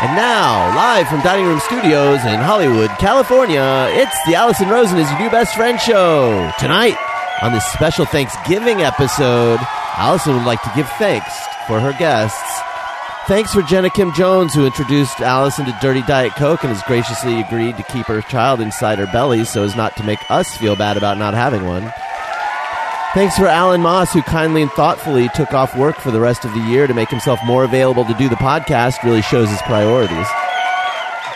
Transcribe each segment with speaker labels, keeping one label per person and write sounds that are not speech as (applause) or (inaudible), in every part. Speaker 1: And now, live from Dining Room Studios in Hollywood, California, it's the Allison Rosen is your new best friend show. Tonight, on this special Thanksgiving episode, Allison would like to give thanks for her guests. Thanks for Jenna Kim Jones, who introduced Allison to Dirty Diet Coke and has graciously agreed to keep her child inside her belly so as not to make us feel bad about not having one. Thanks for Alan Moss, who kindly and thoughtfully took off work for the rest of the year to make himself more available to do the podcast, really shows his priorities.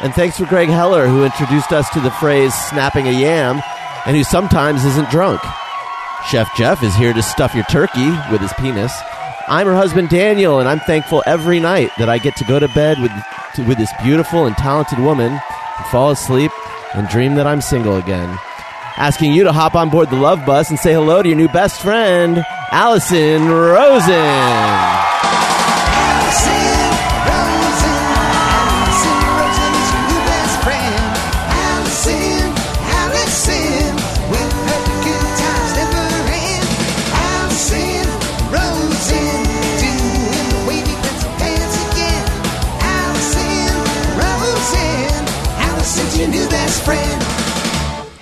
Speaker 1: And thanks for Greg Heller, who introduced us to the phrase snapping a yam and who sometimes isn't drunk. Chef Jeff is here to stuff your turkey with his penis. I'm her husband Daniel, and I'm thankful every night that I get to go to bed with, to, with this beautiful and talented woman and fall asleep and dream that I'm single again asking you to hop on board the love bus and say hello to your new best friend, Allison Rosen.
Speaker 2: Friend.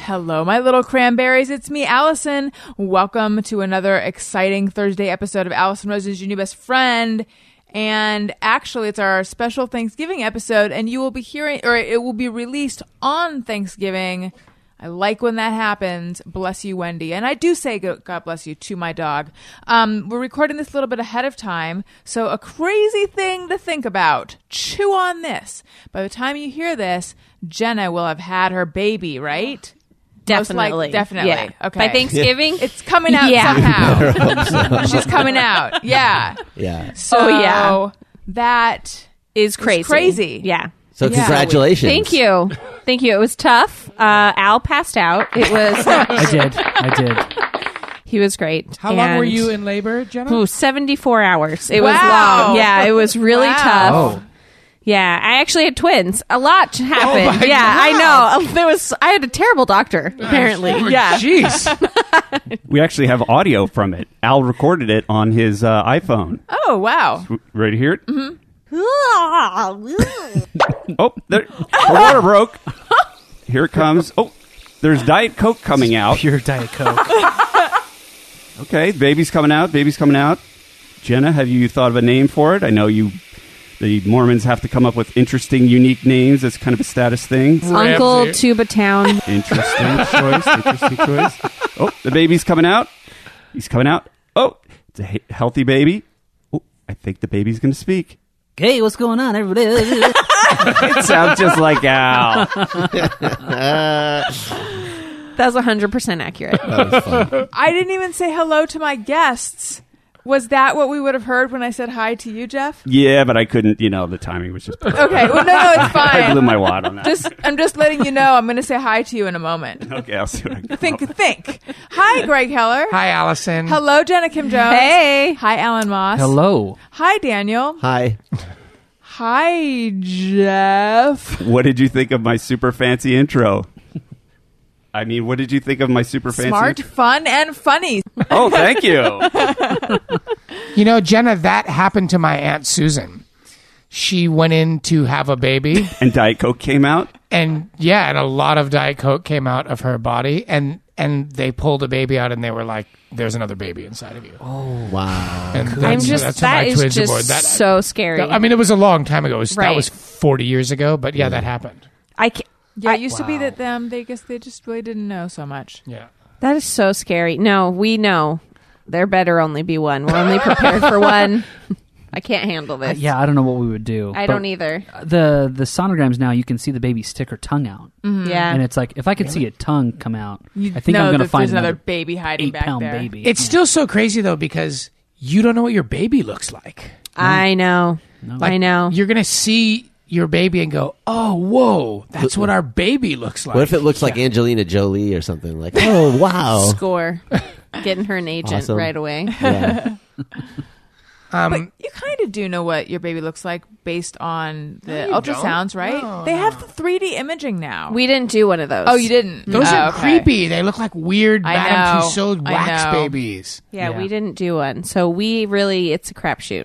Speaker 3: Hello, my little cranberries. It's me, Allison. Welcome to another exciting Thursday episode of Allison Rose's Your New Best Friend. And actually, it's our special Thanksgiving episode, and you will be hearing, or it will be released on Thanksgiving. I like when that happens. Bless you, Wendy. And I do say go- God bless you to my dog. Um, we're recording this a little bit ahead of time. So, a crazy thing to think about. Chew on this. By the time you hear this, Jenna will have had her baby, right? Most like-
Speaker 4: Definitely.
Speaker 3: definitely.
Speaker 4: Yeah.
Speaker 3: Okay.
Speaker 4: By Thanksgiving,
Speaker 3: It's coming out
Speaker 4: Yeah.
Speaker 3: somehow.
Speaker 5: (laughs)
Speaker 3: She's coming out. Yeah.
Speaker 1: Yeah.
Speaker 3: So
Speaker 4: Oh, yeah.
Speaker 3: that
Speaker 4: is crazy.
Speaker 3: crazy.
Speaker 4: Yeah.
Speaker 1: So
Speaker 3: Yeah.
Speaker 1: congratulations.
Speaker 4: Thank you. Thank you. It was tough. Uh, Al passed out. It was. (laughs)
Speaker 6: I did. I did.
Speaker 4: he was great.
Speaker 7: How long were
Speaker 4: And-
Speaker 7: you in labor, Jenna?
Speaker 4: Ooh, 74 hours. It was
Speaker 3: Wow.
Speaker 4: long. Yeah, it was really
Speaker 3: Wow.
Speaker 4: tough.
Speaker 6: Oh,
Speaker 4: Yeah, I actually had twins. A lot happened.
Speaker 7: Oh my
Speaker 4: yeah,
Speaker 7: God.
Speaker 4: I know. Um, There was I had a terrible doctor apparently.
Speaker 7: Oh,
Speaker 4: yeah.
Speaker 7: Jeez.
Speaker 5: We actually have audio from it. Al recorded it on his uh, iPhone.
Speaker 3: Oh wow.
Speaker 5: Ready to hear it? Oh, there, her water broke. Here it comes. Oh, there's Diet Coke coming out.
Speaker 6: pure Diet Coke.
Speaker 5: Okay, baby's coming out. Baby's coming out. Jenna, have you thought of a name for it? I know you. The Mormons have to come up with interesting, unique names. That's kind of a status thing.
Speaker 4: Uncle
Speaker 7: Ramsey.
Speaker 4: Tuba Town.
Speaker 5: Interesting choice. Interesting choice. Oh, the baby's coming out. He's coming out. Oh, it's a he- healthy baby. Oh, I think the baby's going to speak.
Speaker 8: Hey, what's going on, everybody?
Speaker 5: (laughs) It sounds just like Al.
Speaker 4: That was 100% accurate.
Speaker 3: I didn't even say hello to my guests. Was that what we would have heard when I said hi to you, Jeff?
Speaker 5: Yeah, but I couldn't. You know, the timing was just. perfect.
Speaker 3: Okay. Well, no, no, it's
Speaker 5: (laughs) I blew
Speaker 3: fine.
Speaker 5: my wad on that.
Speaker 3: Just, I'm just letting you know. I'm going to say hi to you in a moment.
Speaker 5: okay, I'll see what I can
Speaker 3: Think, think. Hi, Greg Heller.
Speaker 7: Hi, Allison.
Speaker 3: Hello, Jenna Kim Jones.
Speaker 4: hey.
Speaker 3: Hi, Alan Moss.
Speaker 6: Hello.
Speaker 3: Hi, Daniel.
Speaker 1: Hi.
Speaker 3: Hi, Jeff.
Speaker 5: What did you think of my super fancy intro? I mean, what did you think of my super fancy?
Speaker 3: Smart,
Speaker 5: intro?
Speaker 3: fun, and funny.
Speaker 5: Oh, thank you.
Speaker 7: You know, Jenna, that happened to my Aunt Susan. She went in to have a baby,
Speaker 5: and Diet Coke came out.
Speaker 7: and yeah, and a lot of Diet Coke came out of her body, and and they pulled a baby out, and they were like, "There's another baby inside of you."
Speaker 1: Oh, Wow.
Speaker 7: And
Speaker 4: I'm
Speaker 7: that's-
Speaker 4: just
Speaker 7: that's how my
Speaker 4: that is
Speaker 7: twins were born.
Speaker 4: just
Speaker 7: That-
Speaker 4: so scary.
Speaker 7: I mean, it was a long time ago. It was, That
Speaker 4: Right.
Speaker 7: was 40 years ago, but yeah, that happened.
Speaker 4: I ca-
Speaker 3: Yeah,
Speaker 4: I-
Speaker 3: it used to be that them. They guess they just really didn't know so much.
Speaker 7: Yeah.
Speaker 4: that is so scary. No, we know. There better only be one. We're only prepared for one. (laughs) I can't handle this.
Speaker 6: Yeah, I don't know what we would do.
Speaker 4: I
Speaker 6: but
Speaker 4: don't either.
Speaker 6: The the sonograms now you can see the baby stick her tongue out,
Speaker 4: Yeah.
Speaker 6: Mm. and it's like if I could see a tongue come out,
Speaker 3: Mm-hmm. You
Speaker 6: I think
Speaker 3: know
Speaker 6: I'm going to
Speaker 3: that
Speaker 6: find
Speaker 3: there's
Speaker 6: another,
Speaker 3: another baby hiding
Speaker 6: eight
Speaker 3: back
Speaker 6: pound
Speaker 3: there.
Speaker 6: baby.
Speaker 7: It's still so crazy though because you don't know what your baby looks like.
Speaker 4: I know. I know.
Speaker 7: You're gonna see your baby and go, "Oh, whoa, that's what our baby looks like."
Speaker 1: What if it looks like Angelina Jolie or something? Like, oh, wow.
Speaker 4: Score. Getting her an agent
Speaker 1: Awesome.
Speaker 4: right away.
Speaker 1: Yeah.
Speaker 7: Um,
Speaker 3: You kind of do know what your baby looks like based on the
Speaker 7: you
Speaker 3: ultrasounds,
Speaker 7: don't.
Speaker 3: right?
Speaker 7: No,
Speaker 3: they have the 3D imaging now.
Speaker 4: (laughs) We didn't do one of those.
Speaker 3: oh, you didn't.
Speaker 7: those
Speaker 3: Oh,
Speaker 7: are
Speaker 3: okay.
Speaker 7: creepy. They look like weird
Speaker 3: I
Speaker 7: Madame
Speaker 3: know.
Speaker 7: Tussauds
Speaker 3: I
Speaker 7: wax
Speaker 3: know.
Speaker 7: babies.
Speaker 4: Yeah,
Speaker 6: Yeah.
Speaker 4: we didn't do one. So we really, it's a crapshoot.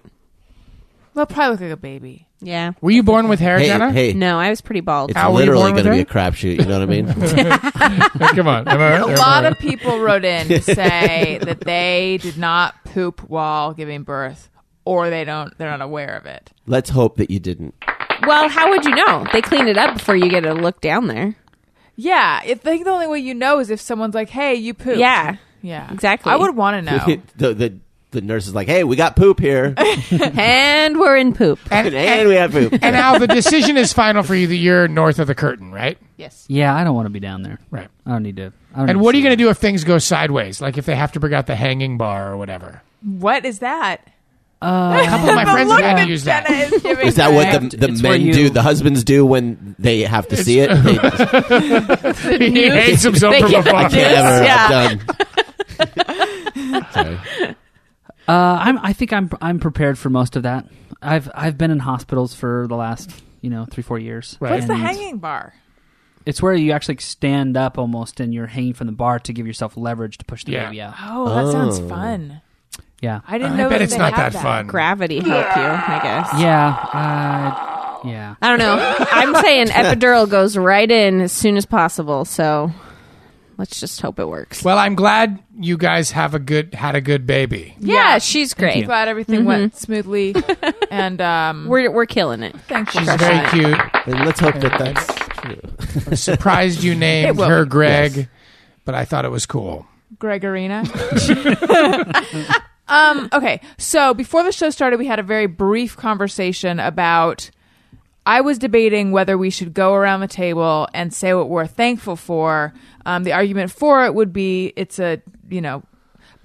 Speaker 3: They'll probably look like a baby.
Speaker 4: Yeah.
Speaker 7: Were you born with hair,
Speaker 1: Hey,
Speaker 7: Jenna?
Speaker 1: hey,
Speaker 4: No, I was pretty bald.
Speaker 1: it's
Speaker 7: How were you
Speaker 1: literally
Speaker 7: born with
Speaker 1: going to be a
Speaker 7: it?
Speaker 1: crapshoot. You know what I mean? (laughs)
Speaker 7: Come on. Am I right?
Speaker 3: A
Speaker 7: Am I
Speaker 3: lot
Speaker 7: right?
Speaker 3: of people wrote in to say that they did not poop while giving birth, or they don't. They're not aware of it.
Speaker 1: Let's hope that you didn't.
Speaker 4: Well, how would you know? They clean it up before you get a look down there.
Speaker 3: Yeah, I think the only way you know is if someone's like, "Hey, you pooped."
Speaker 4: Yeah.
Speaker 3: yeah,
Speaker 4: Exactly.
Speaker 3: I would want to know.
Speaker 1: (laughs) the, the the nurse is like, "Hey, we got poop here,
Speaker 4: and we're in poop.
Speaker 7: And,
Speaker 1: and
Speaker 7: and,
Speaker 1: we have poop."
Speaker 7: and Al, the decision is final for you that you're north of the curtain, right?
Speaker 3: yes.
Speaker 6: Yeah, I don't want to be down there.
Speaker 7: Right.
Speaker 6: I don't need to. I don't
Speaker 7: And
Speaker 6: need
Speaker 7: what are
Speaker 6: to
Speaker 7: you
Speaker 6: see
Speaker 7: going to do if things go sideways? Like if they have to bring out the hanging bar or whatever. (laughs)
Speaker 3: What is that?
Speaker 7: Uh, A
Speaker 3: (laughs)
Speaker 7: couple of my friends have had to use
Speaker 3: Jenna
Speaker 7: that.
Speaker 3: is
Speaker 1: (laughs)
Speaker 3: giving
Speaker 1: Is that
Speaker 3: me.
Speaker 1: what the, the
Speaker 6: It's where
Speaker 1: men
Speaker 6: you-
Speaker 1: do? The husbands do when they have to see it. They,
Speaker 7: he hates
Speaker 3: (laughs)
Speaker 7: himself from afar.
Speaker 1: I can't ever.
Speaker 4: Yeah.
Speaker 1: I'm done. Sorry.
Speaker 6: it. Uh, I'm. I think I'm. I'm prepared for most of that. I've. I've been in hospitals for the last, you know, three four years.
Speaker 7: Right.
Speaker 3: What's the
Speaker 6: And
Speaker 3: hanging bar?
Speaker 6: It's where you actually stand up almost, and you're hanging from the bar to give yourself leverage to push the
Speaker 7: Yeah.
Speaker 6: baby out.
Speaker 3: Oh, that sounds
Speaker 1: Oh.
Speaker 3: fun.
Speaker 6: Yeah.
Speaker 3: I didn't
Speaker 7: I
Speaker 3: know.
Speaker 7: bet
Speaker 3: that
Speaker 7: it's
Speaker 3: they
Speaker 7: not
Speaker 3: had
Speaker 7: that fun.
Speaker 4: Gravity help you, I guess.
Speaker 6: Yeah. Uh, yeah.
Speaker 4: I don't know.
Speaker 1: (laughs)
Speaker 4: I'm saying epidural goes right in as soon as possible, so let's just hope it works.
Speaker 7: Well, I'm glad you guys have a good had a good baby.
Speaker 4: yeah,
Speaker 3: Yeah.
Speaker 4: she's
Speaker 3: I'm
Speaker 4: great.
Speaker 3: glad everything
Speaker 1: Mm-hmm.
Speaker 3: went smoothly, and um, we're
Speaker 4: We're we're killing it.
Speaker 3: thankful.
Speaker 7: She's
Speaker 3: for
Speaker 7: very
Speaker 3: that.
Speaker 7: cute.
Speaker 1: And let's hope that that's true.
Speaker 7: I'm
Speaker 3: (laughs)
Speaker 7: surprised you named
Speaker 3: will
Speaker 7: her
Speaker 3: be.
Speaker 7: Greg, but I thought it was cool.
Speaker 3: Gregorina. um, okay, so before the show started, we had a very brief conversation about. I was debating whether we should go around the table and say what we're thankful for. Um, the argument for it would be it's a you know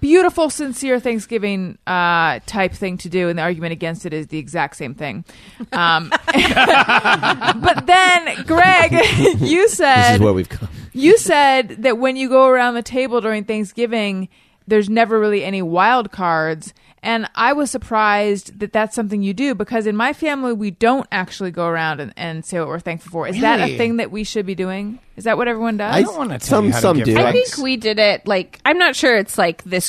Speaker 3: beautiful, sincere Thanksgiving uh, type thing to do, and the argument against it is the exact same thing. Um, (laughs) but then, Greg, (laughs) you
Speaker 1: This
Speaker 3: said
Speaker 1: is where we've come.
Speaker 3: you said that when you go around the table during Thanksgiving, there's never really any wild cards. And I was surprised that that's something you do because in my family, we don't actually go around and, and say what we're thankful for. Is that a
Speaker 7: Really?
Speaker 3: thing that we should be doing? Is that what everyone does?
Speaker 1: I-
Speaker 7: don't wanna tell
Speaker 1: some
Speaker 7: you how to
Speaker 1: some
Speaker 7: give
Speaker 1: do.
Speaker 7: I
Speaker 4: I think we did it like I'm not sure it's like this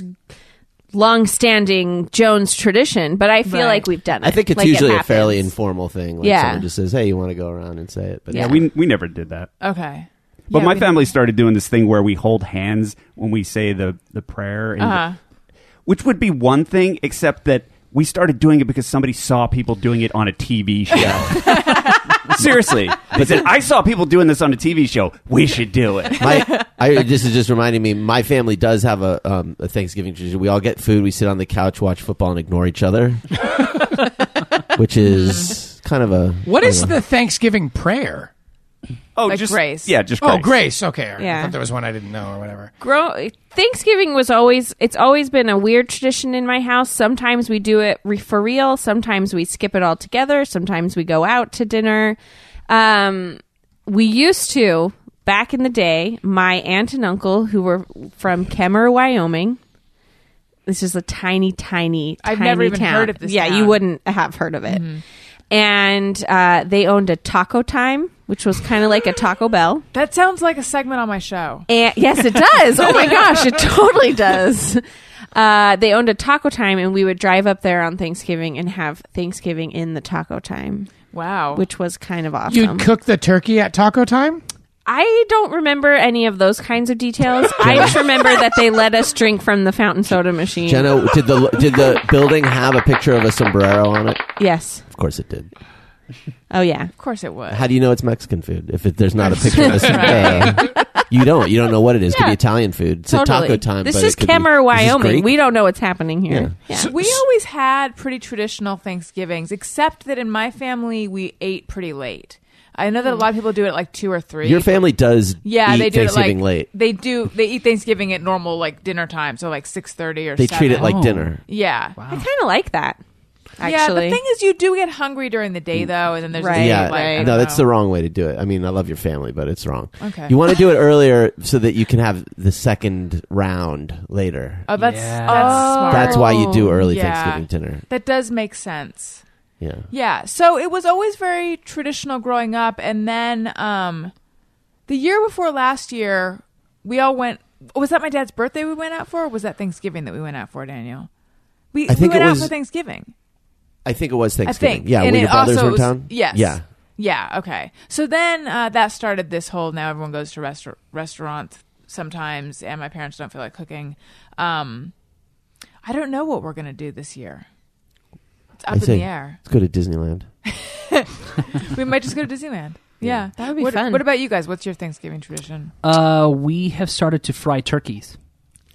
Speaker 4: long-standing Jones tradition, but I feel
Speaker 3: Right.
Speaker 4: like we've done it.
Speaker 1: I think it's
Speaker 4: Like, it
Speaker 1: usually a
Speaker 4: happens.
Speaker 1: fairly informal thing. Like
Speaker 4: Yeah.
Speaker 1: someone just says, "Hey, you want to go around and say it?" But
Speaker 4: Yeah.
Speaker 5: Yeah, we we never did that.
Speaker 3: okay.
Speaker 5: But
Speaker 3: Yeah,
Speaker 5: my
Speaker 3: we-
Speaker 5: family started doing this thing where we hold hands when we say the the prayer, and
Speaker 3: Uh-huh.
Speaker 5: which would be one thing, except that we started doing it because somebody saw people doing it on a
Speaker 3: (laughs)
Speaker 5: TV show. Seriously, they said, I saw people doing this on a TV show. We should do it.
Speaker 1: (laughs)
Speaker 4: (laughs)
Speaker 1: my I, this is just reminding me my family does have a, um, a thanksgiving tradition we all get food we sit on the couch watch football and ignore each
Speaker 4: (laughs)
Speaker 1: other which is kind of a
Speaker 7: What
Speaker 1: I
Speaker 7: is
Speaker 1: don't know.
Speaker 7: the Thanksgiving prayer?
Speaker 5: Oh,
Speaker 3: Like
Speaker 5: just
Speaker 3: grace.
Speaker 5: Yeah, just
Speaker 7: Oh, grace. Okay, I
Speaker 4: Yeah.
Speaker 7: thought there was one I didn't know or whatever.
Speaker 4: grow Thanksgiving was always it's always been a weird tradition in my house. Sometimes we do it re- for real, sometimes we skip it all together, sometimes we go out to dinner. Um we used to back in the day, my aunt and uncle who were from Kemmer, Wyoming. This is a tiny tiny
Speaker 3: I've
Speaker 4: tiny
Speaker 3: never even
Speaker 4: town.
Speaker 3: heard of this
Speaker 4: Yeah,
Speaker 3: town. Mm-hmm.
Speaker 4: you wouldn't have heard of it. And uh, they owned a Taco Time, which was kind of like a Taco Bell.
Speaker 3: That sounds like a segment on my show.
Speaker 4: And yes, it does. Oh my gosh, it totally does. Uh, they owned a taco time, and we would drive up there on Thanksgiving and have Thanksgiving in the taco time,
Speaker 3: Wow.
Speaker 4: which was kind of awesome.
Speaker 7: You cook the turkey at taco time?
Speaker 4: I don't remember any of those kinds of details. I just remember that they let us drink from the fountain soda machine.
Speaker 1: Jenna did the did the building have a picture of a sombrero on it
Speaker 4: yes.
Speaker 1: of course it did
Speaker 4: Oh yeah.
Speaker 3: of course it would.
Speaker 1: how do you know it's Mexican food if it, there's not a picture of a
Speaker 4: (laughs)
Speaker 1: sombrero you don't you don't know what it is it could
Speaker 4: Yeah.
Speaker 1: be Italian food it's
Speaker 4: totally.
Speaker 1: a taco time
Speaker 4: This
Speaker 1: but
Speaker 4: is
Speaker 1: it could be-
Speaker 4: Kemmer,
Speaker 1: this is
Speaker 4: Wyoming.
Speaker 1: Greek.
Speaker 4: We don't know what's happening here. Yeah.
Speaker 3: we always had pretty traditional Thanksgivings, except that in my family, we ate pretty late. I know that a lot of people do it at like two or three.
Speaker 1: your family does
Speaker 3: Yeah,
Speaker 1: eat
Speaker 3: they do it like
Speaker 1: Thanksgiving late
Speaker 3: they do. They eat Thanksgiving at normal like dinner time, so like six thirty or
Speaker 1: they
Speaker 3: 7.
Speaker 1: treat it like
Speaker 6: Oh.
Speaker 1: dinner
Speaker 3: yeah.
Speaker 4: I kind of like that. Actually.
Speaker 3: Yeah, the thing is, you do get hungry during the day though, and then there's
Speaker 4: Right,
Speaker 3: a,
Speaker 1: Mm. Yeah,
Speaker 3: like, I don't
Speaker 1: no, that's
Speaker 3: know.
Speaker 1: the wrong way to do it. I mean, I love your family, but it's wrong.
Speaker 3: Okay.
Speaker 1: you want to do it earlier so that you can have the second round later.
Speaker 3: Oh, that's
Speaker 6: Yeah.
Speaker 3: that's
Speaker 4: Oh.
Speaker 3: smart.
Speaker 1: That's why you do early
Speaker 3: Yeah.
Speaker 1: Thanksgiving dinner.
Speaker 3: that does make sense.
Speaker 1: Yeah,
Speaker 3: Yeah, so it was always very traditional growing up, and then um, the year before last year, we all went. Was that my dad's birthday we went out for, or was that Thanksgiving that we went out for, Daniel? We,
Speaker 1: I think
Speaker 3: we went
Speaker 1: it
Speaker 3: out
Speaker 1: was-
Speaker 3: for Thanksgiving.
Speaker 1: I think it was
Speaker 3: I
Speaker 1: Thanksgiving.
Speaker 3: think.
Speaker 1: Yeah,
Speaker 3: and
Speaker 1: when
Speaker 3: it
Speaker 1: your brothers
Speaker 3: also
Speaker 1: were in
Speaker 3: was-
Speaker 1: town.
Speaker 3: Yes.
Speaker 1: Yeah.
Speaker 3: Yeah. Okay. So then uh, that started this whole. Now everyone goes to restaur restaurants sometimes, and my parents don't feel like cooking. Um, I don't know what we're gonna do this year. It's up
Speaker 1: I
Speaker 3: in
Speaker 1: say,
Speaker 3: the air.
Speaker 1: Let's go to Disneyland.
Speaker 3: We might just go to
Speaker 6: (laughs)
Speaker 3: Disneyland. Yeah,
Speaker 4: That would be
Speaker 3: what,
Speaker 4: fun.
Speaker 3: What about you guys? What's your Thanksgiving tradition?
Speaker 6: Uh, we have started to fry turkeys,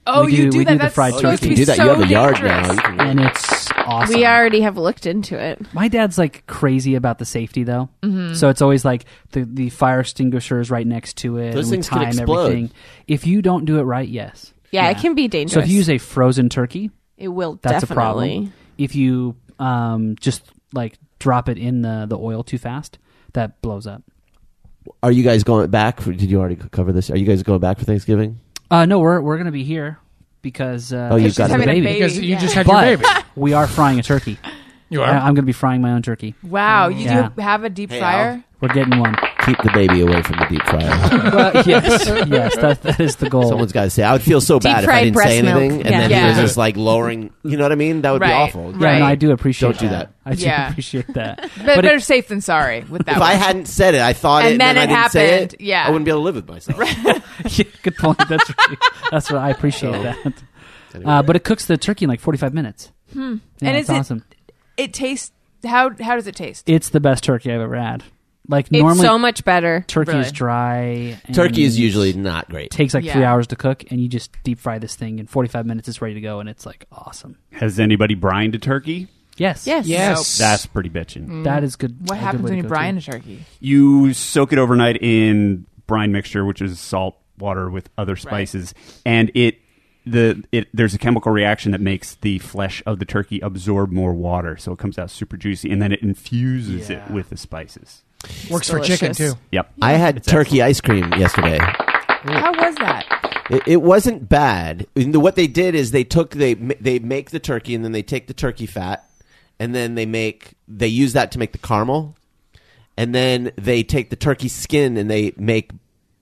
Speaker 3: Oh,
Speaker 6: We
Speaker 3: you
Speaker 6: do-
Speaker 3: do
Speaker 6: we
Speaker 3: that.
Speaker 6: do the
Speaker 3: That's
Speaker 6: fried
Speaker 3: supposed to
Speaker 6: turkey.
Speaker 3: be
Speaker 1: do
Speaker 6: You
Speaker 1: that.
Speaker 3: So
Speaker 1: you have a yard
Speaker 3: dangerous.
Speaker 1: now. You can-
Speaker 6: and it's awesome.
Speaker 4: We already have looked into it.
Speaker 6: My dad's like crazy about the safety though, so it's always like the the fire extinguisher is right next to it.
Speaker 1: Those
Speaker 6: and we
Speaker 1: things can
Speaker 6: time
Speaker 1: explode.
Speaker 6: everything. If you don't do it right, yes.
Speaker 4: Yeah, it can be dangerous.
Speaker 6: So if you use a frozen turkey,
Speaker 4: it will
Speaker 6: that's
Speaker 4: definitely.
Speaker 6: a problem. If you um, just like drop it in the the oil too fast, that blows up.
Speaker 1: Are you guys going back? For, did you already cover this? Are you guys going back for Thanksgiving?
Speaker 6: Uh, no, we're we're gonna be here because uh,
Speaker 1: Oh, you've
Speaker 6: she's
Speaker 1: got
Speaker 6: having
Speaker 1: a
Speaker 3: baby.
Speaker 7: because you
Speaker 3: Yeah.
Speaker 7: just had your
Speaker 6: But
Speaker 7: baby.
Speaker 6: we are frying a turkey.
Speaker 7: You
Speaker 6: I,
Speaker 7: are.
Speaker 6: I'm gonna be frying my own turkey.
Speaker 3: Wow, you
Speaker 6: Yeah.
Speaker 3: do have a deep
Speaker 1: Hey,
Speaker 3: fryer.
Speaker 6: We're
Speaker 1: (laughs)
Speaker 6: getting one.
Speaker 1: Keep the baby away from the deep fryer.
Speaker 6: But (laughs) yes, yes, that, that is the goal.
Speaker 1: Someone's got to say. I would feel so bad if I
Speaker 4: fried
Speaker 1: didn't say
Speaker 4: breast milk.
Speaker 1: anything, and
Speaker 4: Yeah.
Speaker 1: then he was
Speaker 3: Yeah.
Speaker 1: just like lowering. You know what I mean? That would be
Speaker 3: Right.
Speaker 1: awful.
Speaker 6: yeah, no,
Speaker 3: Right.
Speaker 6: I do appreciate.
Speaker 1: Don't do that.
Speaker 6: I do
Speaker 3: Yeah.
Speaker 6: appreciate that.
Speaker 3: But,
Speaker 6: But it-
Speaker 3: better safe than sorry. With that,
Speaker 1: If
Speaker 3: one.
Speaker 1: I hadn't said it, I thought
Speaker 3: And
Speaker 1: it,
Speaker 3: then
Speaker 1: and I
Speaker 3: it
Speaker 1: didn't say it.
Speaker 3: happened. Yeah.
Speaker 1: I wouldn't be able to live with
Speaker 3: (laughs)
Speaker 1: myself.
Speaker 6: (laughs) Yeah, good point. That's right. that's what I appreciate
Speaker 1: So,
Speaker 6: that. Uh, but it cooks the turkey in like forty five minutes. Hmm. Yeah,
Speaker 3: And
Speaker 6: it's
Speaker 3: is it-
Speaker 6: awesome.
Speaker 3: it tastes. How how does it taste?
Speaker 6: It's the best turkey I've ever had. Like
Speaker 4: It's
Speaker 6: normally,
Speaker 4: so much (laughs) better.
Speaker 6: turkey
Speaker 3: Really?
Speaker 6: is dry. and
Speaker 1: Turkey is usually not great.
Speaker 6: takes like
Speaker 3: Yeah.
Speaker 6: three hours to cook, and you just deep fry this thing in forty five minutes. It's ready to go, and it's like awesome.
Speaker 5: Has anybody brined a turkey?
Speaker 6: Yes,
Speaker 4: Yes.
Speaker 7: yes.
Speaker 5: That's pretty bitching.
Speaker 6: that is good.
Speaker 3: What
Speaker 6: a good
Speaker 3: happens
Speaker 6: way
Speaker 3: when you
Speaker 6: to go,
Speaker 3: brine a
Speaker 6: too.
Speaker 3: turkey?
Speaker 5: You soak it overnight in brine mixture, which is salt water with other spices, and it the it there's a chemical reaction that makes the flesh of the turkey absorb more water, so it comes out super juicy, and then it infuses
Speaker 6: Yeah.
Speaker 5: it with the spices.
Speaker 7: Works for chicken too.
Speaker 4: delicious.
Speaker 5: Yep.
Speaker 1: I had
Speaker 5: It's
Speaker 1: turkey ice cream yesterday.
Speaker 3: How was that?
Speaker 1: It, it wasn't bad. And the- what they did is they took they ma- they make the turkey and then they take the turkey fat and then they make they use that to make the caramel, and then they take the turkey skin and they make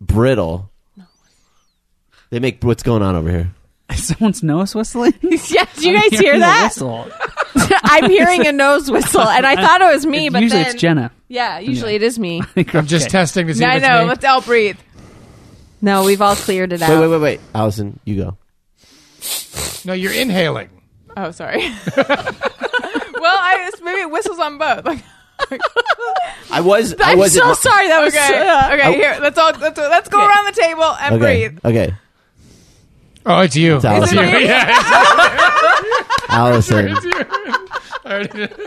Speaker 1: brittle. They make what's going on over here.
Speaker 6: (laughs) Someone's
Speaker 4: (laughs)
Speaker 6: nose whistling.
Speaker 4: yeah, do you guys hear
Speaker 6: Hearing a
Speaker 4: that?
Speaker 6: whistle.
Speaker 4: (laughs) I'm hearing a nose whistle, and I thought it was me, but
Speaker 6: Usually
Speaker 4: then,
Speaker 6: it's Jenna. (laughs)
Speaker 4: Yeah, usually it is me.
Speaker 7: I'm just testing to see.
Speaker 3: I
Speaker 7: if it's
Speaker 3: know.
Speaker 7: me.
Speaker 3: Let's all breathe.
Speaker 4: No, we've all cleared it out.
Speaker 1: Wait, wait, wait, wait, Allison, you go.
Speaker 7: No, you're inhaling.
Speaker 3: Oh, sorry. well, I it's- maybe it whistles on both. Like,
Speaker 1: I was. I
Speaker 4: I'm
Speaker 1: was
Speaker 4: so sorry. That was
Speaker 3: okay, okay. Here, let's all let's, let's go around the table and
Speaker 1: Okay.
Speaker 3: breathe.
Speaker 1: Okay.
Speaker 7: Oh, it's you. (laughs)
Speaker 1: Allison.
Speaker 7: It's you.
Speaker 3: Is it me?
Speaker 7: Yeah,
Speaker 1: Allison.
Speaker 7: it's you. I already did.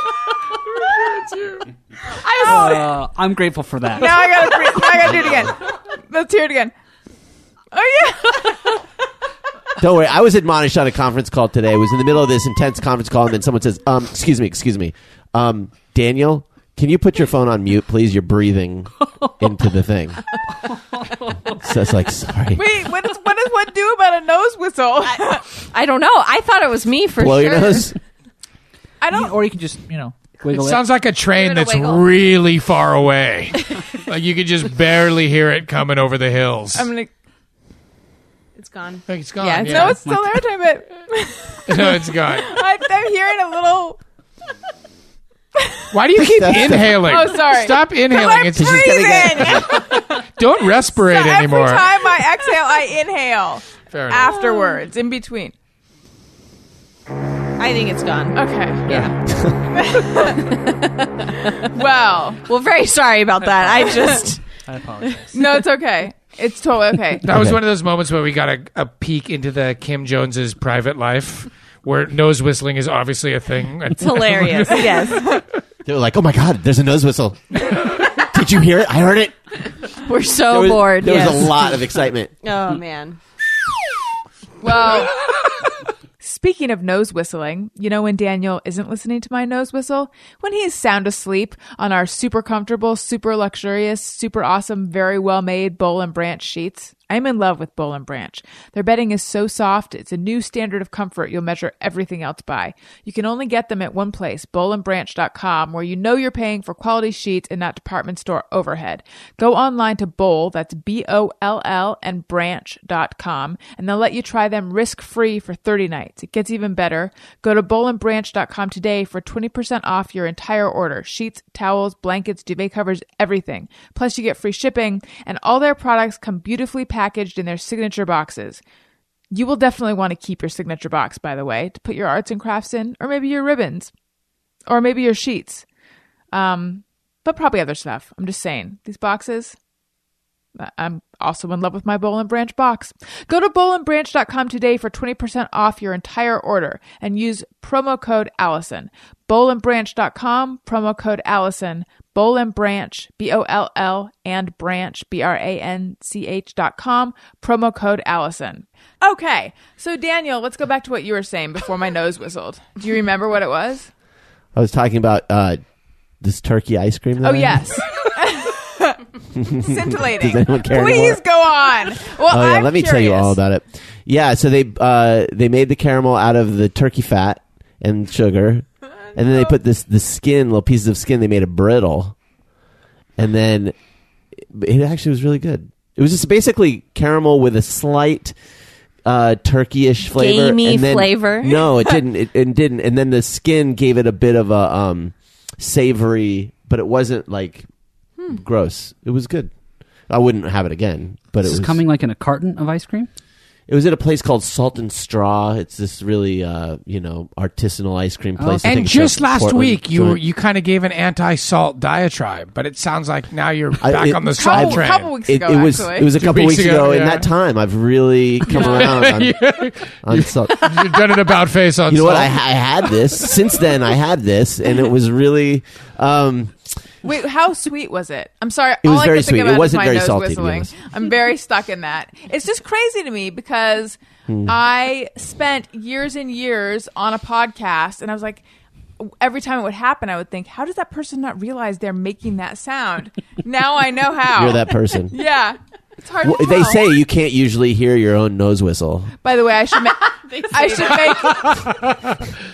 Speaker 7: It's you.
Speaker 4: Oh,
Speaker 3: I
Speaker 6: Uh, I'm grateful for that.
Speaker 3: now I gotta breathe. Now I gotta do it again. Let's hear it again. Oh yeah.
Speaker 1: Don't worry. I was admonished on a conference call today. I was in the middle of this intense conference call, and then someone says, um, "Excuse me, excuse me, um, Daniel, can you put your phone on mute, please? You're
Speaker 4: (laughs)
Speaker 1: breathing into the thing." so it's like, sorry,
Speaker 3: Wait, what is what does one do about a nose whistle? I,
Speaker 4: (laughs) I don't know. I thought it was me for
Speaker 1: blow
Speaker 4: sure.
Speaker 1: your nose.
Speaker 3: don't.
Speaker 6: or you can just you know
Speaker 7: It
Speaker 6: wiggle it.
Speaker 7: sounds like a
Speaker 4: Give
Speaker 7: train
Speaker 4: it a
Speaker 7: that's
Speaker 4: wiggle.
Speaker 7: really
Speaker 3: (laughs)
Speaker 7: far away. like you could just barely hear it coming over the hills.
Speaker 3: (laughs) I'm gonna.
Speaker 4: It's gone.
Speaker 7: I think it's gone.
Speaker 4: Yeah,
Speaker 7: Yeah,
Speaker 4: it's-
Speaker 3: No, it's still there, time, but
Speaker 7: (laughs) no,
Speaker 3: (laughs)
Speaker 7: it's gone.
Speaker 3: I, I'm hearing a little.
Speaker 7: Why do you keep
Speaker 1: That's the-
Speaker 7: inhaling?
Speaker 3: Oh, sorry.
Speaker 7: Stop
Speaker 3: I'm
Speaker 7: inhaling. It's
Speaker 1: just gotta get-
Speaker 3: breathing.
Speaker 7: don't respirate
Speaker 3: So
Speaker 7: anymore.
Speaker 3: Every time I exhale, I inhale
Speaker 7: Fair enough.
Speaker 3: afterwards, in between.
Speaker 4: I think
Speaker 3: (laughs)
Speaker 4: it's gone.
Speaker 3: Okay.
Speaker 7: Yeah.
Speaker 3: Well,
Speaker 4: Well, very sorry about that. I just (laughs)
Speaker 6: I apologize.
Speaker 3: no, it's okay. It's totally okay.
Speaker 7: That was
Speaker 1: Okay.
Speaker 7: one of those moments where we got a, a peek into the Kim Jones's private life, where nose whistling is obviously a thing.
Speaker 4: it's hilarious. yes,
Speaker 1: They were like, "Oh my god, there's a nose whistle." Did you hear it? I
Speaker 4: (laughs)
Speaker 1: heard it.
Speaker 4: we're so
Speaker 1: There was,
Speaker 4: bored.
Speaker 1: There
Speaker 4: Oh, yes.
Speaker 1: was a lot of excitement.
Speaker 4: Oh man.
Speaker 3: Well, speaking of nose whistling, you know when Daniel isn't listening to my nose whistle? When he is sound asleep on our super comfortable, super luxurious, super awesome, very well made bowl and branch sheets. I'm in love with Bowl and Branch. Their bedding is so soft, it's a new standard of comfort you'll measure everything else by. You can only get them at one place, bowlandbranch.com, where you know you're paying for quality sheets and not department store overhead. Go online to Bowl, that's B O L L, and branch.com, and they'll let you try them risk free for 30 nights. It gets even better. Go to bowlandbranch.com today for 20% off your entire order sheets, towels, blankets, duvet covers, everything. Plus, you get free shipping, and all their products come beautifully packaged in their signature boxes. You will definitely want to keep your signature box, by the way, to put your arts and crafts in, or maybe your ribbons, or maybe your sheets. Um, but probably other stuff. I'm just saying. These boxes, I- I'm also in love with my Bowl and Branch box. Go to bowlandbranch.com today for 20% off your entire order and use promo code Allison. Bowlandbranch.com, promo code Allison. Bowl and Branch, B O L L, and Branch, B R A N C H.com, promo code Allison. Okay, so Daniel, let's go back to what you were saying before my nose whistled. Do you remember what it was?
Speaker 1: I was talking about uh, this turkey ice cream. that
Speaker 3: Oh,
Speaker 1: I had. (laughs)
Speaker 3: yes. (laughs)
Speaker 1: Does
Speaker 3: Scintillating.
Speaker 1: anyone care anymore?
Speaker 3: Please go on. Well,
Speaker 1: Oh yeah,
Speaker 3: I'm
Speaker 1: let me tell you
Speaker 3: curious.
Speaker 1: all about it. Yeah, so they uh, they made the caramel out of the turkey fat and sugar, and then they put this the skin, little pieces of skin. They made a brittle, and then it actually was really good. It was just basically caramel with a slight uh, Turkeyish flavor,
Speaker 4: Gamey
Speaker 1: and then-
Speaker 4: flavor.
Speaker 1: (laughs) No, it
Speaker 3: (laughs)
Speaker 1: didn't. It, it didn't. And then the skin gave it a bit of a um, savory, but it wasn't like
Speaker 3: Hmm.
Speaker 1: gross. It was good. I wouldn't have it again, but it
Speaker 6: This is
Speaker 1: was
Speaker 6: coming like in a carton of ice cream.
Speaker 1: it was at a place called Salt and Straw. It's this really, uh, you know, artisanal ice cream place. I
Speaker 7: And
Speaker 1: think it's
Speaker 7: just
Speaker 1: a
Speaker 7: last
Speaker 1: Portland
Speaker 7: week, you
Speaker 1: joint.
Speaker 7: were, you kind of gave an anti-salt diatribe, but it sounds like now you're
Speaker 1: I-
Speaker 7: back
Speaker 1: it-
Speaker 7: on the
Speaker 1: I-
Speaker 7: salt
Speaker 3: Couple-
Speaker 7: train.
Speaker 3: couple weeks
Speaker 1: It,
Speaker 3: ago,
Speaker 1: it was
Speaker 3: actually.
Speaker 1: it was a
Speaker 7: Two
Speaker 1: couple
Speaker 7: weeks
Speaker 1: weeks
Speaker 7: ago,
Speaker 1: ago. In
Speaker 7: yeah.
Speaker 1: that time, I've
Speaker 7: (laughs)
Speaker 1: really come around on, on salt.
Speaker 7: You've done an about face on
Speaker 1: You know what?
Speaker 7: salt.
Speaker 1: I,
Speaker 4: (laughs)
Speaker 1: ha- I had
Speaker 7: (laughs)
Speaker 1: this. Since then, I had this, and it was really. Um,
Speaker 3: Wait, how sweet was it? I'm sorry.
Speaker 1: It was
Speaker 3: all I
Speaker 1: very
Speaker 3: could think
Speaker 1: sweet.
Speaker 3: about
Speaker 1: It
Speaker 3: is
Speaker 1: wasn't
Speaker 3: my
Speaker 1: very
Speaker 3: nose
Speaker 1: salty, to be
Speaker 3: Whistling.
Speaker 1: honest.
Speaker 3: I'm very stuck in that. It's just crazy to me because
Speaker 1: Hmm.
Speaker 3: I spent years and years on a podcast, and I was like, every time it would happen, I would think, how does that person not realize they're making that sound? now
Speaker 1: (laughs)
Speaker 3: I know how.
Speaker 1: you're that person.
Speaker 3: Oh. (laughs) Yeah. It's hard.
Speaker 1: Well,
Speaker 3: to
Speaker 1: they
Speaker 3: tell.
Speaker 1: say you can't usually hear your own nose whistle.
Speaker 3: By the way, I
Speaker 6: (laughs)
Speaker 3: should. Ma- I should make.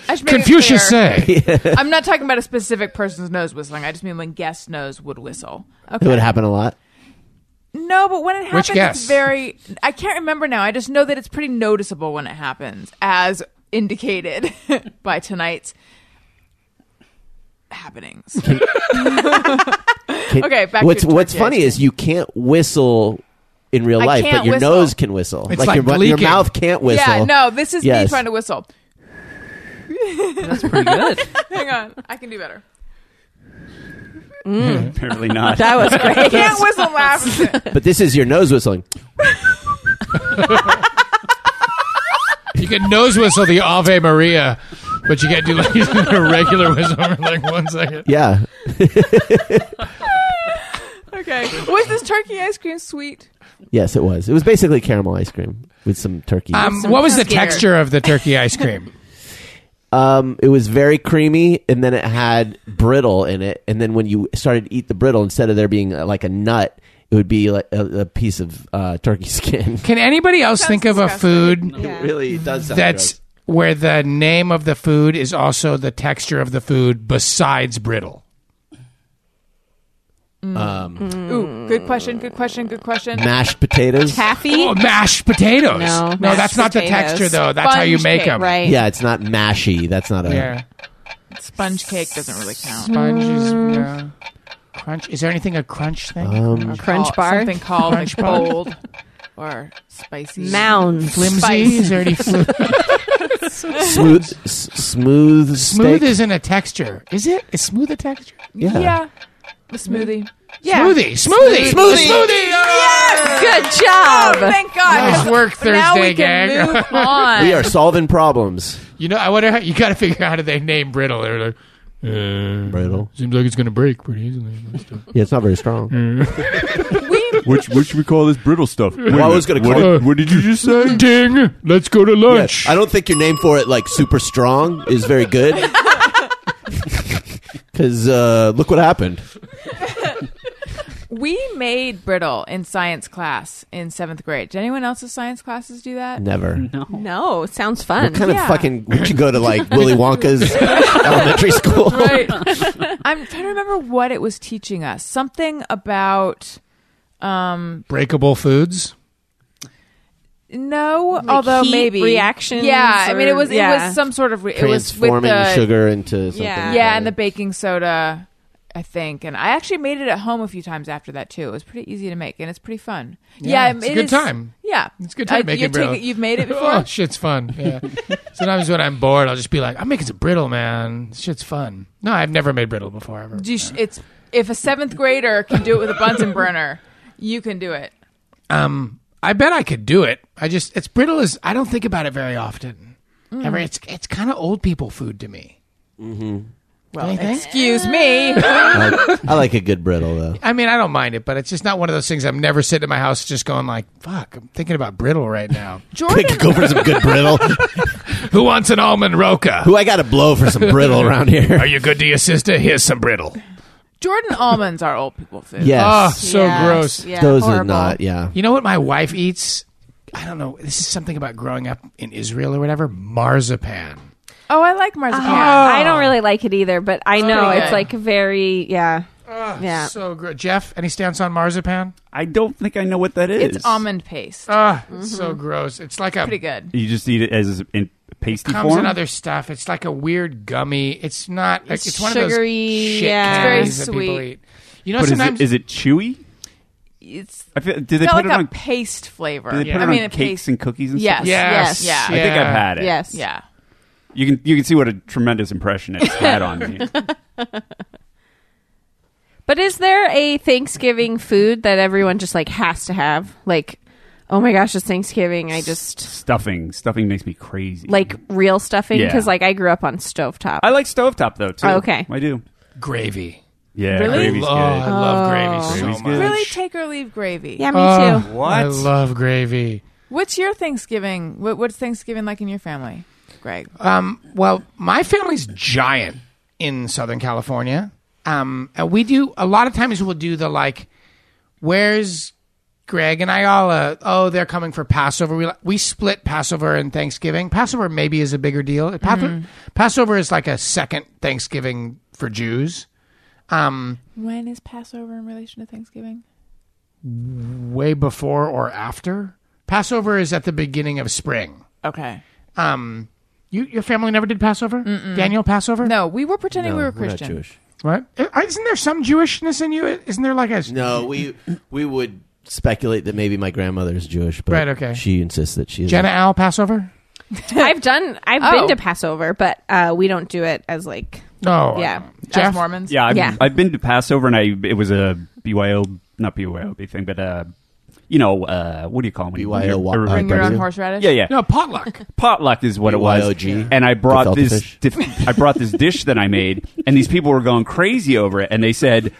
Speaker 3: I should make it
Speaker 7: Confucius
Speaker 3: clear.
Speaker 7: say,
Speaker 1: (laughs)
Speaker 3: I'm not talking about a specific person's nose whistling. I just mean when guest nose would whistle.
Speaker 1: It
Speaker 3: Okay.
Speaker 1: would happen a lot.
Speaker 3: No, but when it happens,
Speaker 7: Which
Speaker 3: it's
Speaker 7: guess?
Speaker 3: very. I can't remember now. I just know that it's pretty noticeable when it happens, as indicated (laughs) by tonight's happenings.
Speaker 1: Can-
Speaker 3: Okay, back to
Speaker 1: what's
Speaker 3: turkey
Speaker 1: what's
Speaker 3: ice
Speaker 1: funny is you can't whistle in real
Speaker 3: I
Speaker 1: life, but
Speaker 3: can't
Speaker 1: your
Speaker 3: whistle.
Speaker 1: nose can whistle.
Speaker 7: It's like
Speaker 1: your, your
Speaker 7: leaking.
Speaker 1: mouth can't whistle.
Speaker 3: Yeah, no, this is me
Speaker 1: Yes.
Speaker 3: trying to whistle.
Speaker 6: That's pretty good.
Speaker 3: (laughs) Hang on, I can do better.
Speaker 5: Apparently not.
Speaker 4: That was
Speaker 3: (laughs)
Speaker 4: great.
Speaker 3: I can't
Speaker 1: (laughs)
Speaker 3: whistle laugh.
Speaker 1: But this is your nose whistling.
Speaker 7: you can nose whistle the Ave Maria, but you can't do like (laughs) a regular whistle for like one second.
Speaker 1: Yeah.
Speaker 3: Okay, was this turkey ice cream sweet?
Speaker 1: Yes, it was. It was basically caramel ice cream with some turkey.
Speaker 7: Um,
Speaker 4: Some
Speaker 7: what was the
Speaker 4: cookie.
Speaker 7: texture of the turkey
Speaker 4: (laughs)
Speaker 7: ice cream?
Speaker 1: Um, it was very creamy, and then it had brittle in it. And then when you started to eat the brittle, instead of there being uh, like a nut, it would be like a, a piece of uh, turkey (laughs) skin.
Speaker 7: Can anybody else
Speaker 3: Sounds
Speaker 7: think of
Speaker 3: disgusting.
Speaker 7: a food
Speaker 1: It really does. Sound
Speaker 7: that's where the name of the food is also the texture of the food besides brittle?
Speaker 1: gross. um,
Speaker 3: Ooh, good question. Good question. Good question.
Speaker 1: mashed potatoes.
Speaker 4: Taffy?
Speaker 7: Oh, mashed potatoes.
Speaker 4: No,
Speaker 7: no,
Speaker 4: mashed
Speaker 7: that's not the
Speaker 4: potatoes.
Speaker 7: texture though. That's how you
Speaker 3: Sponge
Speaker 7: make
Speaker 3: cake,
Speaker 7: them.
Speaker 4: Right.
Speaker 1: Yeah, it's not mashy. That's not a.
Speaker 7: Yeah.
Speaker 3: Sponge cake doesn't really count.
Speaker 7: Sponge is yeah. crunch. Is there anything a crunch thing?
Speaker 1: Um,
Speaker 4: Crunch
Speaker 3: Call-
Speaker 4: bar?
Speaker 3: Oh, Something called
Speaker 7: Crunch bar.
Speaker 3: bold or spicy.
Speaker 4: Mounds.
Speaker 7: Flimsy?
Speaker 3: Spice.
Speaker 7: Is there any fl-
Speaker 1: smooth, s- smooth,
Speaker 7: smooth?
Speaker 1: steak.
Speaker 7: Isn't a texture? Is it? Is smooth a texture?
Speaker 1: yeah.
Speaker 3: The smoothie.
Speaker 7: Smoothie. Smoothie. Smoothie. Smoothie. Yes.
Speaker 4: Good
Speaker 3: Oh,
Speaker 4: job.
Speaker 3: thank God.
Speaker 7: Nice work,
Speaker 3: now
Speaker 7: Thursday
Speaker 3: we can
Speaker 7: gang.
Speaker 3: move on.
Speaker 1: We are solving problems.
Speaker 7: You know, I wonder how you got to figure out how do they name brittle. They're like, uh,
Speaker 1: Brittle.
Speaker 7: Seems like it's gonna break pretty easily. Let's do it.
Speaker 1: Yeah, it's not very
Speaker 7: Mm.
Speaker 1: strong.
Speaker 5: Which what should we call this brittle stuff? Wait a
Speaker 1: I was
Speaker 5: minute.
Speaker 1: gonna call
Speaker 7: it-
Speaker 5: what did you just say?
Speaker 7: Ding! Let's go to
Speaker 1: Yeah,
Speaker 7: lunch.
Speaker 1: I don't think your name for it, like super strong, is very good. (laughs) Because uh, look what happened.
Speaker 3: We made brittle in science class in seventh grade. Did anyone else's science classes do that?
Speaker 1: Never.
Speaker 6: No.
Speaker 4: No, sounds fun.
Speaker 1: What kind
Speaker 3: Yeah.
Speaker 1: of fucking would you go to like Willy
Speaker 3: (laughs)
Speaker 1: Wonka's elementary school?
Speaker 3: I'm trying to remember what it was teaching us. Something about um
Speaker 7: Breakable foods.
Speaker 3: no, although
Speaker 4: heat
Speaker 3: maybe
Speaker 4: reactions
Speaker 3: Yeah, I mean it
Speaker 4: or-
Speaker 3: was it
Speaker 4: yeah.
Speaker 3: was some sort of re- it was with
Speaker 1: (laughs) Transforming
Speaker 3: the
Speaker 1: sugar into something.
Speaker 4: Yeah.
Speaker 3: yeah, and the baking soda, I think. And I actually made it at home a few times after that too. It was pretty easy to make, and it's pretty fun. Yeah,
Speaker 7: Yeah, it's a
Speaker 3: it
Speaker 7: good
Speaker 3: is-
Speaker 7: time.
Speaker 3: Yeah,
Speaker 7: It's a good time
Speaker 3: I-
Speaker 7: to make
Speaker 3: you're
Speaker 7: it, bro.
Speaker 3: taking- You've made
Speaker 7: (laughs)
Speaker 3: it before.
Speaker 7: Oh, shit's fun. (laughs) Yeah. Sometimes when I'm bored, I'll just be like, I'm making some brittle, man. Shit's fun. No, I've never made brittle before ever.
Speaker 3: Do you sh- it's if a seventh grader can do it with a Bunsen burner, you can do it.
Speaker 7: Um, I bet I could do it. I just it's brittle is I don't think about it very often. Ever, it's it's kind of old people food to me.
Speaker 3: Well,
Speaker 7: you think?
Speaker 3: excuse me.
Speaker 1: I like, I like a good brittle though.
Speaker 7: I mean, I don't mind it, but it's just not one of those things. I'm never sitting in my house just going like, "Fuck, I'm thinking about brittle right now."
Speaker 1: I could go for some good brittle.
Speaker 7: (laughs) Who wants an almond roca?
Speaker 1: Who I got to blow for some brittle around here?
Speaker 7: Are you good to your sister? Here's some brittle.
Speaker 3: Jordan almonds are old people food.
Speaker 7: Oh,
Speaker 1: Yes,
Speaker 7: so
Speaker 4: Yeah.
Speaker 7: gross.
Speaker 4: Yeah,
Speaker 1: those are
Speaker 4: horrible.
Speaker 1: not. Yeah,
Speaker 7: You know what my wife eats? I don't know. This is something about growing up in Israel or whatever. Marzipan.
Speaker 3: Oh, I like marzipan.
Speaker 4: I don't really like it either, but I know
Speaker 3: pretty
Speaker 4: it's
Speaker 3: good.
Speaker 4: like very yeah. yeah.
Speaker 7: So gross. Jeff, any stance on marzipan?
Speaker 5: I don't think I know what that is.
Speaker 3: It's almond paste.
Speaker 7: Ah, it's so gross. It's like a
Speaker 3: Pretty good.
Speaker 5: You just eat it as in pasty
Speaker 7: comes
Speaker 5: form.
Speaker 7: in other stuff. It's like a weird gummy. It's not. It's, one of those
Speaker 4: sugary,
Speaker 7: shit
Speaker 4: yeah. It's
Speaker 3: very
Speaker 7: candies that people
Speaker 3: sweet.
Speaker 7: eat. You know,
Speaker 5: but is
Speaker 7: sometimes
Speaker 5: it, is it chewy?
Speaker 3: It's
Speaker 5: I feel, do they
Speaker 3: got
Speaker 5: put
Speaker 3: like
Speaker 5: it
Speaker 3: a
Speaker 5: on?
Speaker 3: paste flavor.
Speaker 5: Do they put
Speaker 7: Yeah.
Speaker 5: it
Speaker 3: I
Speaker 5: on
Speaker 3: mean, a
Speaker 5: cakes
Speaker 3: paste.
Speaker 5: and cookies and
Speaker 3: Yes.
Speaker 5: stuff?
Speaker 7: Yes.
Speaker 3: Yes. Yeah.
Speaker 7: Yeah.
Speaker 5: I think I've had it.
Speaker 4: Yes.
Speaker 3: Yeah.
Speaker 5: You can you can see what a tremendous
Speaker 4: (laughs)
Speaker 5: impression it's had on me.
Speaker 4: But is there a Thanksgiving food that everyone just like has to have? Like, oh my gosh, it's Thanksgiving. I just
Speaker 5: stuffing. Stuffing makes me crazy.
Speaker 4: like real stuffing
Speaker 5: Yeah.
Speaker 4: because like I grew up on stovetop.
Speaker 5: I like stovetop though too.
Speaker 4: Oh, okay.
Speaker 5: I do.
Speaker 7: gravy.
Speaker 5: Yeah,
Speaker 3: Really?
Speaker 5: gravy's
Speaker 7: oh, I
Speaker 5: good.
Speaker 7: love gravy
Speaker 5: Gravy's
Speaker 7: so
Speaker 5: good.
Speaker 7: much.
Speaker 3: Really take or leave gravy.
Speaker 4: yeah, me
Speaker 7: Oh,
Speaker 4: too.
Speaker 5: What?
Speaker 7: I love gravy.
Speaker 3: What's your Thanksgiving? What, what's Thanksgiving like in your family, Greg?
Speaker 7: Um, well, my family's giant in Southern California. Um, and we do a lot of times we'll do the like, where's Greg and Ayala? Oh, they're coming for Passover. We we split Passover and Thanksgiving. Passover maybe is a bigger deal. Pa- Passover is like a second Thanksgiving for Jews. Um,
Speaker 3: When is Passover in relation to Thanksgiving?
Speaker 7: way before or after Passover is at the beginning of spring.
Speaker 3: Okay.
Speaker 7: Um, you your family never did Passover? Daniel Passover?
Speaker 3: No, we were pretending we were
Speaker 1: we're not
Speaker 3: Christian.
Speaker 1: Jewish.
Speaker 7: What? Uh, Isn't there some Jewishness in you? Isn't there like a
Speaker 1: No, we we would speculate that maybe my grandmother is Jewish, but
Speaker 7: Right, okay.
Speaker 1: she insists that she is.
Speaker 7: Jenna Al Passover?
Speaker 4: (laughs) I've done. I've
Speaker 3: Oh.
Speaker 4: been to Passover, but uh, we don't do it as like
Speaker 7: No.
Speaker 4: Yeah.
Speaker 7: Oh, uh, Jeff?
Speaker 3: As Mormons.
Speaker 5: Yeah, I've,
Speaker 4: Yeah.
Speaker 5: I've been to Passover and I it was a BYO not BYOB thing, but uh, you know uh, what do you call them? when you- when
Speaker 1: BYO,
Speaker 5: you're-
Speaker 1: uh,
Speaker 3: Bring your own
Speaker 1: Yeah.
Speaker 3: horseradish.
Speaker 5: Yeah, yeah.
Speaker 7: No, potluck.
Speaker 5: potluck is what it
Speaker 1: BYOG.
Speaker 5: was. And I brought
Speaker 1: Gefilte
Speaker 5: this
Speaker 1: fish.
Speaker 5: dif- I brought this dish that I made and these people were going crazy over it and they said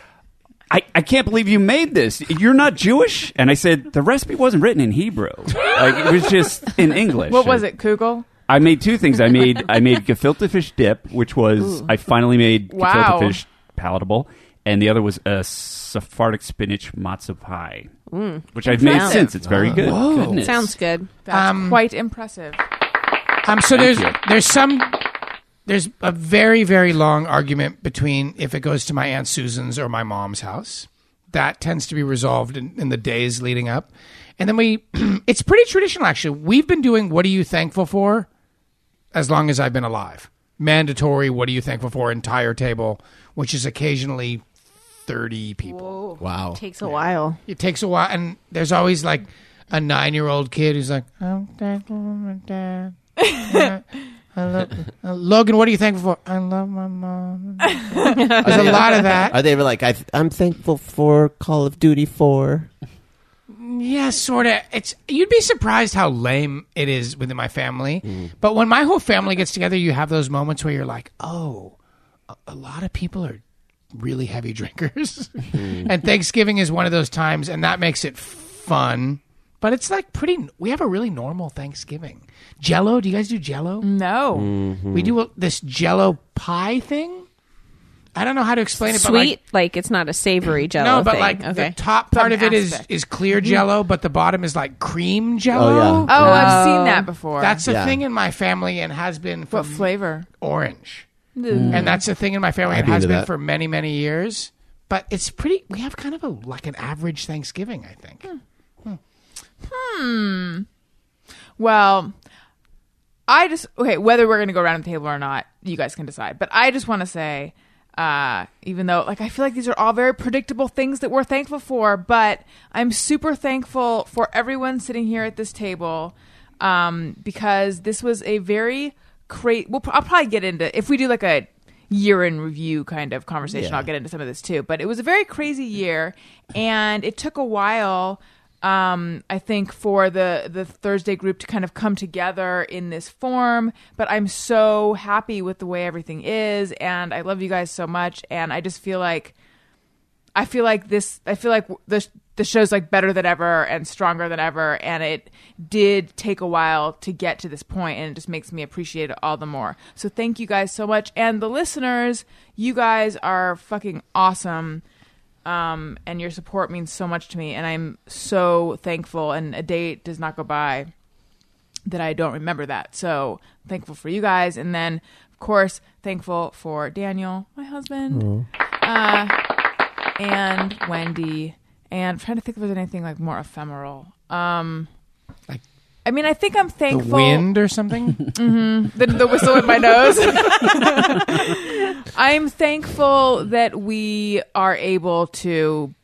Speaker 5: I, I can't believe you made this. You're not Jewish? And I said, the recipe wasn't written in Hebrew. Like, it was just in English.
Speaker 3: What was it? Kugel.
Speaker 5: I made two things. I made I made gefilte fish dip, which was I finally made gefilte
Speaker 3: Wow.
Speaker 5: fish palatable, and the other was a Sephardic spinach matzo pie,
Speaker 3: Mm.
Speaker 5: which I've made
Speaker 4: Impressive.
Speaker 5: since. It's very good. Goodness.
Speaker 4: sounds good.
Speaker 3: That's
Speaker 7: Um,
Speaker 3: quite impressive.
Speaker 7: Um, so there's
Speaker 5: you.
Speaker 7: there's some there's a very very long argument between if it goes to my aunt Susan's or my mom's house. That tends to be resolved in, in the days leading up, and then we (clears throat) it's pretty traditional actually. We've been doing what are you thankful for as long as I've been alive. Mandatory what are you thankful for entire table, which is occasionally thirty people.
Speaker 1: Wow.
Speaker 4: Takes a while.
Speaker 7: It takes a while, and there's always like a nine-year-old kid who's like, "Oh, "I'm thankful for my dad." I love, uh, Logan, what are you thankful for? I love my mom. There's a lot
Speaker 1: (laughs)
Speaker 7: of that.
Speaker 1: Are they ever like i I'm thankful for Call of Duty Four?
Speaker 7: Yeah, sort of. It's you'd be surprised how lame it is within my family. But when my whole family gets together, you have those moments where you're like, "Oh, a, a lot of people are really heavy drinkers," (laughs) and Thanksgiving is one of those times, and that makes it fun. But it's like pretty. We have a really normal Thanksgiving. Jello? Do you guys do Jello?
Speaker 4: Mm.
Speaker 3: No.
Speaker 7: We do a, this Jello pie thing. I don't know how to explain it.
Speaker 4: Sweet,
Speaker 7: But like,
Speaker 4: like, it's not a savory jello.
Speaker 7: no, but
Speaker 4: thing.
Speaker 7: like
Speaker 4: okay.
Speaker 7: the top part
Speaker 4: Some
Speaker 7: of it is
Speaker 4: aspect. Mm-hmm.
Speaker 7: is clear Jello, but the bottom is like cream Jello.
Speaker 1: Oh,
Speaker 3: Oh, I've seen
Speaker 4: Oh.
Speaker 3: that before.
Speaker 7: That's a
Speaker 1: Yeah.
Speaker 7: thing in my family and has been for
Speaker 3: what flavor?
Speaker 7: orange. And that's a thing in my family and
Speaker 1: be
Speaker 7: has
Speaker 1: into
Speaker 7: been
Speaker 1: that.
Speaker 7: for many, many years. But it's pretty, we have kind of a like an average Thanksgiving, I think.
Speaker 3: Well, I just okay. Whether we're gonna go around the table or not, you guys can decide. But I just want to say, uh, even though like I feel like these are all very predictable things that we're thankful for, but I'm super thankful for everyone sitting here at this table um, because this was a very great. Well, I'll probably get into if we do like a year in review kind of conversation.
Speaker 1: Yeah.
Speaker 3: I'll get into some of this too. But it was a very crazy year, and it took a while. Um, I think for the the Thursday group to kind of come together in this form, but I'm so happy with the way everything is, and I love you guys so much, and I just feel like I feel like this. I feel like the the show's like better than ever and stronger than ever, and it did take a while to get to this point, and it just makes me appreciate it all the more. So thank you guys so much, and the listeners, you guys are fucking awesome, um, and your support means so much to me, and I'm so thankful. And a day does not go by that I don't remember that. So thankful for you guys, and then of course thankful for Daniel, my husband
Speaker 7: Mm-hmm.
Speaker 3: uh, and Wendy. And I'm trying to think if there's anything like more ephemeral. Um,
Speaker 7: Like-
Speaker 3: I mean, I think I'm
Speaker 7: The
Speaker 3: thankful.
Speaker 7: wind or something?
Speaker 3: the, the whistle in my nose. (laughs) I'm thankful that we are able to,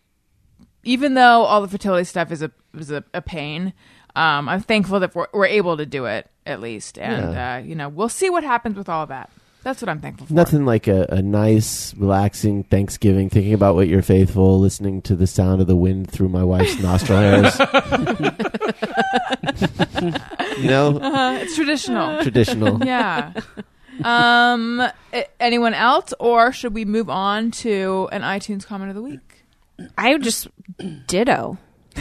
Speaker 3: even though all the fertility stuff is a is a, a pain. Um, I'm thankful that we're, we're able to do it at least, and
Speaker 1: Yeah.
Speaker 3: uh, you know we'll see what happens with all that. That's what I'm thankful
Speaker 1: (laughs)
Speaker 3: for.
Speaker 1: Nothing like a, a nice, relaxing Thanksgiving, thinking about what you're faithful, listening to the sound of the wind through my wife's nostril
Speaker 7: (laughs)
Speaker 1: hairs. you
Speaker 7: (laughs)
Speaker 1: know,
Speaker 3: Uh, it's traditional.
Speaker 1: traditional.
Speaker 3: yeah. Um, a- anyone else, or should we move on to an iTunes comment of the week?
Speaker 4: I just
Speaker 1: (laughs)
Speaker 4: ditto.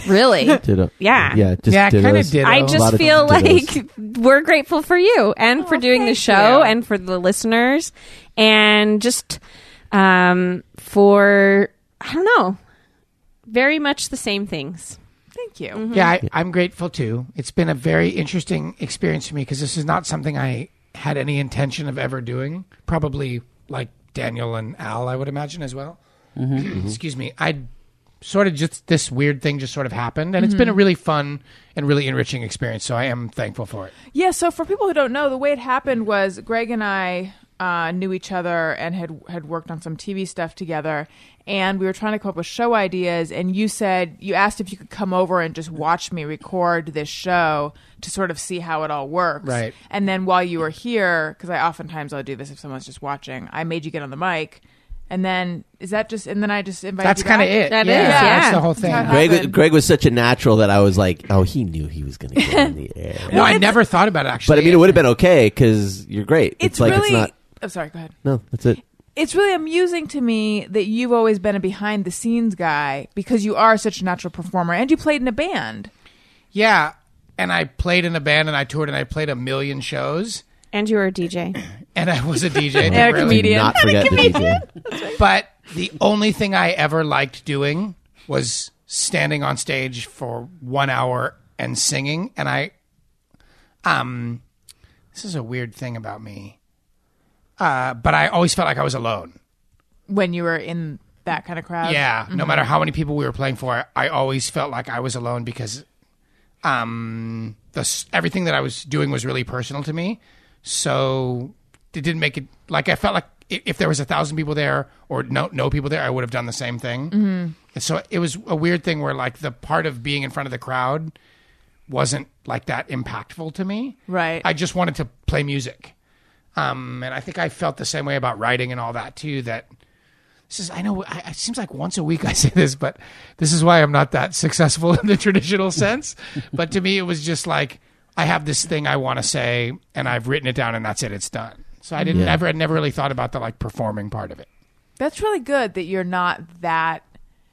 Speaker 4: Really?
Speaker 1: Ditto.
Speaker 4: Yeah.
Speaker 1: Yeah, just
Speaker 7: yeah, kind of
Speaker 1: dittos.
Speaker 7: did.
Speaker 4: I
Speaker 1: lot
Speaker 4: just
Speaker 1: of
Speaker 4: feel
Speaker 1: dittos.
Speaker 4: like we're grateful for you and for
Speaker 3: Oh,
Speaker 4: doing the
Speaker 3: thank
Speaker 4: show
Speaker 3: you.
Speaker 4: and for the listeners and just um, for, I don't know, very much the same things.
Speaker 3: Thank you.
Speaker 7: Yeah,
Speaker 1: Mm-hmm.
Speaker 7: I, I'm grateful too. It's been a very interesting experience for me because this is not something I had any intention of ever doing. Probably like Daniel and Al, I would imagine as well.
Speaker 1: Mm-hmm.
Speaker 7: (clears throat) Excuse me. I sort of just this weird thing just sort of happened, and it's
Speaker 1: Mm-hmm.
Speaker 7: been a really fun and really enriching experience. So I am thankful for it.
Speaker 3: Yeah. So for people who don't know, the way it happened was Greg and I uh, knew each other and had had worked on some TV stuff together, and we were trying to come up with show ideas. And you said you asked if you could come over and just watch me record this show to sort of see how it all works.
Speaker 7: Right.
Speaker 3: And then while you were here, because I oftentimes I'll do this if someone's just watching, I made you get on the mic. And then is that just? And then I just invited.
Speaker 7: That's
Speaker 3: you
Speaker 7: kind of
Speaker 3: back?
Speaker 7: it.
Speaker 4: That
Speaker 7: yeah,
Speaker 4: is,
Speaker 7: That's
Speaker 4: yeah.
Speaker 7: the whole thing.
Speaker 3: That's how it
Speaker 7: No,
Speaker 3: happened.
Speaker 1: Greg, Greg was such a natural that I was like, oh, he knew he was going to get in
Speaker 7: (laughs)
Speaker 1: the air.
Speaker 7: I never thought about it actually.
Speaker 1: But I mean, it would have been okay because you're great. It's,
Speaker 3: It's,
Speaker 1: like
Speaker 3: really.
Speaker 1: it's not.
Speaker 3: I'm sorry. Go ahead.
Speaker 1: No, that's it.
Speaker 3: it's really amusing to me that you've always been a behind the scenes guy because you are such a natural performer and you played in a band.
Speaker 7: yeah. And I played in a band and I toured and I played a million shows
Speaker 4: And you were a DJ.
Speaker 7: and I was a
Speaker 1: (laughs)
Speaker 7: DJ
Speaker 3: a
Speaker 7: temporarily.
Speaker 3: comedian.
Speaker 1: Do not forget the DJ.
Speaker 7: But the only thing I ever liked doing was standing on stage for one hour and singing. And I, um, this is a weird thing about me. Uh, but I always felt like I was alone.
Speaker 3: When you were in that kind of crowd.
Speaker 7: Yeah, no matter how many people we were playing for, I always felt like I was alone because, um, the s- everything that I was doing was really personal to me. So it didn't make it like I felt like i- if there was a thousand people there or no no people there, I would have done the same thing. Mm-hmm. And so it was a weird thing where like the part of being in front of the crowd wasn't like that impactful to me.
Speaker 3: Right.
Speaker 7: I just wanted to play music. Um, and I think I felt the same way about writing and all that too. That this is I know I, it seems like once a week (laughs) I say this, but this is why I'm not that successful (laughs) in the traditional sense. but to me, it was just like I have this thing I want to say, and I've written it down, and that's it. It's done. So I didn't
Speaker 1: Yeah.
Speaker 7: ever, I never really thought about the like performing part of it.
Speaker 3: That's really good that you're not that.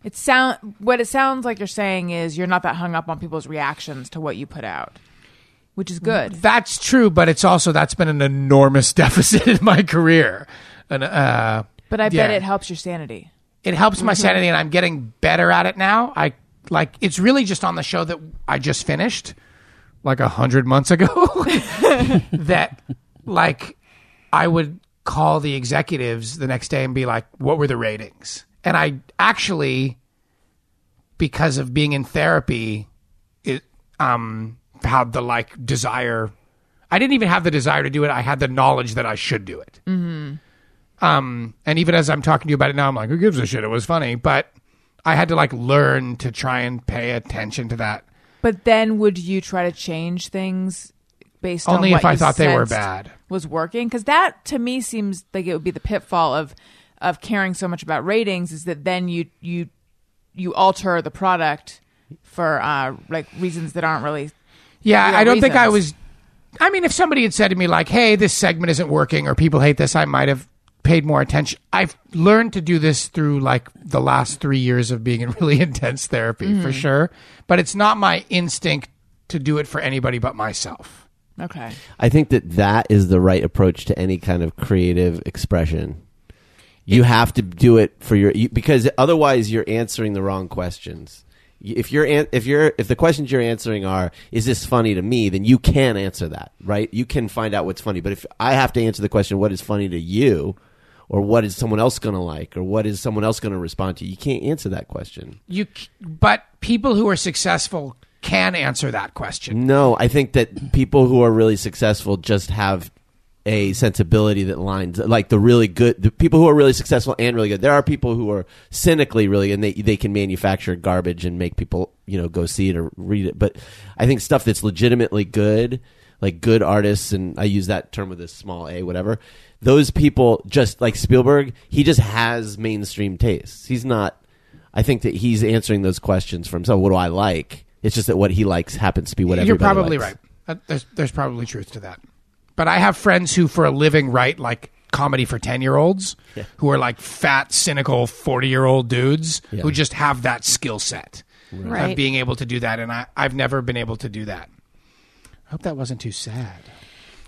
Speaker 3: It sound what it sounds like you're saying is you're not that hung up on people's reactions to what you put out, which is good.
Speaker 7: (laughs) That's true, but it's also that's been an enormous deficit in my career. And uh,
Speaker 3: But I bet
Speaker 7: Yeah.
Speaker 3: it helps your sanity.
Speaker 7: it helps my sanity and I'm getting better at it now. I like it's really just on the show that I just finished like a hundred months ago (laughs) that like I would call the executives the next day and be like, what were the ratings? And I actually, because of being in therapy, it um had the like desire. I didn't even have the desire to do it. I had the knowledge that I should do it. Um, and even as I'm talking to you about it now, I'm like, who gives a shit? It was funny, but I had to like learn to try and pay attention to that.
Speaker 3: But then would you try to change things based on
Speaker 7: Only
Speaker 3: what
Speaker 7: if I
Speaker 3: you
Speaker 7: thought they were
Speaker 3: sensed
Speaker 7: bad.
Speaker 3: Was working cuz that to me seems like it would be the pitfall of of caring so much about ratings is that then you you you alter the product for uh like reasons that aren't really
Speaker 7: Yeah,
Speaker 3: Real
Speaker 7: I don't think I was.
Speaker 3: reasons.
Speaker 7: I mean, if somebody had said to me like, "Hey, this segment isn't working," or "People hate this," I might have paid more attention. I've learned to do this through like the last three years of being in (laughs) really intense therapy, for sure. But it's not my instinct to do it for anybody but myself.
Speaker 3: okay.
Speaker 1: I think that that is the right approach to any kind of creative expression. You have to do it for your you, because otherwise you're answering the wrong questions. Y- If you're an- if you're if the questions you're answering are is this funny to me, then you can answer that, right? You can find out what's funny. But if I have to answer the question what is funny to you or what is someone else going to like or what is someone else going to respond to, you can't answer that question.
Speaker 7: You, c- but people who are successful can answer that question.
Speaker 1: No, I think that people who are really successful just have a sensibility that lines like the really good the people who are really successful and really good. There are people who are cynically really and they they can manufacture garbage and make people, you know, go see it or read it. But I think stuff that's legitimately good, like good artists and I use that term with a small a whatever. Those people just like Spielberg, he just has mainstream tastes. He's not I think that he's answering those questions for himself. What do I like? It's just that what he likes happens to be what
Speaker 7: You're
Speaker 1: everybody
Speaker 7: probably
Speaker 1: likes.
Speaker 7: right. Uh, There's there's probably truth to that. But I have friends who, for a living, write like comedy for ten year olds who are like fat, cynical forty year old dudes who just have that skill set of
Speaker 4: Right.
Speaker 7: being able to do that. And I, I've never been able to do that. I hope that wasn't too sad.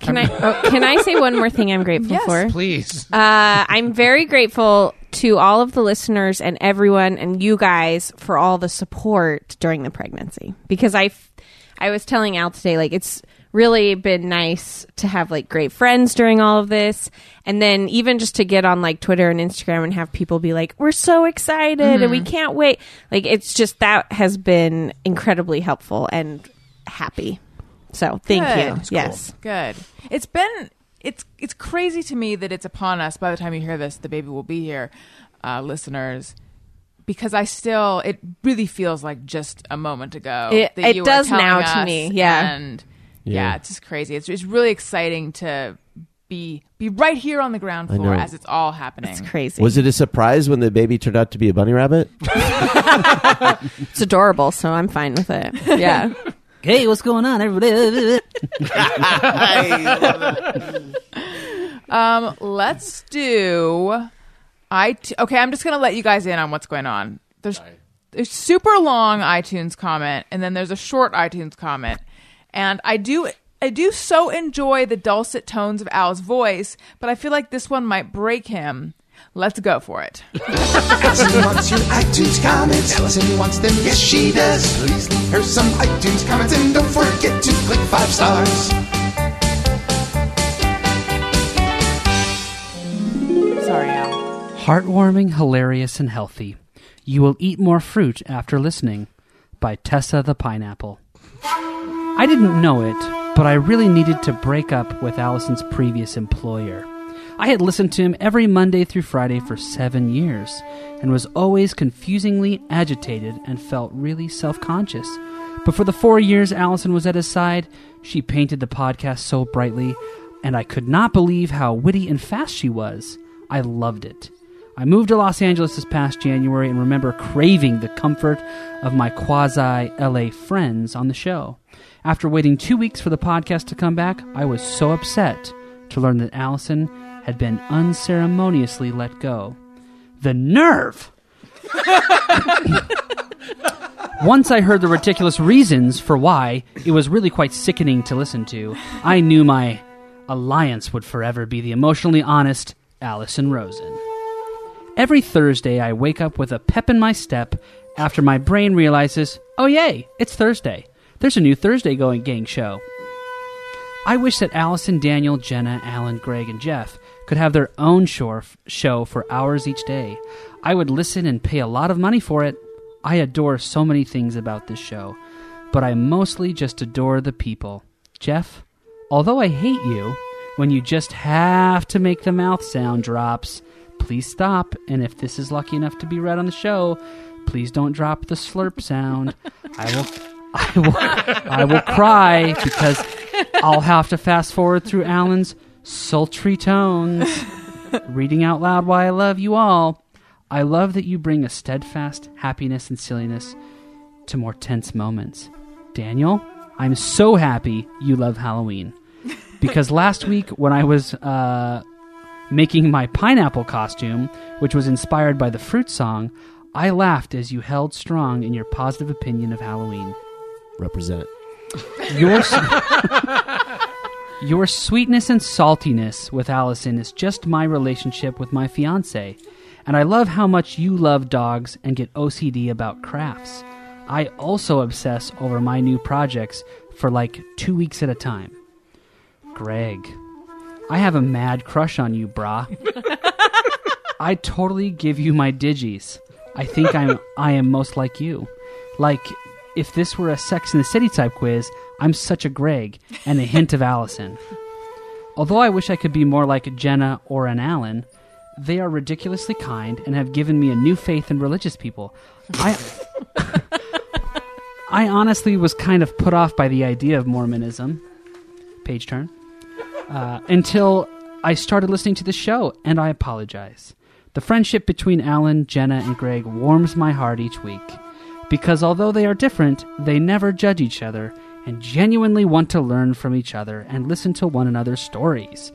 Speaker 4: Can I oh, can I say one more thing I'm grateful
Speaker 3: Yes,
Speaker 4: for?
Speaker 7: Please.
Speaker 4: Uh, I'm very grateful to all of the listeners and everyone and you guys for all the support during the pregnancy because I, f- I was telling Al today like it's really been nice to have like great friends during all of this and then even just to get on like Twitter and Instagram and have people be like we're so excited and
Speaker 3: Mm-hmm.
Speaker 4: we can't wait like it's just that has been incredibly helpful and happy so thank
Speaker 3: Good.
Speaker 4: you
Speaker 3: That's
Speaker 4: yes
Speaker 3: Good. It's been it's it's crazy to me that it's upon us. By the time you hear this, the baby will be here, uh, listeners. Because I still, it really feels like just a moment ago.
Speaker 4: It-
Speaker 3: that
Speaker 4: it
Speaker 3: you were
Speaker 4: does
Speaker 3: telling
Speaker 4: now to
Speaker 3: us,
Speaker 4: me, yeah.
Speaker 3: and yeah,
Speaker 1: Yeah.
Speaker 3: it's just crazy. It's it's really exciting to be be right here on the ground floor
Speaker 1: know.
Speaker 3: as it's all happening.
Speaker 4: it's crazy
Speaker 1: Was it a surprise when the baby turned out to be a bunny rabbit?
Speaker 4: It's adorable, so I'm fine
Speaker 3: (laughs)
Speaker 4: with it. Yeah.
Speaker 8: Hey, what's going on, everybody?
Speaker 3: Um, let's do. I okay. I'm just gonna let you guys in on what's going on. There's a super long iTunes comment, and then there's a short iTunes comment, and I do. I do so enjoy the dulcet tones of Al's voice, but I feel like this one might break him. Let's go for it.
Speaker 2: Allison wants your iTunes comments. Allison wants them, yes she does. Please leave her some iTunes comments and don't forget to click five stars.
Speaker 3: Sorry, Al.
Speaker 6: Heartwarming, hilarious, and healthy. You will eat more fruit after listening by Tessa the Pineapple. I didn't know it, but I really needed to break up with Allison's previous employer. I had listened to him every Monday through Friday for seven years and was always confusingly agitated and felt really self conscious. But for the four years Allison was at his side, she painted the podcast so brightly, and I could not believe how witty and fast she was. I loved it. I moved to Los Angeles this past January and remember craving the comfort of my quasi LA friends on the show. After waiting two weeks for the podcast to come back, I was so upset to learn that Allison had been unceremoniously let go. The nerve! (laughs) Once I heard the ridiculous reasons for why, it was really quite sickening to listen to. I knew my alliance would forever be the emotionally honest Allison Rosen. Every Thursday, I wake up with a pep in my step after my brain realizes, oh, yay, it's Thursday. There's a new Thursday going gang show. I wish that Allison, Daniel, Jenna, Alan, Greg, and Jeff could have their own shore f- show for hours each day. I would listen and pay a lot of money for it. I adore so many things about this show, but I mostly just adore the people. Jeff, although I hate you, when you just have to make the mouth sound drops, please stop. And if this is lucky enough to be read on the show, please don't drop the slurp sound. I will. (laughs) I will, I will cry because I'll have to fast forward through Alan's sultry tones, reading out loud why I love you all. I love that you bring a steadfast happiness and silliness to more tense moments. Daniel, I'm so happy you love Halloween. Because last week, when I was uh, making my pineapple costume, which was inspired by the fruit song, I laughed as you held strong in your positive opinion of Halloween.
Speaker 1: Represent.
Speaker 6: Your, your sweetness and saltiness with Allison is just my relationship with my fiance. And I love how much you love dogs and get OCD about crafts. I also obsess over my new projects for like two weeks at a time. Greg, I have a mad crush on you, brah. I totally give you my digis. I think I'm I am most like you. Like if this were a Sex in the City type quiz, I'm such a Greg and a hint of Allison. Although I wish I could be more like Jenna or an Alan, they are ridiculously kind and have given me a new faith in religious people. I I honestly was kind of put off by the idea of Mormonism. Page turn uh, until I started listening to the show, and I apologize. The friendship between Alan, Jenna, and Greg warms my heart each week because although they are different, they never judge each other and genuinely want to learn from each other and listen to one another's stories.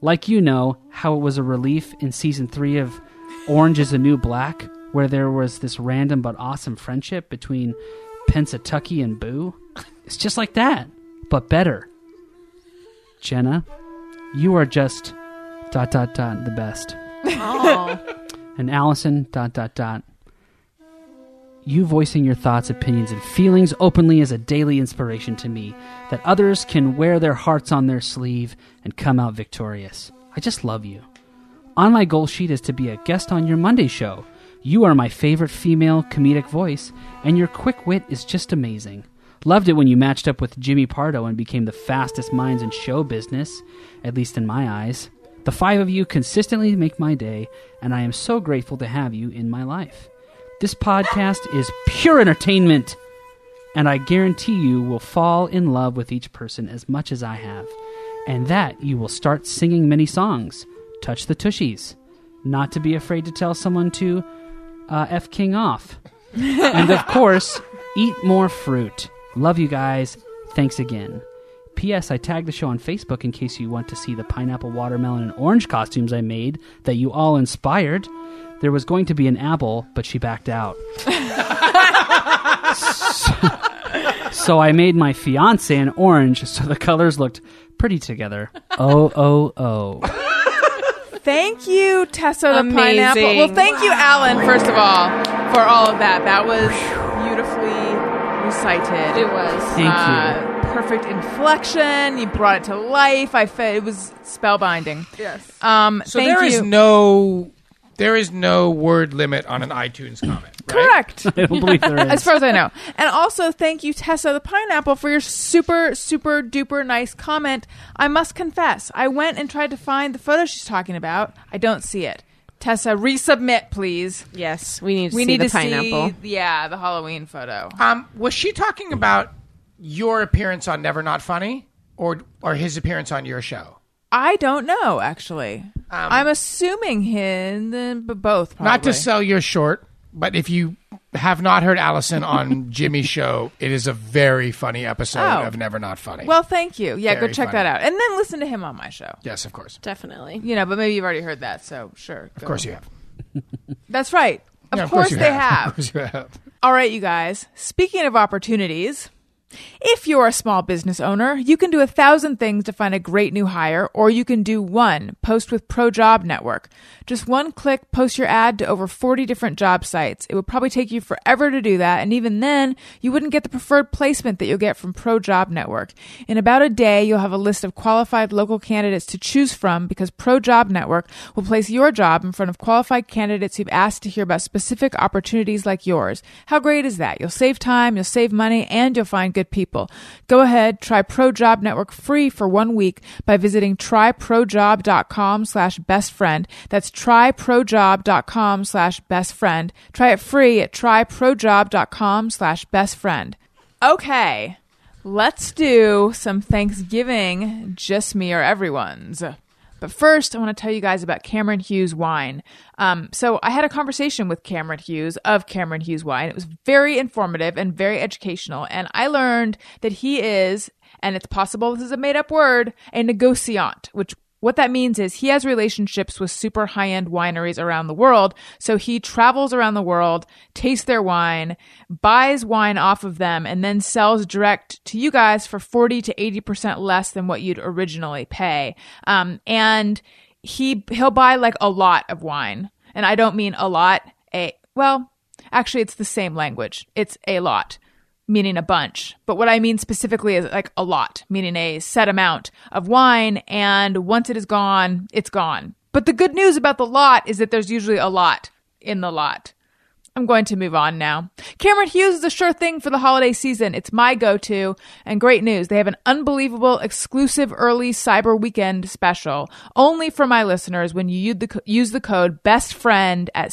Speaker 6: Like you know, how it was a relief in season three of Orange is the New Black, where there was this random but awesome friendship between Pensatucky and Boo. It's just like that, but better. Jenna, you are just dot dot dot the best. (laughs) and Allison dot dot dot. You voicing your thoughts, opinions, and feelings openly is a daily inspiration to me that others can wear their hearts on their sleeve and come out victorious. I just love you. On my goal sheet is to be a guest on your Monday show. You are my favorite female comedic voice, and your quick wit is just amazing. Loved it when you matched up with Jimmy Pardo and became the fastest minds in show business, at least in my eyes. The five of you consistently make my day, and I am so grateful to have you in my life. This podcast is pure entertainment, and I guarantee you will fall in love with each person as much as I have, and that you will start singing many songs. Touch the tushies. Not to be afraid to tell someone to uh, F King off. and of course, eat more fruit. Love you guys. Thanks again. P.S. I tagged the show on Facebook in case you want to see the pineapple, watermelon, and orange costumes I made that you all inspired. There was going to be an apple, but she backed out. so I made my fiance an orange, so the colors looked pretty together. Oh, oh, oh.
Speaker 3: Thank you, Tessa the
Speaker 4: Amazing.
Speaker 3: Pineapple. Well, thank you, Alan, first of all, for all of that. That was beautifully recited.
Speaker 4: It was.
Speaker 6: Thank you.
Speaker 3: Uh, perfect inflection. You brought it to life. I fe- it was spellbinding.
Speaker 4: Yes.
Speaker 3: Um,
Speaker 7: So
Speaker 3: thank
Speaker 7: there is
Speaker 3: you.
Speaker 7: no there is no word limit on an iTunes comment. Right?
Speaker 3: (laughs)
Speaker 4: (laughs)
Speaker 3: Correct.
Speaker 6: I don't believe there is.
Speaker 3: (laughs) as far as I know. And also, thank you, Tessa the Pineapple, for your super, super duper nice comment. I must confess, I went and tried to find the photo she's talking about. I don't see it. Tessa, resubmit, please.
Speaker 4: Yes. We need to
Speaker 3: We
Speaker 4: see
Speaker 3: need
Speaker 4: the
Speaker 3: to
Speaker 4: pineapple.
Speaker 3: see, yeah, the Halloween photo.
Speaker 7: Um, was she talking about your appearance on Never Not Funny or or his appearance on your show?
Speaker 3: I don't know, actually.
Speaker 4: Um,
Speaker 3: I'm assuming him, then, but both. Probably.
Speaker 7: Not to sell your short, but if you have not heard Allison
Speaker 3: (laughs)
Speaker 7: on Jimmy's show, it is a very funny episode
Speaker 3: Oh.
Speaker 7: of Never Not Funny.
Speaker 3: Well, thank you. Yeah, go
Speaker 7: Very
Speaker 3: check
Speaker 7: funny.
Speaker 3: that out, and then listen to him on my show.
Speaker 7: yes, of course,
Speaker 4: Definitely.
Speaker 3: You know, but maybe you've already heard that, so sure.
Speaker 7: of course you have.
Speaker 3: That's right. Of,
Speaker 7: Yeah,
Speaker 3: course,
Speaker 7: you
Speaker 3: they
Speaker 7: (laughs) Of
Speaker 3: have.
Speaker 7: course you have.
Speaker 3: All right, you guys. Speaking of opportunities, If you're a small business owner, you can do a thousand things to find a great new hire, or you can do one post with ProJob Network. Just one click, post your ad to over 40 different job sites. It would probably take you forever to do that, and even then, you wouldn't get the preferred placement that you'll get from ProJob Network. In about a day, you'll have a list of qualified local candidates to choose from because ProJob Network will place your job in front of qualified candidates who've asked to hear about specific opportunities like yours. How great is that? You'll save time, you'll save money, and you'll find good people. Go ahead, try ProJob Network free for one week by visiting tryprojob.com slash best friend. That's tryprojob.com slash best friend. Try it free at tryprojob.com slash best friend. Okay. Let's do some Thanksgiving, just me or everyone's. But first, I want to tell you guys about Cameron Hughes wine. Um, so, I had a conversation with Cameron Hughes of Cameron Hughes wine. It was very informative and very educational. And I learned that he is, and it's possible this is a made up word, a negociant, which what that means is he has relationships with super high end wineries around the world. So he travels around the world, tastes their wine, buys wine off of them, and then sells direct to you guys for 40 to 80% less than what you'd originally pay. Um, and he, he'll buy like a lot of wine. And I don't mean a lot, a, well, actually, it's the same language. It's a lot meaning a bunch. But what I mean specifically is like a lot, meaning a set amount of wine. And once it is gone, it's gone. But the good news about the lot is that there's usually a lot in the lot. I'm going to move on now. Cameron Hughes is a sure thing for the holiday season. It's my go to. And great news they have an unbelievable exclusive early cyber weekend special only for my listeners when you use the, co- use the code BESTFRIEND at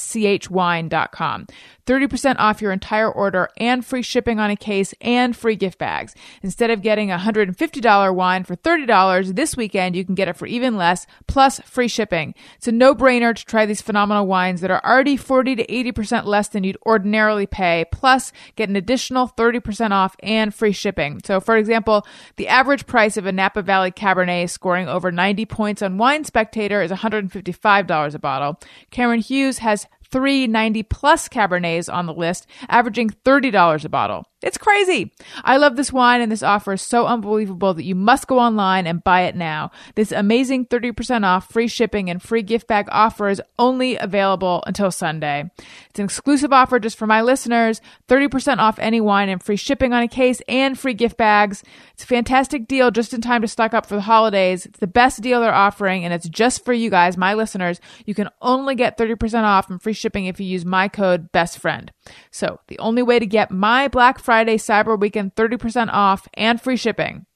Speaker 3: chwine.com. 30% off your entire order and free shipping on a case and free gift bags. Instead of getting a $150 wine for $30 this weekend, you can get it for even less plus free shipping. It's a no-brainer to try these phenomenal wines that are already 40 to 80% less than you'd ordinarily pay plus get an additional 30% off and free shipping. So for example, the average price of a Napa Valley Cabernet scoring over 90 points on Wine Spectator is $155 a bottle. Cameron Hughes has three 90 plus Cabernets on the list, averaging $30 a bottle. It's crazy. I love this wine, and this offer is so unbelievable that you must go online and buy it now. This amazing 30% off, free shipping, and free gift bag offer is only available until Sunday. It's an exclusive offer just for my listeners 30% off any wine and free shipping on a case and free gift bags. It's a fantastic deal just in time to stock up for the holidays. It's the best deal they're offering, and it's just for you guys, my listeners. You can only get 30% off and free shipping if you use my code BESTFRIEND. So, the only way to get my Black Friday Cyber Weekend 30% off and free shipping.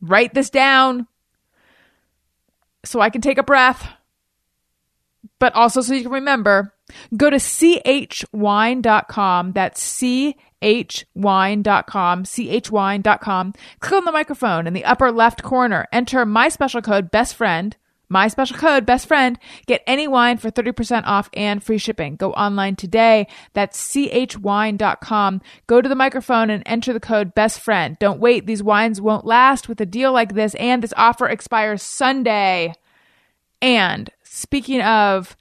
Speaker 3: Write this down so I can take a breath, but also so you can remember. Go to chwine.com. That's chwine.com, chwine.com. Click on the microphone in the upper left corner. Enter my special code, best friend. My special code, best friend, get any wine for 30% off and free shipping. Go online today. That's chwine.com. Go to the microphone and enter the code best friend. Don't wait. These wines won't last with a deal like this. And this offer expires Sunday. And speaking of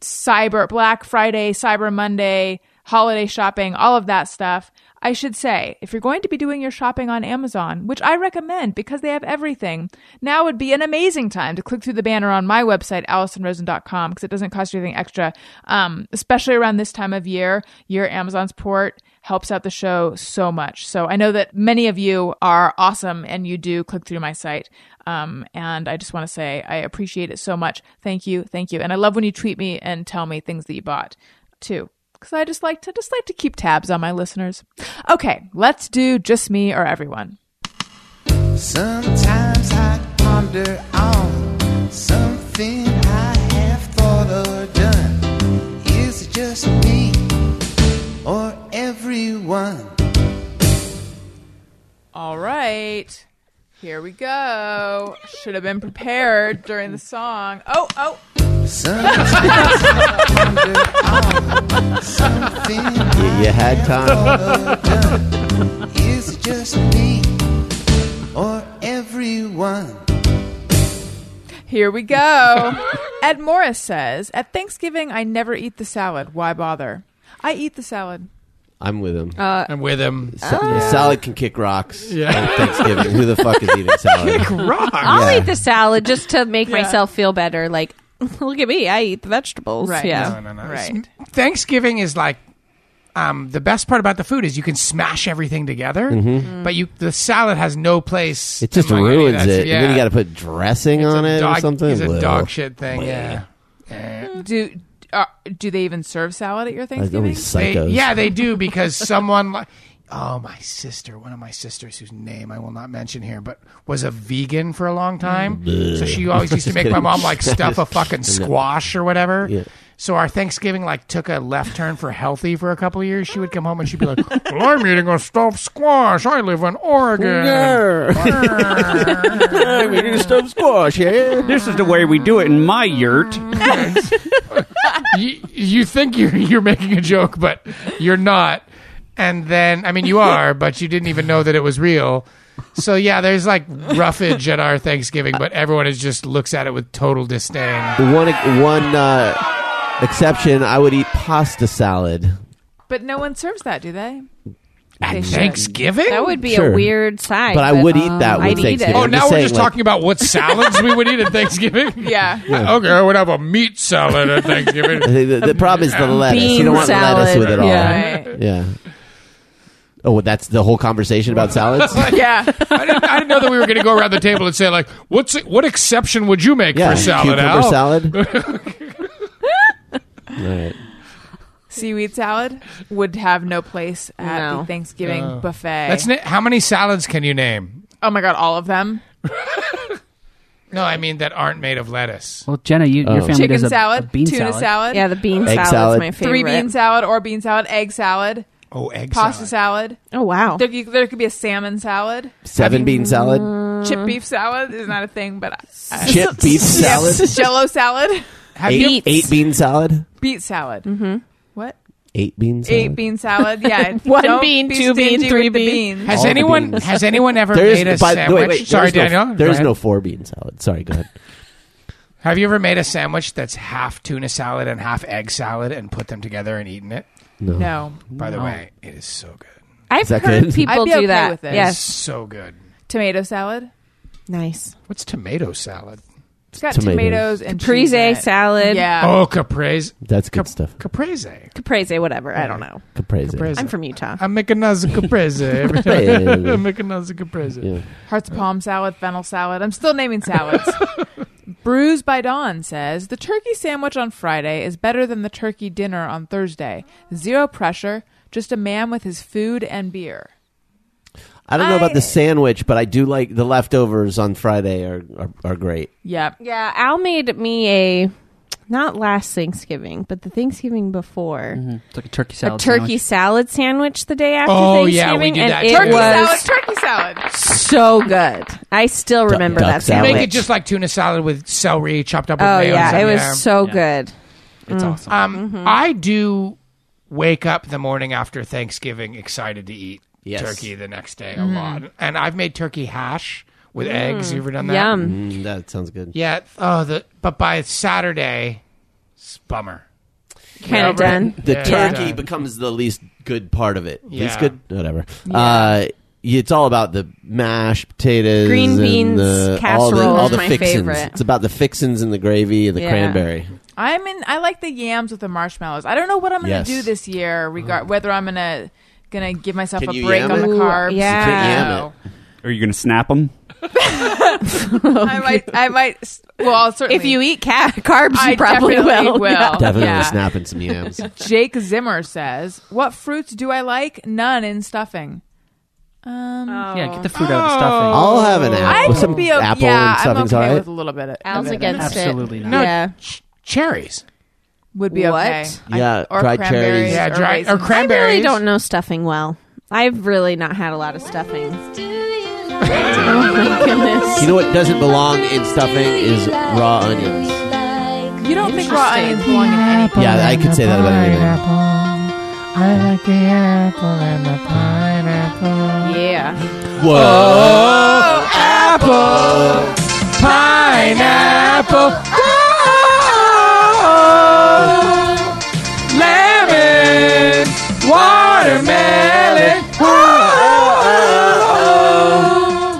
Speaker 3: cyber Black Friday, Cyber Monday, holiday shopping, all of that stuff. I should say, if you're going to be doing your shopping on Amazon, which I recommend because they have everything, now would be an amazing time to click through the banner on my website, AllisonRosen.com, because it doesn't cost you anything extra. Um, especially around this time of year, your Amazon support helps out the show so much. So I know that many of you are awesome and you do click through my site. Um, and I just want to say I appreciate it so much. Thank you. Thank you. And I love when you tweet me and tell me things that you bought too. Cause I just like to just like to keep tabs on my listeners. Okay, let's do just me or everyone.
Speaker 2: Sometimes I ponder on something I have thought or done. Is it just me or everyone?
Speaker 3: All right. Here we go. Should have been prepared during the song. Oh, oh,
Speaker 2: Sometimes I ponder on something I
Speaker 1: You had
Speaker 7: (laughs)
Speaker 1: time.
Speaker 2: Is it just me or everyone?
Speaker 3: Here we go.
Speaker 4: (laughs)
Speaker 3: Ed Morris says, At Thanksgiving, I never eat the salad. Why bother? I eat the salad.
Speaker 1: I'm with him.
Speaker 7: I'm with him.
Speaker 1: Sa- Salad can kick rocks.
Speaker 7: Uh, oh, Yeah.
Speaker 1: on Thanksgiving. Who the fuck is eating salad?
Speaker 7: Rock.
Speaker 4: I'll
Speaker 1: Yeah.
Speaker 4: eat the salad just to make myself feel better. Like, (laughs) look at me, I eat the vegetables.
Speaker 3: Right.
Speaker 4: Yeah.
Speaker 7: No, no, no.
Speaker 3: Right.
Speaker 7: Thanksgiving is like um, the best part about the food is you can smash everything together, but you the salad has no place.
Speaker 1: Mm-hmm. It just
Speaker 7: among any of
Speaker 1: ruins
Speaker 7: that.
Speaker 1: it.
Speaker 7: Yeah.
Speaker 1: And then you got to put dressing
Speaker 7: It's a
Speaker 1: on it
Speaker 7: dog,
Speaker 1: or something.
Speaker 7: It's a
Speaker 1: Well,
Speaker 7: dog shit thing.
Speaker 1: Bleh.
Speaker 7: Yeah.
Speaker 3: (laughs)
Speaker 7: Eh.
Speaker 3: Do uh, do they even serve salad at your
Speaker 1: like, all
Speaker 3: Thanksgiving?
Speaker 1: these
Speaker 7: They-
Speaker 1: psychos.
Speaker 7: yeah, they do because someone like oh my sister, one of my sisters whose name I will not mention here, but was a vegan for a long time.
Speaker 1: Mm.
Speaker 7: So she always
Speaker 1: (laughs)
Speaker 7: used to make my mom like stuff a fucking squash or whatever.
Speaker 1: Yeah.
Speaker 7: So our Thanksgiving like took a left turn for healthy for a couple of years. She would come home and she'd be like, "Well, I'm eating a stuffed squash. I live in Oregon."
Speaker 1: I'm eating a stuffed squash here.
Speaker 5: This is the way we do it in my yurt.
Speaker 7: you, you think you're you're making a joke, but you're not. And then, I mean, you are, but you didn't even know that it was real. So yeah, there's like roughage at our Thanksgiving, but everyone is just looks at it with total disdain.
Speaker 1: One one uh, exception. I would eat pasta salad.
Speaker 3: But no one serves that, do
Speaker 4: (laughs)
Speaker 3: they? They should.
Speaker 7: Thanksgiving?
Speaker 4: That would be
Speaker 1: Sure.
Speaker 4: a weird side. um,
Speaker 1: But I would eat that with
Speaker 4: I'd eat it.
Speaker 1: Thanksgiving.
Speaker 7: oh,
Speaker 1: I'm
Speaker 7: now
Speaker 1: just
Speaker 7: we're
Speaker 1: saying,
Speaker 7: just
Speaker 1: like-
Speaker 7: talking about what salads we would eat at Thanksgiving.
Speaker 3: (laughs) Yeah.
Speaker 7: Okay, I would have a meat salad at Thanksgiving.
Speaker 1: The, the- the problem is the lettuce. you
Speaker 4: Bean
Speaker 1: don't want lettuce
Speaker 4: salad.
Speaker 1: with it all.
Speaker 4: Yeah.
Speaker 3: Right.
Speaker 1: Yeah. Oh, well, that's the whole conversation about
Speaker 7: (laughs)
Speaker 1: salads.
Speaker 3: Yeah.
Speaker 7: I didn't, I didn't know that we were going to go around the table and say like, "What's what exception would you make
Speaker 1: yeah,
Speaker 7: for salad?"
Speaker 1: cucumber
Speaker 7: Al?
Speaker 1: salad.
Speaker 7: (laughs)
Speaker 1: All right.
Speaker 3: Seaweed salad would have no place at
Speaker 4: No.
Speaker 3: the Thanksgiving buffet.
Speaker 7: That's na- how many salads can you name?
Speaker 3: oh my god, all of them.
Speaker 7: No, I mean that aren't made of lettuce.
Speaker 6: Well, Jenna, you, your
Speaker 1: Oh.
Speaker 6: family
Speaker 3: Chicken
Speaker 6: does a,
Speaker 3: salad,
Speaker 6: a bean
Speaker 3: tuna salad,
Speaker 4: Yeah, the bean
Speaker 1: Egg
Speaker 4: salad's
Speaker 1: salad.
Speaker 4: my favorite.
Speaker 3: three bean salad or bean salad, egg salad,
Speaker 7: Oh, egg
Speaker 3: pasta salad.
Speaker 4: Oh wow.
Speaker 3: There, you- there could be a salmon salad,
Speaker 1: Seven bean
Speaker 7: Mm.
Speaker 1: salad.
Speaker 3: chip
Speaker 4: Mm.
Speaker 3: beef salad is not a thing, but I, I-
Speaker 7: (laughs)
Speaker 1: Chip beef salad.
Speaker 3: (laughs) Jello salad,
Speaker 7: Have you
Speaker 1: Eight, eight bean salad.
Speaker 3: beet salad.
Speaker 4: Mm-hmm.
Speaker 3: What?
Speaker 1: Eight bean salad.
Speaker 3: Eight bean salad. Yeah,
Speaker 4: (laughs) One
Speaker 3: Don't
Speaker 4: bean,
Speaker 3: be
Speaker 4: two bean,
Speaker 3: stingy
Speaker 4: three
Speaker 3: with the
Speaker 4: bean.
Speaker 3: beans.
Speaker 7: has
Speaker 1: All the
Speaker 7: anyone
Speaker 1: beans.
Speaker 7: has anyone ever
Speaker 1: There is-
Speaker 7: made a
Speaker 1: by-
Speaker 7: sandwich?
Speaker 1: wait, wait,
Speaker 7: Sorry,
Speaker 1: there is no-
Speaker 7: Daniel.
Speaker 1: there
Speaker 7: Go
Speaker 1: is no
Speaker 7: ahead.
Speaker 1: four bean salad. Sorry, go ahead.
Speaker 7: Have you ever made a sandwich that's half tuna salad and half egg salad and put them together and eaten it?
Speaker 1: No.
Speaker 3: No,
Speaker 7: By the way, it is so good.
Speaker 4: I've
Speaker 1: that
Speaker 4: heard
Speaker 1: good?
Speaker 3: I'd
Speaker 4: people
Speaker 3: be
Speaker 4: do
Speaker 3: okay
Speaker 4: that.
Speaker 3: with it.
Speaker 7: It's
Speaker 4: Yes.
Speaker 7: so good.
Speaker 3: tomato salad.
Speaker 4: Nice.
Speaker 7: What's tomato salad?
Speaker 3: It's got
Speaker 1: Tomatoes.
Speaker 3: tomatoes, and cheese in
Speaker 4: Caprese
Speaker 3: it.
Speaker 4: salad.
Speaker 3: Yeah.
Speaker 7: Oh, caprese.
Speaker 1: That's good stuff.
Speaker 7: Caprese.
Speaker 4: Caprese, whatever. I don't know.
Speaker 1: Caprese.
Speaker 7: Caprese.
Speaker 4: I'm from Utah.
Speaker 7: I make another
Speaker 1: (laughs)
Speaker 7: caprese every time.
Speaker 1: Caprese.
Speaker 7: (laughs) I make another caprese.
Speaker 1: Yeah.
Speaker 4: Oh.
Speaker 3: Hearts of palm salad, fennel salad. I'm still naming
Speaker 4: (laughs)
Speaker 3: salads. Brews by Dawn says the turkey sandwich on Friday is better than the turkey dinner on Thursday. Zero pressure, just a man with his food and beer.
Speaker 1: I don't know about
Speaker 3: I-
Speaker 1: the sandwich, but I do like the leftovers on Friday are are, are great.
Speaker 3: Yep.
Speaker 4: Yeah, Al made me a not last Thanksgiving, but the Thanksgiving before.
Speaker 1: Mm-hmm.
Speaker 6: salad. Mm-hmm. It's like a turkey
Speaker 4: A
Speaker 6: salad.
Speaker 4: turkey
Speaker 6: sandwich.
Speaker 4: salad sandwich the day after
Speaker 7: Oh, yeah, we
Speaker 4: Thanksgiving,
Speaker 7: do
Speaker 4: and
Speaker 7: that
Speaker 4: it
Speaker 7: too.
Speaker 3: Turkey salad,
Speaker 4: was
Speaker 3: turkey salad.
Speaker 4: so good. I still remember
Speaker 1: duck
Speaker 4: that
Speaker 1: salad.
Speaker 4: sandwich.
Speaker 7: Make it just like tuna salad with celery chopped up with
Speaker 4: oh
Speaker 7: mayo. and
Speaker 4: yeah,
Speaker 7: stuff.
Speaker 4: it was so
Speaker 6: Yeah.
Speaker 4: good.
Speaker 6: It's awesome.
Speaker 7: Um,
Speaker 4: Mm-hmm.
Speaker 7: I do wake up the morning after Thanksgiving excited to eat
Speaker 1: Yes.
Speaker 7: turkey the next day a
Speaker 4: Mm-hmm.
Speaker 7: lot, and I've made turkey hash with eggs. You ever done that?
Speaker 4: Mm, Yum.
Speaker 1: Mm, that sounds good.
Speaker 7: Yeah. Oh, the but by Saturday, it's bummer.
Speaker 4: Kind of done.
Speaker 1: The
Speaker 7: Yeah.
Speaker 1: turkey
Speaker 7: Yeah.
Speaker 1: becomes the least good part of it. Least
Speaker 7: Yeah.
Speaker 1: good, whatever. Uh, it's all about the mashed potatoes,
Speaker 4: Green
Speaker 1: and
Speaker 4: beans,
Speaker 1: the, all the,
Speaker 4: casserole
Speaker 1: all
Speaker 4: is
Speaker 1: the
Speaker 4: my
Speaker 1: fixins.
Speaker 4: favorite.
Speaker 1: It's about the fixins and the gravy and the
Speaker 4: Yeah.
Speaker 1: cranberry.
Speaker 3: I'm in I like the yams with the marshmallows. I don't know what I'm gonna
Speaker 1: Yes. Mm.
Speaker 3: do this year regard whether I'm gonna gonna give myself
Speaker 1: Can
Speaker 3: a
Speaker 1: you
Speaker 3: break
Speaker 1: yam
Speaker 3: on the
Speaker 1: it?
Speaker 4: Ooh,
Speaker 3: carbs.
Speaker 4: yeah. You can't
Speaker 1: yam it.
Speaker 5: Are you going to snap them?
Speaker 1: (laughs)
Speaker 3: I might I might s- well I'll certainly
Speaker 4: If you eat ca- carbs, you
Speaker 3: I
Speaker 4: probably
Speaker 3: definitely
Speaker 4: will. Oh, Yeah.
Speaker 1: Definitely
Speaker 3: Yeah.
Speaker 1: snapping some yams.
Speaker 3: Jake Zimmer says, "What fruits do I like? None in stuffing. Um,
Speaker 6: yeah, get the fruit out of the
Speaker 3: Oh.
Speaker 6: stuffing.
Speaker 1: I'll have an
Speaker 3: I
Speaker 1: apple.
Speaker 3: could
Speaker 1: Oh, Some
Speaker 3: be o-
Speaker 1: apple
Speaker 3: yeah,
Speaker 1: and
Speaker 3: I'm
Speaker 1: stuffing's
Speaker 3: okay
Speaker 1: all right.
Speaker 3: with a little bit. Of,
Speaker 4: Al's
Speaker 3: of it.
Speaker 4: against
Speaker 6: Absolutely
Speaker 4: it.
Speaker 6: not.
Speaker 7: No,
Speaker 4: Yeah.
Speaker 7: ch- cherries.
Speaker 3: would be
Speaker 4: What?
Speaker 3: okay.
Speaker 1: Yeah,
Speaker 3: or
Speaker 1: dried cherries.
Speaker 3: cranberries
Speaker 7: Yeah,
Speaker 3: or
Speaker 7: dry or
Speaker 3: raisins.
Speaker 4: I
Speaker 7: cranberries.
Speaker 4: really don't know stuffing well. I've really not had a lot of stuffing. Oh my goodness.
Speaker 1: You know what doesn't belong in stuffing is raw onions.
Speaker 3: You don't think raw onions belong in any?
Speaker 1: Yeah, I could say that about anything.
Speaker 7: I like the apple and the pineapple.
Speaker 4: Yeah.
Speaker 1: Whoa!
Speaker 7: Apple, pineapple, lemon, watermelon. watermelon.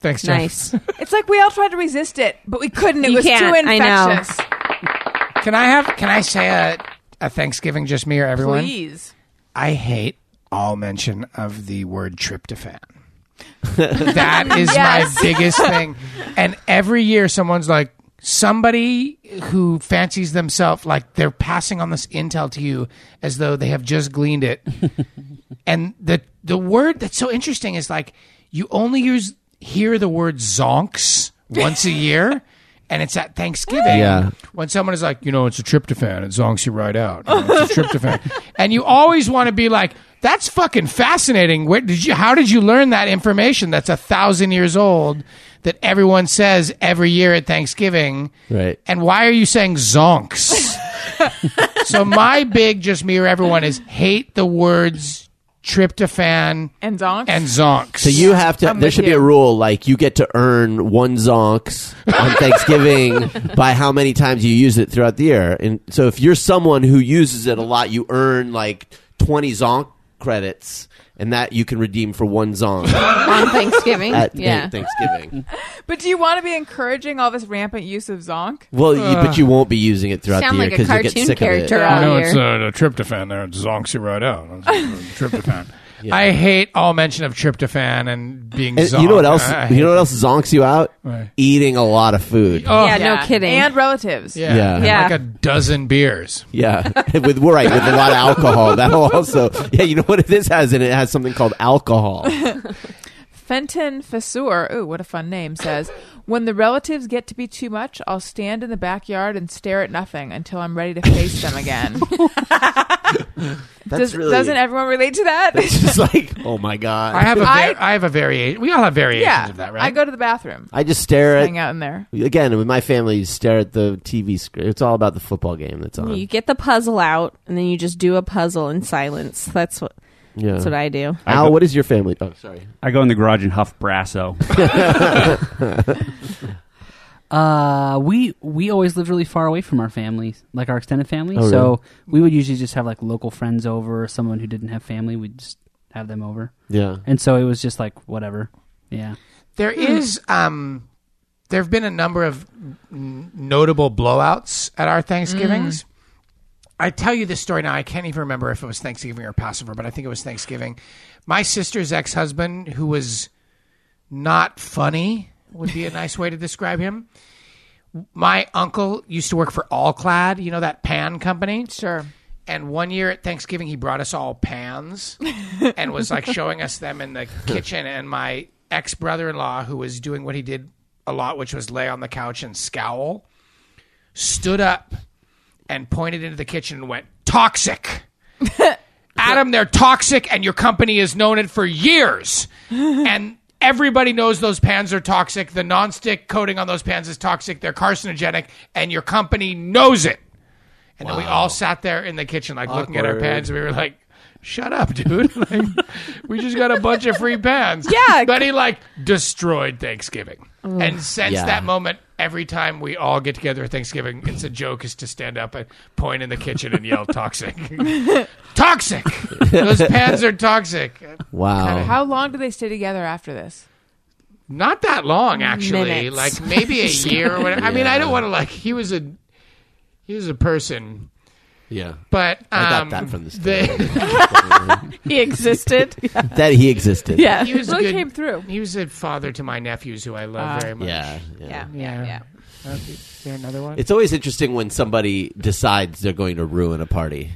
Speaker 7: Thanks, Jeff.
Speaker 1: (laughs)
Speaker 4: Nice.
Speaker 3: It's like we all tried to resist it, but we couldn't. It
Speaker 4: You
Speaker 3: was too
Speaker 4: can't. I know.
Speaker 3: infectious.
Speaker 7: Can I have? Can I say a, a Thanksgiving just me or everyone?
Speaker 3: Please.
Speaker 7: I hate all mention of the word tryptophan. that is
Speaker 3: Yes.
Speaker 7: my biggest thing. And every year, someone's like, somebody who fancies themselves like they're passing on this intel to you as though they have just gleaned it. and the the word that's so interesting is like you only use hear the word zonks once a year. And it's at Thanksgiving
Speaker 1: Yeah.
Speaker 7: when someone is like, you know, it's a tryptophan, it zonks you right out. You know,
Speaker 1: (laughs)
Speaker 7: it's a tryptophan, and you always want to be like, that's fucking fascinating. Where did you? How did you learn that information? That's a thousand years old. That everyone says every year at Thanksgiving.
Speaker 1: Right.
Speaker 7: And why are you
Speaker 1: (laughs)
Speaker 7: saying zonks? so my big, just me or everyone, is hate the words tryptophan
Speaker 3: And zonks.
Speaker 7: and zonks.
Speaker 1: So you have to.
Speaker 3: I'm
Speaker 1: there
Speaker 3: with
Speaker 1: should be
Speaker 3: you.
Speaker 1: a rule like you get to earn one zonks
Speaker 4: (laughs)
Speaker 1: on Thanksgiving by how many times you use it throughout the year. And so if you're someone who uses it a lot, you earn like twenty zonk credits, and that you can redeem for one
Speaker 4: (laughs)
Speaker 1: zonk
Speaker 4: On Thanksgiving.
Speaker 1: at
Speaker 4: yeah.
Speaker 1: Thanksgiving.
Speaker 3: but do you want to be encouraging all this rampant use of zonk?
Speaker 1: Well, you, but you won't be using it throughout
Speaker 4: Sound
Speaker 1: the year
Speaker 4: like a
Speaker 1: because you get
Speaker 4: cartoon
Speaker 1: sick
Speaker 4: character
Speaker 1: of it.
Speaker 4: all
Speaker 7: No,
Speaker 4: year.
Speaker 7: it's a, a tryptophan there. It zonks you right out. It's
Speaker 3: (laughs)
Speaker 7: a tryptophan. I hate all mention of tryptophan and being
Speaker 1: And
Speaker 7: zonked.
Speaker 1: you know what else?
Speaker 7: I- I
Speaker 1: You know
Speaker 7: hate-
Speaker 1: what else zonks you out?
Speaker 7: Right.
Speaker 1: Eating a lot of food.
Speaker 7: Oh,
Speaker 4: yeah, no kidding.
Speaker 3: And relatives.
Speaker 7: yeah.
Speaker 1: Yeah.
Speaker 7: And
Speaker 4: Yeah.
Speaker 7: Like a dozen beers.
Speaker 1: Yeah, (laughs) with we're right with a lot of alcohol. (laughs) That'll also yeah. You know what this has in it? It has something called alcohol.
Speaker 3: Fenton Fasur, ooh, what a fun name, says, When the relatives get to be too much, I'll stand in the backyard and stare at nothing until I'm ready to face them
Speaker 7: (laughs)
Speaker 3: again.
Speaker 1: That's
Speaker 3: Does, Doesn't everyone relate to that?
Speaker 1: (laughs)
Speaker 3: (laughs)
Speaker 1: it's just like oh my god.
Speaker 7: I have a var-
Speaker 3: I-
Speaker 7: I, have a variation. We all have variations
Speaker 3: yeah.
Speaker 7: of that, right?
Speaker 3: I go to the bathroom.
Speaker 1: (laughs) I just stare
Speaker 3: Hang
Speaker 1: at
Speaker 3: out in there.
Speaker 1: again with my family. you Stare at the TV screen. It's all about the football game that's on.
Speaker 4: You get the puzzle out, and then you just do a puzzle in silence. That's what
Speaker 1: yeah.
Speaker 4: that's what I do.
Speaker 1: Al, what is your family? Oh, sorry.
Speaker 5: I go in the garage and huff Brasso.
Speaker 6: Uh, we we always lived really far away from our families, like our extended family.
Speaker 1: Oh,
Speaker 6: so we would usually just have like local friends over, or someone who didn't have family. We'd just have them over,
Speaker 1: Yeah.
Speaker 6: and so it was just like whatever. Yeah,
Speaker 7: There is um there have been a number of n- notable blowouts at our Thanksgivings. I tell you this story now. I can't even remember if it was Thanksgiving or Passover, but I think it was Thanksgiving. My sister's ex-husband who was not funny would be a nice way to describe him. My uncle used to work for Allclad, you know that pan company?
Speaker 3: Sure.
Speaker 7: And one year at Thanksgiving, he brought us all pans and was like showing us them in the kitchen. And my ex brother in law, who was doing what he did a lot, which was lay on the couch and scowl, stood up and pointed into the kitchen and went, Toxic. Adam, they're toxic, and your company has known it for years. and everybody knows those pans are toxic. The nonstick coating on those pans is toxic. They're carcinogenic, and your company knows it. And then we all sat there in the kitchen, like looking at our
Speaker 1: Awkward.
Speaker 7: pans, and (laughs) we were like, "Shut up, dude! (laughs) like, we just got a bunch of free pans."
Speaker 4: Yeah.
Speaker 7: but he like destroyed Thanksgiving. And since
Speaker 1: Yeah.
Speaker 7: that moment, every time we all get together at Thanksgiving, it's a joke is to stand up and point in the kitchen and
Speaker 4: (laughs)
Speaker 7: yell "toxic." toxic. Those pans are toxic.
Speaker 1: Wow.
Speaker 7: Oh.
Speaker 3: How long do they stay together after this?
Speaker 7: Not that long, actually.
Speaker 4: Minutes.
Speaker 7: Like
Speaker 4: (laughs)
Speaker 7: maybe a year or whatever. I mean, I don't want to like. He was a he was a person,
Speaker 1: Yeah.
Speaker 7: but um,
Speaker 1: I got that from the story.
Speaker 4: He (laughs) existed.
Speaker 1: That he existed.
Speaker 4: yeah.
Speaker 7: he was a
Speaker 3: Really
Speaker 7: good,
Speaker 3: came through.
Speaker 7: (laughs) He was a father to my nephews, who I
Speaker 4: Ah.
Speaker 7: love very much.
Speaker 1: Yeah. Yeah.
Speaker 4: Yeah.
Speaker 7: yeah.
Speaker 4: Yeah. yeah.
Speaker 7: Uh, Is there another one?
Speaker 1: It's always interesting when somebody decides they're going to ruin a party.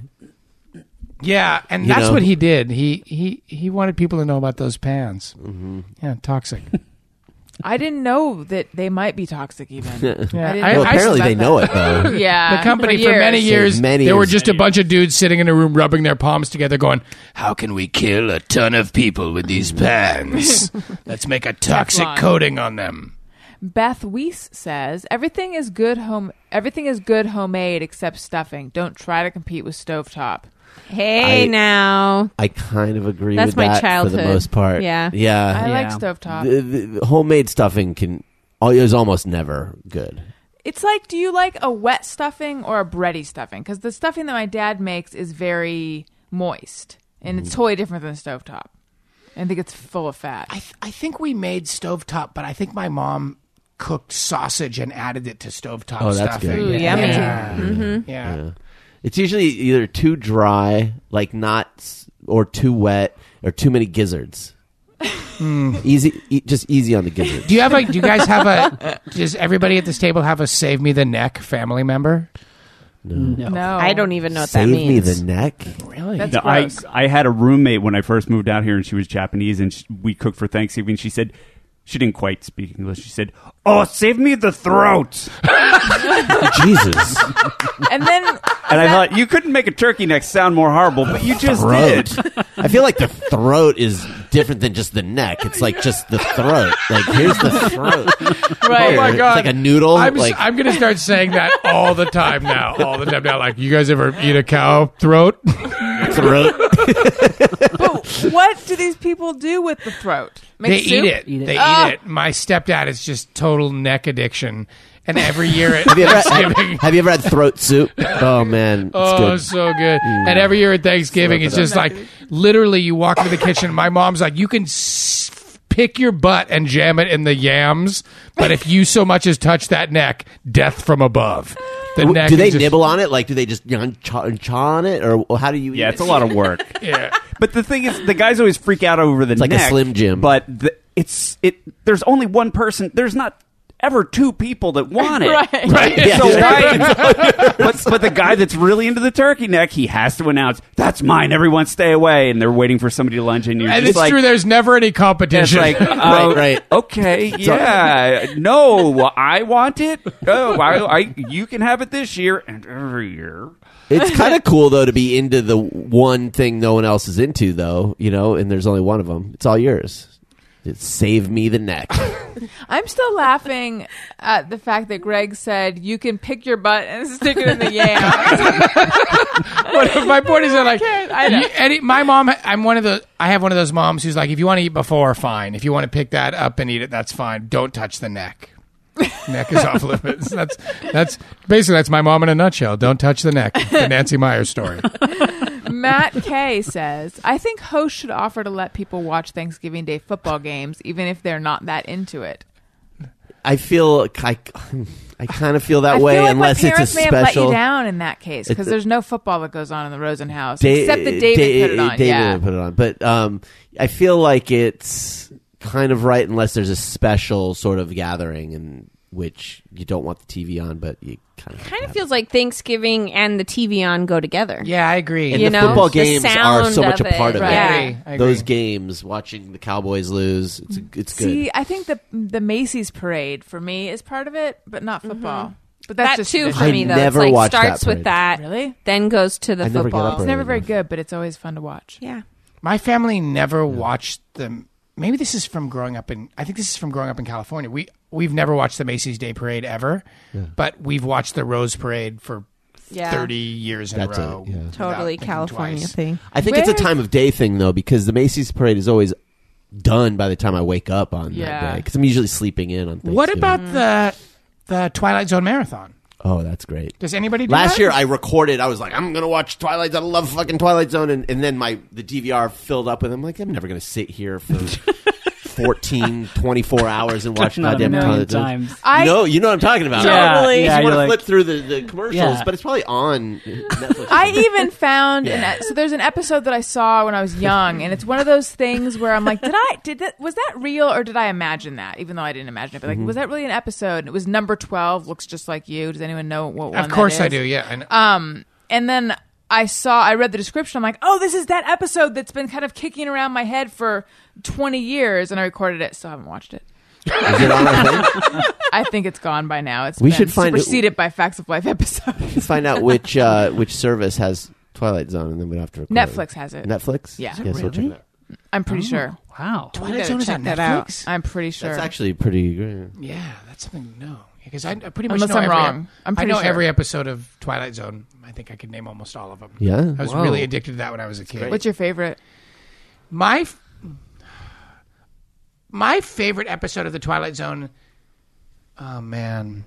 Speaker 7: yeah, and
Speaker 1: You
Speaker 7: that's
Speaker 1: know.
Speaker 7: what he did. He he he wanted people to know about those pans. Mm-hmm. Yeah, (laughs) toxic.
Speaker 3: I didn't know that they might be toxic even.
Speaker 7: (laughs) Yeah,
Speaker 3: didn't
Speaker 7: I-
Speaker 1: Well,
Speaker 7: I-
Speaker 1: apparently they
Speaker 3: suspect
Speaker 1: know it though.
Speaker 3: yeah.
Speaker 7: (laughs) the company for, many
Speaker 1: For
Speaker 7: years.
Speaker 1: many
Speaker 7: there were
Speaker 1: years.
Speaker 7: just a bunch of dudes sitting in a room rubbing their palms together, going, "How can we kill a ton of people with these
Speaker 1: Mm. (laughs)
Speaker 7: pans? Let's make a toxic
Speaker 3: Teflon.
Speaker 7: coating on them."
Speaker 3: Beth Weiss says everything is good home everything is good homemade except stuffing. Don't try to compete with stovetop.
Speaker 4: Hey
Speaker 1: I-
Speaker 4: now.
Speaker 1: I kind of agree
Speaker 4: That's
Speaker 1: with
Speaker 4: my
Speaker 1: that for
Speaker 4: childhood.
Speaker 1: the most part.
Speaker 4: Yeah.
Speaker 1: Yeah.
Speaker 3: I like
Speaker 6: Yeah.
Speaker 3: stovetop.
Speaker 1: the, the- the homemade stuffing can al- is almost never good.
Speaker 3: It's like, do you like a wet stuffing or a bready stuffing? Because the stuffing that my dad makes is very moist. and
Speaker 7: Mm.
Speaker 3: it's totally different than a stovetop. I think it's full of fat.
Speaker 7: I, th- I think we made stovetop, but I think my mom cooked sausage and added it to stovetop
Speaker 1: Oh, that's
Speaker 7: stuffing.
Speaker 1: good. Ooh,
Speaker 4: yummy.
Speaker 7: Yeah. Mm-hmm. Yeah.
Speaker 1: It's usually either too dry, like not, s- or too wet, or too many gizzards.
Speaker 7: Hmm.
Speaker 1: Easy, e- just easy on the gizzards.
Speaker 7: Do you have a? Do you guys have (laughs) a? does everybody at this table have a "Save Me the Neck" family member?
Speaker 3: no,
Speaker 4: I don't even know what
Speaker 1: Save
Speaker 4: that
Speaker 1: me
Speaker 4: means.
Speaker 1: the neck.
Speaker 7: Really?
Speaker 3: That's
Speaker 5: No, I,
Speaker 3: gross.
Speaker 5: I had a roommate when I first moved out here, and she was Japanese, and sh we cooked for Thanksgiving. She said she didn't quite speak English. She said, "Oh, save me the throat."
Speaker 4: (laughs)
Speaker 1: Jesus.
Speaker 3: and then
Speaker 5: And I thought you couldn't make a turkey neck sound more horrible, but you just did.
Speaker 1: I feel like the throat is different than just the neck. It's like just the throat. Like here's the
Speaker 4: (laughs)
Speaker 1: throat.
Speaker 3: Right.
Speaker 1: Here.
Speaker 7: Oh my god!
Speaker 1: It's like a noodle.
Speaker 7: I'm, s-
Speaker 1: like
Speaker 7: I'm gonna start saying that all the time now. All the time now. Like you guys ever eat a cow throat? (laughs)
Speaker 1: throat. (laughs)
Speaker 3: what do these (laughs) people do with the throat? Make
Speaker 7: they
Speaker 3: soup?
Speaker 7: eat it.
Speaker 6: Eat it. Ah.
Speaker 7: They eat it. My stepdad is just total neck addiction, and every year
Speaker 1: (laughs)
Speaker 7: at
Speaker 1: Have you, ever
Speaker 3: (laughs)
Speaker 1: had,
Speaker 7: Thanksgiving.
Speaker 1: have you ever had throat soup? Oh man, it's
Speaker 7: Oh,
Speaker 1: good. Mm.
Speaker 7: so good. And every year at Thanksgiving, it's just like literally you walk into the kitchen. My mom's like, you can s- pick your butt and jam it in the yams, but if you so much as touch that neck, death from above. The
Speaker 1: W-
Speaker 7: neck
Speaker 1: do
Speaker 7: is
Speaker 1: they
Speaker 7: just-
Speaker 1: nibble on it? Like, do they just you know, chaw, chaw on it, or how do you? eat
Speaker 5: Yeah, it's
Speaker 1: it?
Speaker 5: a lot of work.
Speaker 7: (laughs) Yeah.
Speaker 5: But the thing is, the guys always freak out over the it's
Speaker 1: like a Slim Jim.
Speaker 5: But the, it's it. There's only one person. There's not ever two people that want it.
Speaker 3: Right.
Speaker 1: (laughs)
Speaker 7: Right.
Speaker 5: So why? but, but the guy that's really into the turkey neck, he has to announce, "That's mine. Everyone, stay away!" And they're waiting for somebody to lunge in. You're
Speaker 7: And
Speaker 5: just
Speaker 7: it's
Speaker 5: like,
Speaker 7: true, there's never any
Speaker 5: It's
Speaker 7: competition. (laughs)
Speaker 5: like,
Speaker 1: Right,
Speaker 5: uh,
Speaker 1: right.
Speaker 5: okay, yeah, no, I want it. Oh, I, I, you can have it this year and every year.
Speaker 1: (laughs) It's kind of cool though to be into the one thing no one else is into, though. You know, and there's only one of them. It's all yours. It's save me the
Speaker 3: (laughs)
Speaker 1: neck.
Speaker 3: I'm still laughing at the fact that Greg said you can pick your butt and stick it in the yam.
Speaker 7: (laughs)
Speaker 3: (laughs)
Speaker 7: But my point is that like
Speaker 3: I know.
Speaker 7: you- any, my mom I'm one of the I have one of those moms who's like if you want to eat before fine if you want to pick that up and eat it that's fine don't touch the neck neck is off (laughs) limits that's that's basically that's my mom in a nutshell don't touch the neck the Nancy Myers story
Speaker 3: Matt Kay says, I think hosts should offer to let people watch Thanksgiving Day football games, even if they're not that into it.
Speaker 1: I feel I, I kind of feel that
Speaker 3: I
Speaker 1: way
Speaker 3: feel like
Speaker 1: unless
Speaker 3: my
Speaker 1: it's a
Speaker 3: parents may have let
Speaker 1: special.
Speaker 3: you down in that case because
Speaker 1: It's a-
Speaker 3: there's no football that goes on in the Rosen house
Speaker 1: Da-
Speaker 3: except that David
Speaker 1: Da-
Speaker 3: put it on.
Speaker 1: David
Speaker 3: yeah.
Speaker 1: put it on. But um, I feel like it's kind of right unless there's a special sort of gathering in which you don't want the TV on, but you kind of
Speaker 4: Kind of feels like Thanksgiving and the TV on go together.
Speaker 7: yeah I agree
Speaker 1: And
Speaker 4: you
Speaker 1: the
Speaker 4: know,
Speaker 1: football
Speaker 4: the
Speaker 1: games are
Speaker 4: sound
Speaker 1: so much
Speaker 4: of
Speaker 1: a part
Speaker 4: it,
Speaker 1: of
Speaker 4: right.
Speaker 1: that.
Speaker 4: I
Speaker 7: agree, I agree.
Speaker 1: Those games, watching the Cowboys lose, it's it's good.
Speaker 3: Mm. See, I think the the Macy's parade for me is part of it, but not football. But that's
Speaker 4: Mm-hmm. That
Speaker 3: just
Speaker 4: too for
Speaker 1: I
Speaker 4: me though. It's
Speaker 1: never
Speaker 4: like
Speaker 1: watched that
Speaker 4: starts
Speaker 1: parade.
Speaker 4: with that,
Speaker 3: Really?
Speaker 4: then goes to the
Speaker 1: I never got up
Speaker 4: football.
Speaker 3: It's
Speaker 1: early
Speaker 3: never very
Speaker 1: enough.
Speaker 3: good, but it's always fun to watch.
Speaker 4: yeah,
Speaker 7: my family never watched the maybe this is from growing up in I think this is from growing up in California we we've never watched the Macy's Day Parade ever but we've watched the Rose Parade for
Speaker 4: yeah,
Speaker 7: 30 years in
Speaker 1: That's
Speaker 7: a
Speaker 1: it,
Speaker 7: row
Speaker 1: yeah.
Speaker 7: without
Speaker 4: totally
Speaker 7: thinking
Speaker 4: California
Speaker 7: twice.
Speaker 4: thing.
Speaker 1: I think it's
Speaker 3: Where-
Speaker 1: a time of day thing though, because the Macy's parade is always done by the time I wake up on that
Speaker 3: Yeah.
Speaker 1: day. Because I'm usually sleeping in on.
Speaker 7: What
Speaker 1: Thanksgiving.
Speaker 3: Mm-hmm.
Speaker 7: about the the Twilight Zone marathon?
Speaker 1: Oh, that's great.
Speaker 7: Does anybody do
Speaker 1: Last
Speaker 7: that?
Speaker 1: year I recorded. I was like, I'm gonna watch Twilight Zone. I love fucking Twilight Zone, and, and then my the DVR filled up with. I'm like, I'm never gonna sit here (laughs) for 14, 24 hours and (laughs) watch
Speaker 6: (laughs) Not a
Speaker 1: goddamn
Speaker 6: million
Speaker 1: Twilight Zone.
Speaker 6: times.
Speaker 3: I-
Speaker 1: no, you know what I'm talking about.
Speaker 6: Yeah, Totally. yeah,
Speaker 1: you want
Speaker 6: you're
Speaker 1: to
Speaker 6: like-
Speaker 1: flip through the, the commercials,
Speaker 6: Yeah.
Speaker 1: but it's probably (laughs) on Netflix.
Speaker 3: I even found
Speaker 1: Yeah.
Speaker 3: an, e-, so there's an episode that I saw when I was young, and it's one of those things where I'm like, did I did that was that real or did I imagine that? Even though I didn't imagine it, but like,
Speaker 7: Mm-hmm.
Speaker 3: was that really an episode? And it was number twelve, looks just like you. Does anyone know what? one
Speaker 7: Of
Speaker 3: that
Speaker 7: course I
Speaker 3: is? Um,
Speaker 7: do. Yeah. I know.
Speaker 3: And then I saw, I read the description. I'm like, oh, this is that episode that's been kind of kicking around my head for 20 years, and I recorded it. Still haven't watched it.
Speaker 1: Is it on our thing?
Speaker 3: I think it's gone by now. It's
Speaker 1: We
Speaker 3: been
Speaker 1: should find it-
Speaker 3: superseded by Facts of Life
Speaker 7: (laughs)
Speaker 3: episodes.
Speaker 1: Let's find out which uh, which service has Twilight Zone, and then we don't have to. Record it.
Speaker 3: Netflix has it.
Speaker 1: Netflix.
Speaker 3: Yeah. Is it
Speaker 1: yeah so we'll check it out.
Speaker 3: I'm pretty sure.
Speaker 6: Wow.
Speaker 3: We
Speaker 7: Oh. Twilight
Speaker 3: gotta
Speaker 7: Zone is
Speaker 3: check
Speaker 7: on
Speaker 3: that
Speaker 7: Netflix.
Speaker 3: out. I'm pretty sure.
Speaker 1: That's actually pretty uh, great.
Speaker 7: yeah, that's something to know because I, I pretty much
Speaker 3: Unless
Speaker 7: know
Speaker 3: I'm
Speaker 7: every,
Speaker 3: wrong. I'm
Speaker 7: I
Speaker 3: pretty
Speaker 7: know
Speaker 3: sure.
Speaker 7: every episode of Twilight Zone. I think I could name almost all of them.
Speaker 1: Yeah.
Speaker 7: I was
Speaker 6: Whoa.
Speaker 7: really addicted to that when I was a kid.
Speaker 3: What's your favorite?
Speaker 7: my f- my favorite episode of the Twilight Zone. Oh man,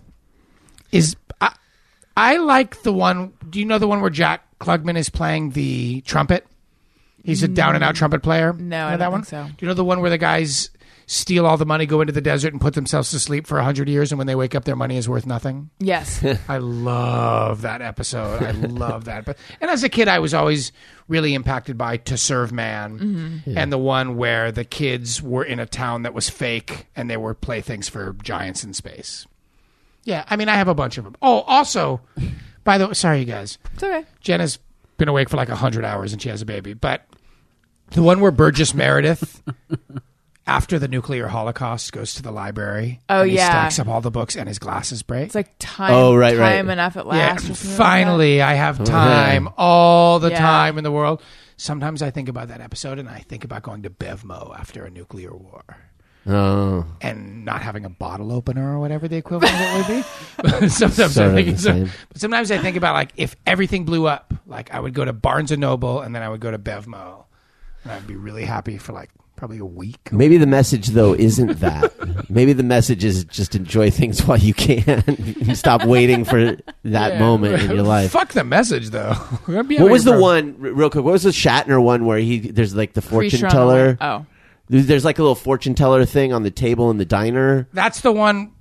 Speaker 7: is I, I like the one. Do you know the one where Jack Klugman is playing the trumpet? He's a down and out trumpet player.
Speaker 3: Mm. No, I
Speaker 7: You know
Speaker 3: don't
Speaker 7: that
Speaker 3: think
Speaker 7: one.
Speaker 3: so.
Speaker 7: Do you know the one where the guys steal all the money, go into the desert, and put themselves to sleep for hundred years, and when they wake up, their money is worth nothing?
Speaker 1: (laughs)
Speaker 3: Yes.
Speaker 7: I love that episode. I love that. But and as a kid, I was always really impacted by To Serve Man
Speaker 3: Mm-hmm.
Speaker 7: and the one where the kids were in a town that was fake and they were playthings for giants in space. Yeah, I mean, I have a bunch of them. Oh, also, by the way, sorry you guys,
Speaker 3: it's okay.
Speaker 7: Jenna's been awake for like hundred hours and she has a baby. But the one where Burgess Meredith. After the nuclear holocaust, goes to the library.
Speaker 3: Oh,
Speaker 7: and he
Speaker 3: yeah.
Speaker 7: stacks up all the books, and his glasses break.
Speaker 3: It's like time.
Speaker 1: Oh, right, right.
Speaker 3: Time enough at last. or something like
Speaker 7: Finally, I have time all the
Speaker 3: Yeah.
Speaker 7: time in the world. Sometimes I think about that episode and I think about going to Bevmo after a nuclear war
Speaker 1: Oh,
Speaker 7: and not having a bottle opener or whatever the equivalent of
Speaker 1: (laughs)
Speaker 7: it would be. (laughs) sometimes
Speaker 1: Sort
Speaker 7: I
Speaker 1: of
Speaker 7: think
Speaker 1: the
Speaker 7: it's a-
Speaker 1: same.
Speaker 7: but sometimes I think about like if everything blew up, like I would go to Barnes and Noble and then I would go to Bevmo and I'd be really happy for like probably a week.
Speaker 1: maybe the message though isn't that. (laughs) maybe the message is just enjoy things (laughs) while you can. Stop waiting for that moment in your life.
Speaker 7: Fuck the message though. (laughs) I'd be
Speaker 1: What
Speaker 7: having
Speaker 1: was
Speaker 7: a
Speaker 1: the
Speaker 7: problem.
Speaker 1: one r- real quick? What was the Shatner one where he there's like the
Speaker 3: Free
Speaker 1: fortune
Speaker 3: Sharon
Speaker 1: teller?
Speaker 3: Elway. Oh.
Speaker 1: There's there's, like a little fortune teller thing on the table in the diner.
Speaker 7: That's the one.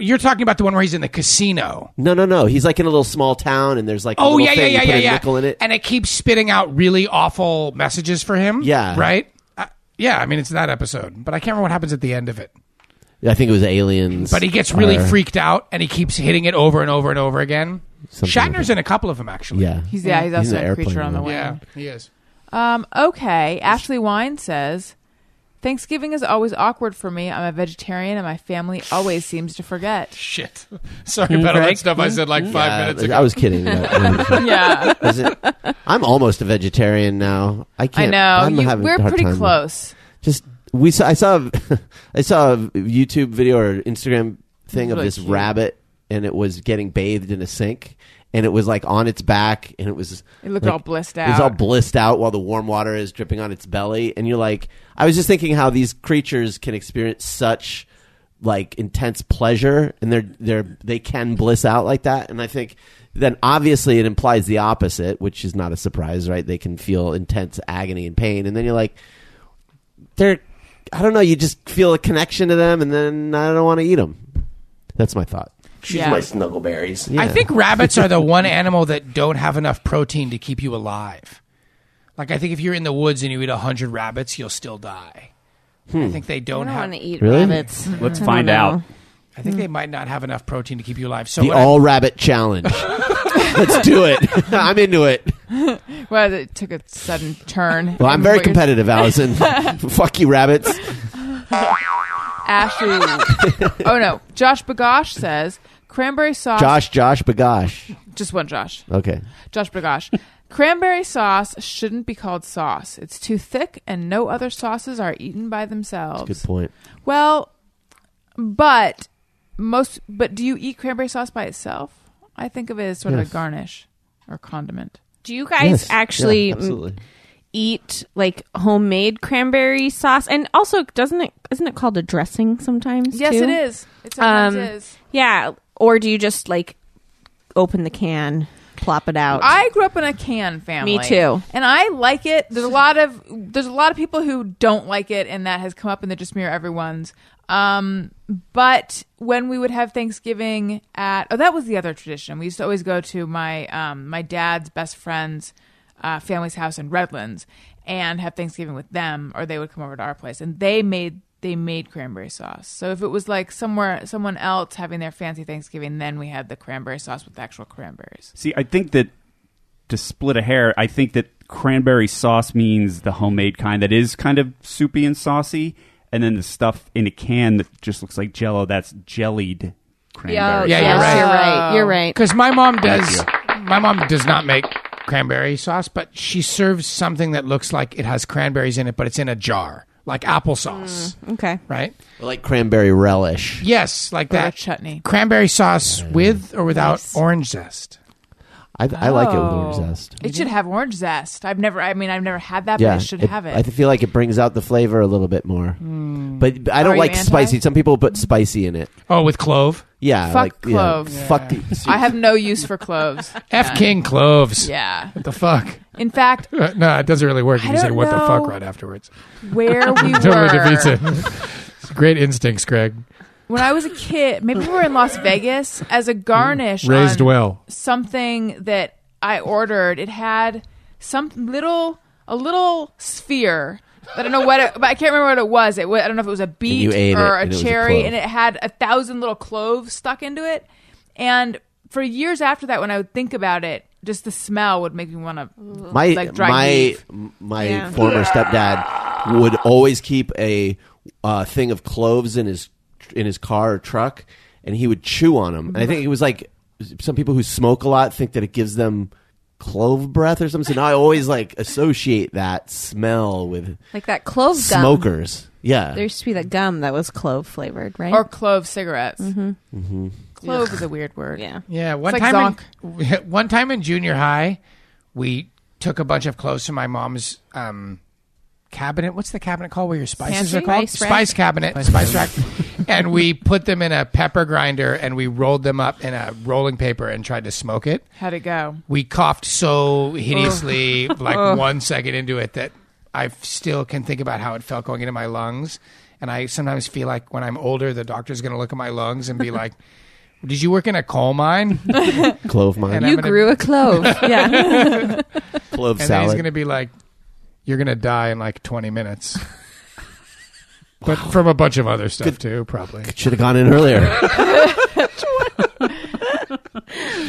Speaker 7: You're talking about the one where he's in the casino.
Speaker 1: No, no, no. He's like in a little small town, and there's like a
Speaker 7: Oh
Speaker 1: little
Speaker 7: yeah, yeah,
Speaker 1: thing.
Speaker 7: yeah,
Speaker 1: you put
Speaker 7: yeah,
Speaker 1: a
Speaker 7: yeah.
Speaker 1: nickel in it.
Speaker 7: and it keeps spitting out really awful messages for him.
Speaker 1: Yeah.
Speaker 7: right. Uh, yeah, I mean it's that episode, but I can't remember what happens at the end of it.
Speaker 1: I think it was aliens.
Speaker 7: But he gets really
Speaker 1: or
Speaker 7: freaked out, and he keeps hitting it over and over and over again.
Speaker 1: something like
Speaker 7: Shatner's in a couple of them actually.
Speaker 1: Yeah,
Speaker 3: He's yeah. He's
Speaker 1: He's
Speaker 3: also
Speaker 1: an
Speaker 3: a creature
Speaker 1: airplane
Speaker 3: on the
Speaker 1: one.
Speaker 3: wing.
Speaker 7: yeah, he is.
Speaker 3: Um, okay. Ashley Wine says Thanksgiving is always awkward for me. I'm a vegetarian and my family always seems to forget.
Speaker 7: (laughs) Shit. Sorry about all
Speaker 6: Greg?
Speaker 7: that stuff I said like five minutes
Speaker 1: Uh,
Speaker 7: ago.
Speaker 1: I was
Speaker 7: (laughs)
Speaker 1: kidding. That-
Speaker 3: Yeah.
Speaker 1: Is it- I'm almost a vegetarian now. I
Speaker 3: (laughs) I
Speaker 1: can't.
Speaker 3: know.
Speaker 1: I'm
Speaker 3: You-
Speaker 1: having a
Speaker 3: we're
Speaker 1: hard
Speaker 3: pretty
Speaker 1: time.
Speaker 3: close.
Speaker 1: Just we saw. I saw. (laughs) I saw a YouTube video or Instagram thing of
Speaker 3: really
Speaker 1: this
Speaker 3: cute.
Speaker 1: rabbit, and it was getting bathed in a sink, and it was like on its back, and it was.
Speaker 3: It looked
Speaker 1: like,
Speaker 3: all blissed
Speaker 1: It's all
Speaker 3: out.
Speaker 1: blissed out while the warm water is dripping on its belly, and you're like, I was just thinking how these creatures can experience such like intense pleasure, and they're they're they can bliss out like that, and I think then obviously it implies the opposite, which is not a surprise, right? They can feel intense agony and pain, and then you're like, they're I don't know, you just feel a connection to them, and then I don't want to eat them. That's my thought.
Speaker 3: yeah.
Speaker 1: Snuggleberries.
Speaker 7: I think rabbits are the one animal that don't have enough protein to keep you alive. Like I think if you're in the woods and you eat hundred rabbits, you'll still die.
Speaker 1: Hmm.
Speaker 7: I think they
Speaker 4: I
Speaker 7: don't,
Speaker 4: don't
Speaker 7: have.
Speaker 4: want to eat
Speaker 1: Really?
Speaker 4: (laughs) rabbits.
Speaker 5: Let's find out.
Speaker 7: I
Speaker 3: Hmm.
Speaker 7: think they might not have enough protein to keep you alive. So
Speaker 1: the
Speaker 7: what I-
Speaker 1: all rabbit (laughs) challenge. Let's do it. (laughs) I'm into it.
Speaker 3: Well, it took a sudden turn.
Speaker 1: (laughs) Well, I'm very
Speaker 3: What you're-
Speaker 1: competitive,
Speaker 3: (laughs)
Speaker 1: Allison. Fuck you, rabbits.
Speaker 3: Uh, Ashley.
Speaker 1: (laughs)
Speaker 3: oh no, Josh Bagosh says cranberry sauce.
Speaker 1: Josh, Josh, bagosh.
Speaker 3: just one Josh.
Speaker 1: Okay.
Speaker 3: Josh Bagosh. cranberry sauce shouldn't be called sauce. It's too thick, and no other sauces are eaten by themselves.
Speaker 1: Good point.
Speaker 3: Well, but most. But do you eat cranberry sauce by itself? I think of it as sort of
Speaker 1: Yes.
Speaker 3: a garnish or condiment.
Speaker 4: Do you guys actually
Speaker 1: Yeah,
Speaker 4: m-
Speaker 1: absolutely.
Speaker 4: eat like homemade cranberry sauce? And also, doesn't it isn't it called a dressing sometimes?
Speaker 3: Yes,
Speaker 4: too?
Speaker 3: it is. It sometimes
Speaker 4: Um,
Speaker 3: is.
Speaker 4: Yeah, or do you just like open the can, plop it out?
Speaker 3: I grew up in a can family.
Speaker 4: Me too.
Speaker 3: And I like it. There's a lot of there's a lot of people who don't like it and that has come up in the just mirror everyone's. Um but when we would have Thanksgiving at oh that was the other tradition. We used to always go to my um my dad's best friend's uh, family's house in Redlands and have Thanksgiving with them or they would come over to our place and they made they made cranberry sauce. So if it was like somewhere someone else having their fancy Thanksgiving, then we had the cranberry sauce with actual cranberries.
Speaker 5: See, I think that to split a hair, I think that cranberry sauce means the homemade kind that is kind of soupy and saucy, and then the stuff in a can that just looks like jello, that's jellied cranberry.
Speaker 7: Yeah, you're right.
Speaker 4: Oh, You're right. You're right.
Speaker 7: Because my mom does. My mom does not make cranberry sauce, but she serves something that looks like it has cranberries in it, but it's in a jar, like applesauce,
Speaker 3: Mm.
Speaker 4: Okay.
Speaker 7: right?
Speaker 1: I like cranberry relish.
Speaker 7: Yes, like
Speaker 3: Or a
Speaker 7: that
Speaker 3: chutney. Mm.
Speaker 7: Cranberry sauce with or without orange zest.
Speaker 1: I, I like it with orange
Speaker 3: Oh.
Speaker 1: zest.
Speaker 3: It should have orange zest. I've never. I mean, I've never had that, but it should have it. Hmm.
Speaker 1: I feel like it brings out the flavor a little bit more. But, but I
Speaker 3: Are
Speaker 1: don't
Speaker 3: you
Speaker 1: like
Speaker 3: anti?
Speaker 1: spicy. Some people put spicy in it.
Speaker 7: Oh, with clove.
Speaker 1: Yeah,
Speaker 3: Fuck
Speaker 1: like, yeah,
Speaker 3: clove.
Speaker 1: fuck.
Speaker 3: I have no use for cloves. (laughs)
Speaker 7: F King cloves.
Speaker 3: Yeah.
Speaker 7: What the fuck? Uh,
Speaker 3: In fact,
Speaker 7: No, it doesn't really work.
Speaker 3: I
Speaker 7: You say
Speaker 3: don't
Speaker 7: what the fuck
Speaker 3: know.
Speaker 7: right afterwards.
Speaker 3: where we
Speaker 7: (laughs) Totally defeats
Speaker 3: were
Speaker 7: it. (laughs) It's Great instincts, Greg.
Speaker 3: when I was a kid, maybe we were in Las Vegas as a garnish
Speaker 7: Raised
Speaker 3: on
Speaker 7: well.
Speaker 3: something that I ordered. It had some little a little sphere. I don't know what it, but I can't remember what it was. It was, I don't know if it was a
Speaker 1: you
Speaker 3: beet
Speaker 1: ate
Speaker 3: or
Speaker 1: it,
Speaker 3: a
Speaker 1: and it was a
Speaker 3: cherry,
Speaker 1: clove.
Speaker 3: and it had a thousand little cloves stuck into it. And for years after that, when I would think about it, just the smell would make me want to.
Speaker 1: my
Speaker 3: like dried
Speaker 1: my
Speaker 3: beef.
Speaker 1: my
Speaker 4: Yeah.
Speaker 1: former stepdad would always keep a uh, thing of cloves in his in his car or truck, and he would chew on them. And I think it was like some people who smoke a lot think that it gives them clove breath or something. So now I always like associate that smell with
Speaker 4: Like that clove gum.
Speaker 1: smokers. Yeah,
Speaker 4: There used to be that gum that was clove flavored, right?
Speaker 3: Or clove cigarettes.
Speaker 1: Mm-hmm.
Speaker 3: Clove is a weird word.
Speaker 4: yeah.
Speaker 7: Yeah, one
Speaker 3: like
Speaker 7: time, in, (laughs) one time in junior high, we took a bunch of cloves from my mom's um, cabinet. What's the cabinet called where your spices
Speaker 4: Pantry?
Speaker 7: are called?
Speaker 4: Spice rack?
Speaker 7: Spice cabinet, spice, rack. and we put them in a pepper grinder and we rolled them up in a rolling paper and tried to smoke it.
Speaker 3: How'd it go?
Speaker 7: We coughed so hideously, like one second into it, that I still can think about how it felt going into my lungs. And I sometimes feel like when I'm older, the doctor's going to look at my lungs and be like, (laughs) "Did you work in a coal mine?"
Speaker 1: clove mine,
Speaker 7: And
Speaker 4: You
Speaker 7: I'm gonna-
Speaker 4: grew a clove. (laughs) yeah.
Speaker 1: clove
Speaker 7: And
Speaker 1: salad.
Speaker 7: then he's going to be like, "You're going to die in like 20 minutes." But from a bunch of other stuff
Speaker 1: (laughs)
Speaker 7: too, probably.
Speaker 1: Should have gone in
Speaker 7: (laughs)
Speaker 1: earlier.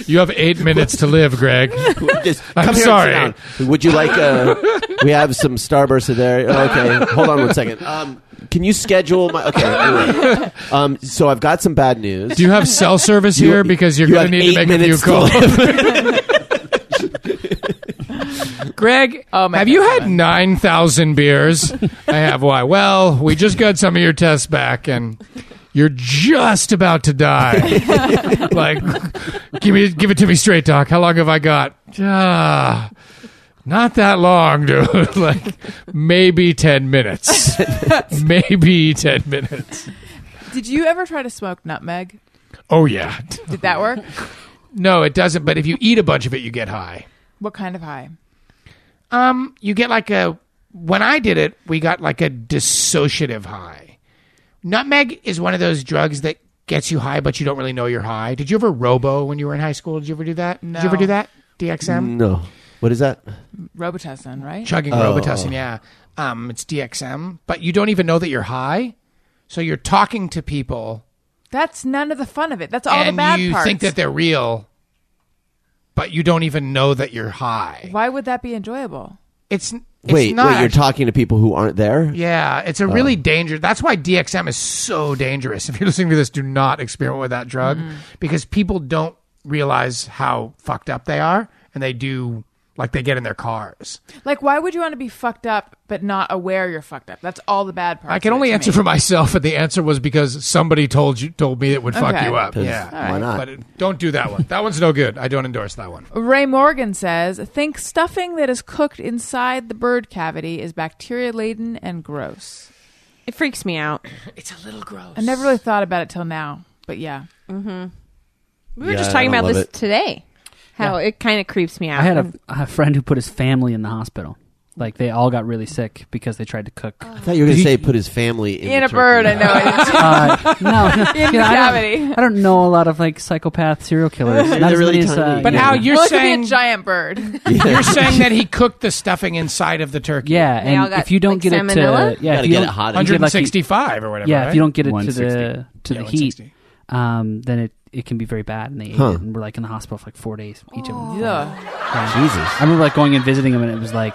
Speaker 7: You have eight minutes to live,
Speaker 1: (laughs)
Speaker 7: Greg.
Speaker 1: Just come
Speaker 7: I'm
Speaker 1: here and sit
Speaker 7: sorry.
Speaker 1: down. Would you like? Uh, we have some Starburst in there. Oh, Okay, hold on one second. Um, can you schedule my? Okay. anyway. Um, so I've got some bad news.
Speaker 7: Do you have cell service
Speaker 1: You-
Speaker 7: here? Because you're
Speaker 1: you
Speaker 7: going
Speaker 1: have
Speaker 7: to need to
Speaker 1: eight
Speaker 7: make a few
Speaker 1: minutes to
Speaker 7: calls.
Speaker 1: live.
Speaker 7: (laughs) Greg,
Speaker 3: Oh, my
Speaker 7: have you had 9,000 beers? I have. Why? Well, we just got some of your tests back and you're just about to die. like, give, me, give it to me straight, Doc. How long have I got? Ah, not that long, dude. (laughs) like, maybe 10 minutes. maybe 10 minutes.
Speaker 3: Did you ever try to smoke nutmeg?
Speaker 7: Oh, yeah.
Speaker 3: Did that
Speaker 7: (laughs)
Speaker 3: work?
Speaker 7: No, it doesn't. But if you eat a bunch of it, you get high.
Speaker 3: What kind of high?
Speaker 7: Um, you get like a when I did it, we got like a dissociative high. Nutmeg is one of those drugs that gets you high, but you don't really know you're high. Did you ever robo when you were in high school? Did you ever do that? Did you ever
Speaker 3: No.
Speaker 7: do that? DXM,
Speaker 1: No. What is that?
Speaker 3: Robitussin, right?
Speaker 7: chugging
Speaker 1: oh.
Speaker 7: Robitussin, yeah. Um, it's DXM, but you don't even know that you're high, so you're talking to people
Speaker 3: That's none of the fun of it. That's all the
Speaker 7: and
Speaker 3: bad
Speaker 7: you
Speaker 3: parts.
Speaker 7: think that they're real, but you don't even know that you're high.
Speaker 3: Why would that be enjoyable?
Speaker 7: It's, it's
Speaker 1: wait,
Speaker 7: not
Speaker 1: wait. You're
Speaker 7: actually-
Speaker 1: talking to people who aren't there.
Speaker 7: Yeah, it's
Speaker 6: Um,
Speaker 7: a really dangerous. That's why DXM is so dangerous. If you're listening to this, do not experiment with that drug
Speaker 6: Mm-hmm.
Speaker 7: because people don't realize how fucked up they are, and they do like they get in their cars.
Speaker 3: Like, why would you want to be fucked up but not aware you're fucked up? That's all the bad parts.
Speaker 7: I
Speaker 3: of
Speaker 7: can
Speaker 3: it
Speaker 7: only
Speaker 3: to
Speaker 7: answer
Speaker 3: me.
Speaker 7: for myself, and the answer was because somebody told you told me it would fuck
Speaker 3: Okay.
Speaker 7: you up.
Speaker 1: 'Cause
Speaker 7: Yeah,
Speaker 1: Why not?
Speaker 7: but it- don't do that one. That one's no good. I don't endorse that one.
Speaker 3: Ray Morgan says, think stuffing that is cooked inside the bird cavity is bacteria laden and gross.
Speaker 4: It freaks me out.
Speaker 7: It's a little gross.
Speaker 3: I never really thought about it till now, but yeah.
Speaker 4: We were
Speaker 1: Yeah,
Speaker 4: just
Speaker 1: I
Speaker 4: talking
Speaker 1: don't
Speaker 4: about
Speaker 1: love
Speaker 4: this
Speaker 1: it.
Speaker 4: today. How it kind of creeps me out.
Speaker 6: I had a, a friend who put his family in the hospital. Like they all got really sick because they tried to cook.
Speaker 1: I
Speaker 4: Oh.
Speaker 1: thought you were going to say put his family in,
Speaker 3: In
Speaker 1: the
Speaker 3: a bird, I
Speaker 1: turkey.
Speaker 3: know.
Speaker 1: (laughs)
Speaker 3: I didn't-
Speaker 4: (laughs)
Speaker 6: Uh,
Speaker 7: (laughs)
Speaker 6: no, (laughs) no,
Speaker 3: In
Speaker 6: you
Speaker 3: the
Speaker 6: know, I,
Speaker 3: cavity.
Speaker 6: don't, I don't know a lot of like psychopath serial killers. Not
Speaker 1: They're
Speaker 6: as
Speaker 1: really
Speaker 6: many as,
Speaker 1: tiny.
Speaker 6: uh,
Speaker 7: But
Speaker 6: yeah.
Speaker 7: now you're
Speaker 3: well, it could be a
Speaker 7: saying
Speaker 3: giant bird.
Speaker 1: (laughs)
Speaker 7: you're saying that he cooked the stuffing inside of the turkey.
Speaker 6: yeah,
Speaker 4: They all
Speaker 6: and
Speaker 4: got,
Speaker 6: if you don't
Speaker 4: like,
Speaker 6: get it to
Speaker 4: salmonella?
Speaker 6: yeah,
Speaker 1: Gotta
Speaker 6: if you
Speaker 1: get
Speaker 6: don't-
Speaker 1: it hot.
Speaker 6: you get, like, the-
Speaker 7: 165 or whatever.
Speaker 6: Yeah, if
Speaker 7: right?
Speaker 6: you don't get it to
Speaker 5: 160.
Speaker 6: the to
Speaker 7: Yeah,
Speaker 6: the heat,
Speaker 7: 160.
Speaker 6: um, then it, it can be very bad. And they ate
Speaker 1: Huh.
Speaker 6: it, and we're like in the hospital for like four days each of
Speaker 4: Oh.
Speaker 6: them.
Speaker 3: Ugh.
Speaker 1: Jesus.
Speaker 6: I remember like going and visiting him, and it was like,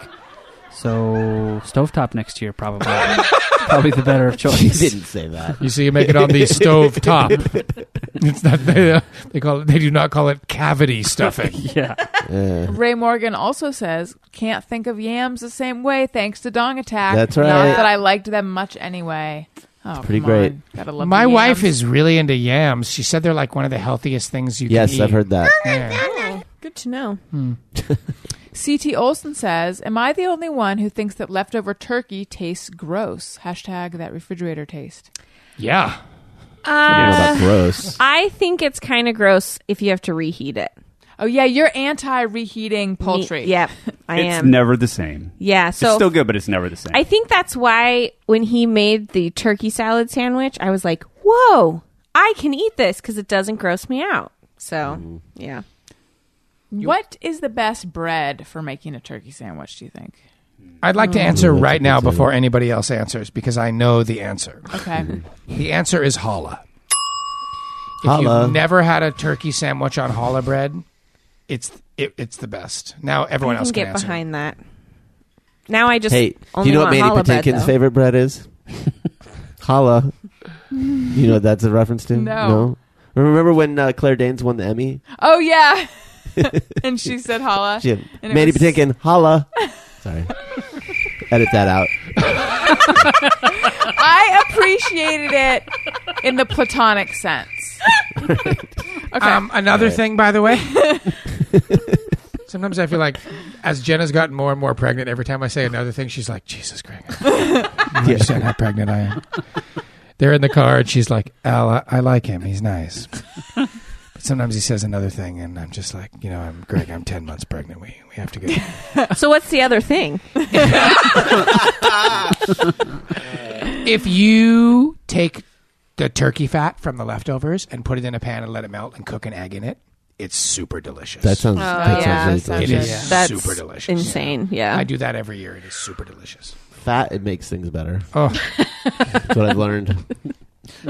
Speaker 6: so stovetop next year probably, probably the
Speaker 1: (laughs)
Speaker 6: better of
Speaker 1: He
Speaker 6: choice.
Speaker 1: didn't say
Speaker 7: (laughs)
Speaker 1: that.
Speaker 7: You see, you make it on
Speaker 1: (laughs)
Speaker 7: the stove top. It's not they, uh, they call it. They do not call it
Speaker 1: (laughs)
Speaker 7: cavity stuffing.
Speaker 6: Yeah,
Speaker 3: Ray Morgan also says, can't think of yams the same way thanks to Dong Attack.
Speaker 1: That's right.
Speaker 3: Not that I liked them much anyway. Oh,
Speaker 1: pretty
Speaker 3: come on.
Speaker 1: great.
Speaker 3: Gotta love
Speaker 7: My
Speaker 3: the
Speaker 7: wife
Speaker 3: yams.
Speaker 7: is really into yams. She said they're like one of the healthiest things you
Speaker 1: Yes,
Speaker 7: can eat.
Speaker 1: I've heard that.
Speaker 7: Yeah.
Speaker 4: Good to know.
Speaker 3: CT Olson says, Am I the only one who thinks that leftover turkey tastes gross? Hashtag that refrigerator taste.
Speaker 7: Yeah.
Speaker 1: I don't know about gross.
Speaker 4: I think it's kind of gross if you have to reheat it.
Speaker 3: Oh, yeah, you're anti reheating poultry.
Speaker 4: Yep, I
Speaker 5: it's
Speaker 4: am.
Speaker 5: never the same.
Speaker 4: yeah, so
Speaker 5: it's still good, but it's never the same.
Speaker 4: I think that's why when he made the turkey salad sandwich, I was like, "Whoa, I can eat this because it doesn't gross me out." So,
Speaker 1: Mm-hmm.
Speaker 4: yeah,
Speaker 3: What is the best bread for making a turkey sandwich, do you think?
Speaker 1: (laughs)
Speaker 7: I'd like
Speaker 1: Oh.
Speaker 7: to answer right now before anybody else answers because I know the answer.
Speaker 3: Okay.
Speaker 7: The answer is challah. If
Speaker 1: Challah.
Speaker 7: you've never had a turkey sandwich on challah bread, it's it, it's the best. Now everyone
Speaker 4: I
Speaker 7: else
Speaker 4: can
Speaker 7: can
Speaker 4: get
Speaker 7: answer.
Speaker 4: behind that. Now I just
Speaker 1: Hey, do
Speaker 4: only
Speaker 1: you know what
Speaker 4: want
Speaker 1: Mandy
Speaker 4: challah bread,
Speaker 1: Patinkin's
Speaker 4: though.
Speaker 1: favorite bread
Speaker 4: (laughs)
Speaker 1: is? Challah. you know what that's a reference to?
Speaker 3: No.
Speaker 1: Remember when uh, Claire Danes won the Emmy?
Speaker 3: oh, yeah. (laughs) and she said holla.
Speaker 1: She had
Speaker 3: And it
Speaker 1: Mandy
Speaker 3: was-
Speaker 1: Patinkin,
Speaker 4: (laughs)
Speaker 1: holla. Sorry. Edit that out.
Speaker 3: I appreciated it in the platonic sense.
Speaker 7: Um, another thing, by the way.
Speaker 1: (laughs)
Speaker 7: Sometimes I feel like, as Jenna's gotten more and more pregnant, every time I say another thing, she's like, "Jesus Christ, I don't understand how pregnant I am." They're in the car, and she's like, "Al, I, I like him. He's nice." But sometimes he says another thing, and I'm just like, you know, I'm Greg. I'm ten months pregnant. We we have to go.
Speaker 4: So, what's the other thing?
Speaker 7: if you take the turkey fat from the leftovers and put it in a pan and let it melt and cook an egg in it, it's super delicious.
Speaker 1: That sounds, that
Speaker 4: Oh, yeah,
Speaker 1: sounds
Speaker 3: that
Speaker 1: really
Speaker 7: it
Speaker 1: delicious.
Speaker 7: is
Speaker 3: Yeah.
Speaker 4: That's
Speaker 7: super delicious.
Speaker 4: insane. Yeah,
Speaker 7: I do that every year. It is super delicious.
Speaker 1: Fat, it makes things better.
Speaker 7: Oh.
Speaker 1: That's
Speaker 4: (laughs)
Speaker 1: what I've learned.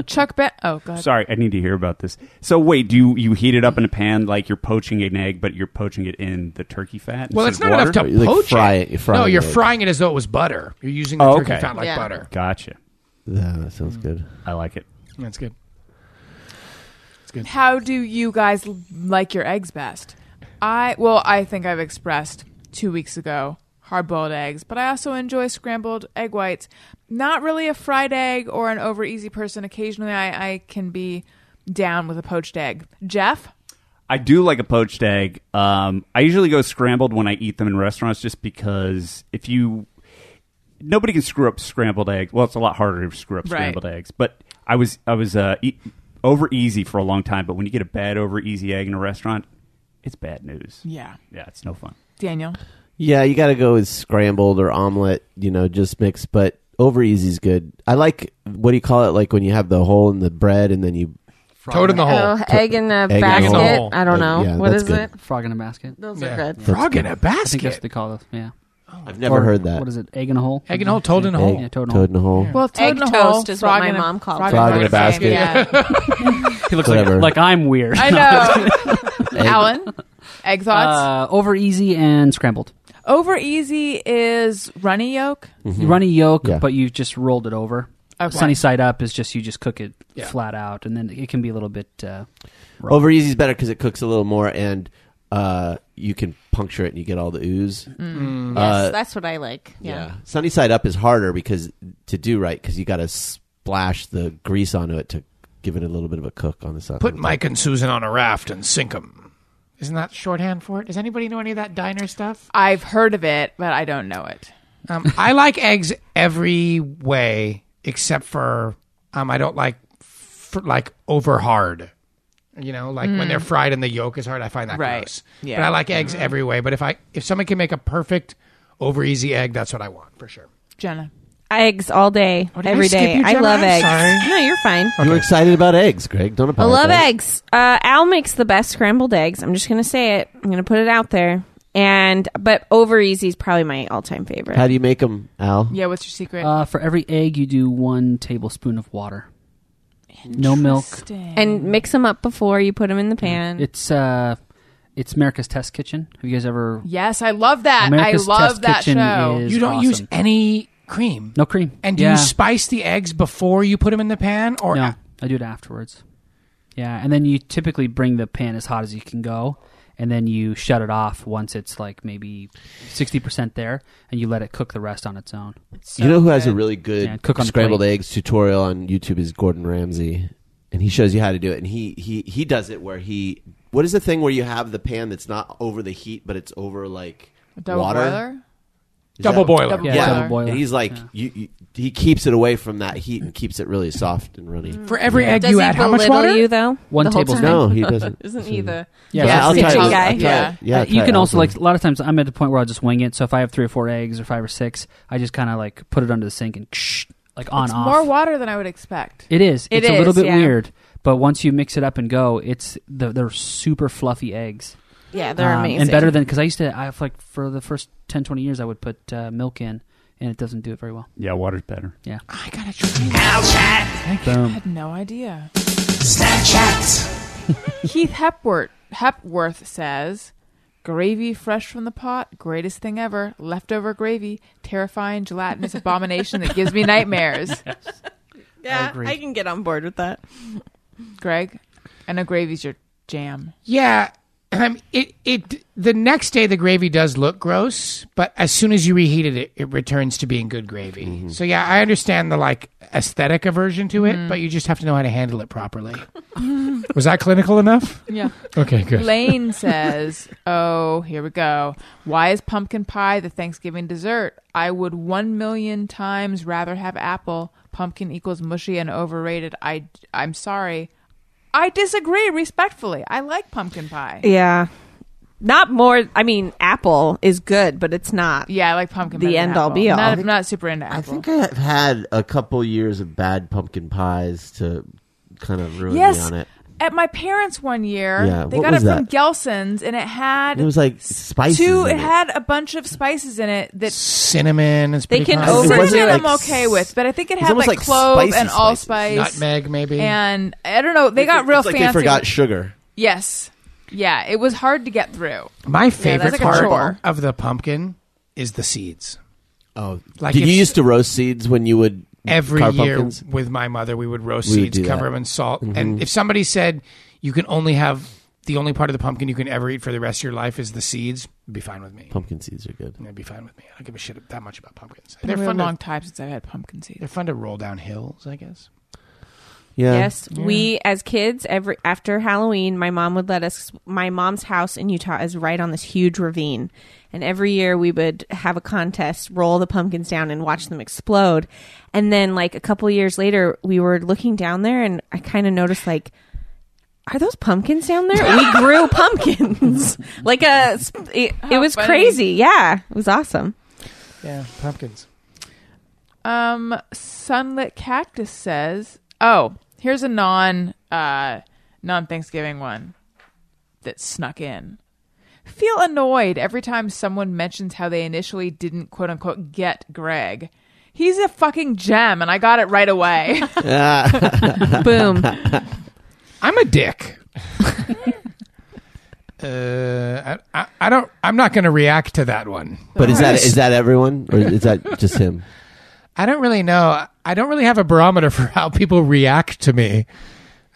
Speaker 3: Chuck Ben. Oh, God.
Speaker 5: Sorry, I need to hear about this. So wait, do you, you heat it up in a pan like you're poaching an egg, but you're poaching it in the turkey fat?
Speaker 7: (laughs) Well, it's
Speaker 5: instead
Speaker 7: not
Speaker 5: of
Speaker 7: enough to
Speaker 5: water?
Speaker 1: You, like,
Speaker 7: poach
Speaker 1: fry it-
Speaker 7: it.
Speaker 1: you fry
Speaker 7: no,
Speaker 1: it,
Speaker 7: you're
Speaker 1: like-
Speaker 7: frying it as though it was butter. You're using the
Speaker 5: Oh,
Speaker 7: turkey
Speaker 5: okay.
Speaker 7: fat like
Speaker 3: Yeah.
Speaker 7: butter.
Speaker 5: Gotcha.
Speaker 1: Yeah, that sounds
Speaker 4: Mm.
Speaker 1: good.
Speaker 5: I like it.
Speaker 7: That's good.
Speaker 3: How do you guys l- like your eggs best? I well, I think I've expressed two weeks ago hard-boiled eggs, but I also enjoy scrambled egg whites. Not really a fried egg or an over easy person. Occasionally, I, I can be down with a poached egg. Jeff,
Speaker 5: I do like a poached egg. Um, I usually go scrambled when I eat them in restaurants, just because if you nobody can screw up scrambled eggs. Well, it's a lot harder to screw up
Speaker 3: Right.
Speaker 5: scrambled eggs. But I was I was uh, eat, over easy for a long time. But when you get a bad over easy egg in a restaurant, it's bad news.
Speaker 4: Mm.
Speaker 3: yeah,
Speaker 5: Yeah, it's no fun.
Speaker 3: Daniel,
Speaker 1: Yeah, you got to go with scrambled or omelet, you know, just mix. But over easy's good. I like what do you call it? Like when you have the hole in the bread and then you
Speaker 7: Toad in the hole.
Speaker 4: Oh, egg in a
Speaker 1: Egg in a
Speaker 4: basket.
Speaker 7: hole.
Speaker 4: I don't
Speaker 1: Egg-
Speaker 7: Oh,
Speaker 4: know
Speaker 1: yeah,
Speaker 4: what
Speaker 1: that's
Speaker 4: is
Speaker 1: good.
Speaker 4: it.
Speaker 6: Frog in a basket.
Speaker 4: Those
Speaker 7: Yeah.
Speaker 4: are good.
Speaker 7: Frog in a
Speaker 6: I think that's what
Speaker 7: basket.
Speaker 6: they call it. Yeah.
Speaker 1: I've never
Speaker 6: Or-
Speaker 1: heard that.
Speaker 6: What is it? Egg in a hole.
Speaker 7: Egg in a hole, toad in a
Speaker 1: Egg-
Speaker 7: hole.
Speaker 6: Oh, Yeah, toad in a hole.
Speaker 1: Toad in a hole.
Speaker 7: Yeah.
Speaker 3: well, toad
Speaker 4: Egg
Speaker 3: in a hole,
Speaker 4: toast is what
Speaker 3: frog
Speaker 4: my
Speaker 3: in a-
Speaker 4: mom called
Speaker 3: frog
Speaker 4: it.
Speaker 1: Frog
Speaker 3: in a basket. (laughs) Yeah,
Speaker 6: He looks
Speaker 1: Whatever.
Speaker 6: like like I'm weird.
Speaker 3: I know. (laughs) Alan, egg thoughts.
Speaker 6: Uh, over easy and scrambled.
Speaker 3: Over easy is runny yolk.
Speaker 1: Mm-hmm.
Speaker 6: Runny yolk,
Speaker 1: Hmm. Yeah.
Speaker 6: but you just rolled it over.
Speaker 3: Okay.
Speaker 6: Sunny side up is just you just cook it
Speaker 7: Yeah.
Speaker 6: flat out, and then it can be a little bit. Uh,
Speaker 1: Over easy's better because it cooks a little more and uh, you can puncture it and you get all the ooze.
Speaker 4: Mm.
Speaker 7: Mm-hmm.
Speaker 1: Uh,
Speaker 4: Yes, that's what I like. Yeah.
Speaker 1: Sunny side up is harder because to do right because you got to splash the grease onto it to give it a little bit of a cook on the side.
Speaker 7: Put Mike and Susan on a raft and sink them. Isn't that shorthand for it? Does anybody know any of that diner stuff?
Speaker 3: I've heard of it, but I don't know it.
Speaker 7: Um, I like eggs every way except for um, I don't like fr- like over hard. You know, like when they're
Speaker 4: Mm.
Speaker 7: fried and the yolk is hard, I find that
Speaker 3: Right.
Speaker 7: gross.
Speaker 3: Yeah.
Speaker 7: But I like eggs
Speaker 4: Mm-hmm.
Speaker 7: every way. But if I if someone can make a perfect over easy egg, that's what I want for sure.
Speaker 3: Jenna.
Speaker 4: Eggs all day,
Speaker 7: Oh, did I
Speaker 4: every
Speaker 7: skip
Speaker 4: day.
Speaker 7: you,
Speaker 4: I
Speaker 7: Jenna?
Speaker 4: love
Speaker 7: I'm
Speaker 4: eggs.
Speaker 7: sorry.
Speaker 4: No, you're fine.
Speaker 1: You're excited about eggs, Greg. Don't
Speaker 4: I
Speaker 1: apologize.
Speaker 4: love eggs. Uh, Al makes the best scrambled eggs. I'm just gonna say it. I'm gonna put it out there. And but over easy is probably my all time favorite.
Speaker 1: How do you make them, Al?
Speaker 3: Yeah, what's your secret?
Speaker 6: uh, for every egg, you do one tablespoon of water. No milk.
Speaker 4: and mix them up before you put them in the pan.
Speaker 6: It's uh, it's America's Test Kitchen. Have you guys ever?
Speaker 3: yes, I love that.
Speaker 6: America's
Speaker 3: I love
Speaker 6: Test
Speaker 3: that
Speaker 6: Kitchen
Speaker 3: show.
Speaker 6: is
Speaker 7: you don't use
Speaker 6: awesome.
Speaker 7: any cream.
Speaker 6: no cream.
Speaker 7: And do
Speaker 6: yeah.
Speaker 7: you spice the eggs before you put them in the pan or
Speaker 6: No, I do it afterwards. Yeah, and then you typically bring the pan as hot as you can go, and then you shut it off once it's like maybe sixty percent there, and you let it cook the rest on its own.
Speaker 1: you know who has a really good
Speaker 6: Yeah, cook on the
Speaker 1: scrambled
Speaker 6: plate.
Speaker 1: eggs tutorial on YouTube is Gordon Ramsay, and he shows you how to do it. And he he he does it where he What is the thing where you have the pan that's not over the heat, but it's over like
Speaker 3: double
Speaker 1: water?
Speaker 3: boiler.
Speaker 1: Is
Speaker 7: Double
Speaker 1: that-
Speaker 7: boiler.
Speaker 3: Double
Speaker 6: Yeah,
Speaker 3: boiler.
Speaker 6: double boiler.
Speaker 1: And he's like, you, you, he keeps it away from that heat and keeps it really soft and runny.
Speaker 7: For every egg
Speaker 4: Does
Speaker 7: you
Speaker 4: he
Speaker 7: add, how much
Speaker 4: belittle
Speaker 7: water?
Speaker 4: you though?
Speaker 6: One
Speaker 4: the whole
Speaker 6: tablespoon.
Speaker 4: time?
Speaker 1: No,
Speaker 4: (laughs)
Speaker 1: he doesn't.
Speaker 4: Isn't he the?
Speaker 6: Yeah,
Speaker 1: Yeah, I'll
Speaker 4: he's
Speaker 1: try
Speaker 4: a
Speaker 1: it.
Speaker 4: guy.
Speaker 1: I'll try it.
Speaker 4: Yeah.
Speaker 1: Yeah,
Speaker 6: Uh,
Speaker 1: I'll
Speaker 6: you
Speaker 1: try
Speaker 6: can
Speaker 1: it.
Speaker 6: also
Speaker 1: I'll
Speaker 6: like
Speaker 1: try
Speaker 6: a lot of times I'm at the point where I'll just wing it. So if I have three or four eggs or five or six, I just kind of like put it under the sink and like on
Speaker 3: It's
Speaker 6: off.
Speaker 3: more water than I would expect.
Speaker 6: It is.
Speaker 4: It
Speaker 6: it's a little
Speaker 4: is,
Speaker 6: bit
Speaker 4: yeah.
Speaker 6: weird, but once you mix it up and go, it's the, they're super fluffy eggs.
Speaker 4: Yeah, they're
Speaker 6: Um,
Speaker 4: amazing.
Speaker 6: and better than because I used to. I have like for the first 10, 20 years, I would put uh, milk in, and it doesn't do it very well.
Speaker 5: Yeah, water's better.
Speaker 3: I gotta try. I
Speaker 6: Boom.
Speaker 3: had no idea.
Speaker 2: Snapchat.
Speaker 3: (laughs) Keith Hepworth Hepworth says, "Gravy fresh from the pot, greatest thing ever. Leftover gravy, terrifying gelatinous abomination that gives me
Speaker 6: (laughs)
Speaker 3: nightmares."
Speaker 4: Yeah,
Speaker 6: agree.
Speaker 4: I can get on board with that.
Speaker 3: Greg, I know gravy's your jam.
Speaker 7: Yeah. (clears throat) Um, it it the next day the gravy does look gross, but as soon as you reheat it, it, it returns to being good gravy. So yeah, I understand the like aesthetic aversion to
Speaker 3: Mm-hmm.
Speaker 7: it, but you just have to know how to handle it
Speaker 3: (laughs)
Speaker 7: properly. Was I clinical enough?
Speaker 3: Yeah.
Speaker 7: Okay, good.
Speaker 3: Lane says, "Oh, here we go. Why is pumpkin pie the Thanksgiving dessert? I would one million times rather have apple. Pumpkin equals mushy and overrated. I, I'm sorry, I disagree respectfully. I like pumpkin pie.
Speaker 4: Yeah, not more. I mean, apple is good, but it's not.
Speaker 3: Yeah, I like pumpkin.
Speaker 4: The
Speaker 3: better than
Speaker 4: end all
Speaker 3: apple.
Speaker 4: be all.
Speaker 3: Not, I'm not super into apple.
Speaker 1: I think I've had a couple years of bad pumpkin pies to kind of ruin me
Speaker 3: yes.
Speaker 1: on it.
Speaker 3: At my parents one year,
Speaker 1: Yeah,
Speaker 3: they
Speaker 1: what
Speaker 3: got it
Speaker 1: was
Speaker 3: from
Speaker 1: that?
Speaker 3: Gelson's, and it had
Speaker 1: It was like spices.
Speaker 3: two.
Speaker 1: in
Speaker 3: It had a bunch of spices in it that
Speaker 7: Cinnamon is
Speaker 4: They
Speaker 7: pretty
Speaker 4: can
Speaker 7: common.
Speaker 4: over-
Speaker 1: It wasn't
Speaker 3: cinnamon I'm
Speaker 1: like
Speaker 3: okay with, but I think it
Speaker 1: it's
Speaker 3: had
Speaker 1: almost
Speaker 3: like,
Speaker 1: like
Speaker 3: clove
Speaker 1: spicy
Speaker 3: and
Speaker 1: spices.
Speaker 3: allspice.
Speaker 7: nutmeg maybe.
Speaker 3: And I don't know. They got
Speaker 1: It's
Speaker 3: real
Speaker 1: like
Speaker 3: fancy.
Speaker 1: They forgot sugar.
Speaker 3: Yes. Yeah, it was hard to get through.
Speaker 7: My favorite
Speaker 3: like a
Speaker 7: part
Speaker 3: chore.
Speaker 7: of the pumpkin is the seeds.
Speaker 1: Oh,
Speaker 7: Like
Speaker 1: like did you
Speaker 7: it's-
Speaker 1: used to roast seeds when you would
Speaker 7: every
Speaker 1: carve
Speaker 7: year
Speaker 1: pumpkins?
Speaker 7: with my mother we would roast
Speaker 1: We would
Speaker 7: seeds
Speaker 1: do that.
Speaker 7: cover
Speaker 1: Mm-hmm.
Speaker 7: them in salt and if somebody said you can only have the only part of the pumpkin you can ever eat for the rest of your life is the seeds it'd be fine with me
Speaker 1: Pumpkin seeds are good.
Speaker 7: it'd be fine with me i don't give a shit that much about pumpkins
Speaker 3: It's
Speaker 7: they're
Speaker 3: been a
Speaker 7: fun,
Speaker 3: long
Speaker 7: to,
Speaker 3: time since I've had pumpkin seeds.
Speaker 7: they're fun to roll down hills i guess
Speaker 1: Yeah.
Speaker 4: Yes, we as kids every after Halloween, my mom would let us. My mom's house in Utah is right on this huge ravine, and every year we would have a contest, roll the pumpkins down, and watch them explode. And then, like a couple years later, we were looking down there, and I kind of noticed like. Are those pumpkins down there?
Speaker 3: (laughs)
Speaker 4: We grew pumpkins. (laughs) like a, it, it
Speaker 3: How
Speaker 4: was
Speaker 3: funny.
Speaker 4: crazy. Yeah, it was awesome.
Speaker 7: yeah pumpkins
Speaker 3: Um, Sunlit Cactus says, "Oh, here's a non uh, non Thanksgiving one that snuck in. Feel annoyed every time someone mentions how they initially didn't quote unquote get Greg. He's a fucking gem, and I got it right away.
Speaker 4: Boom.
Speaker 7: i'm a (laughs) dick uh, I, I, I don't i'm not going to react to that one
Speaker 1: But is that is that everyone or is that just him? (laughs)
Speaker 7: I don't really know. I don't really have a barometer (laughs) for how people react to me.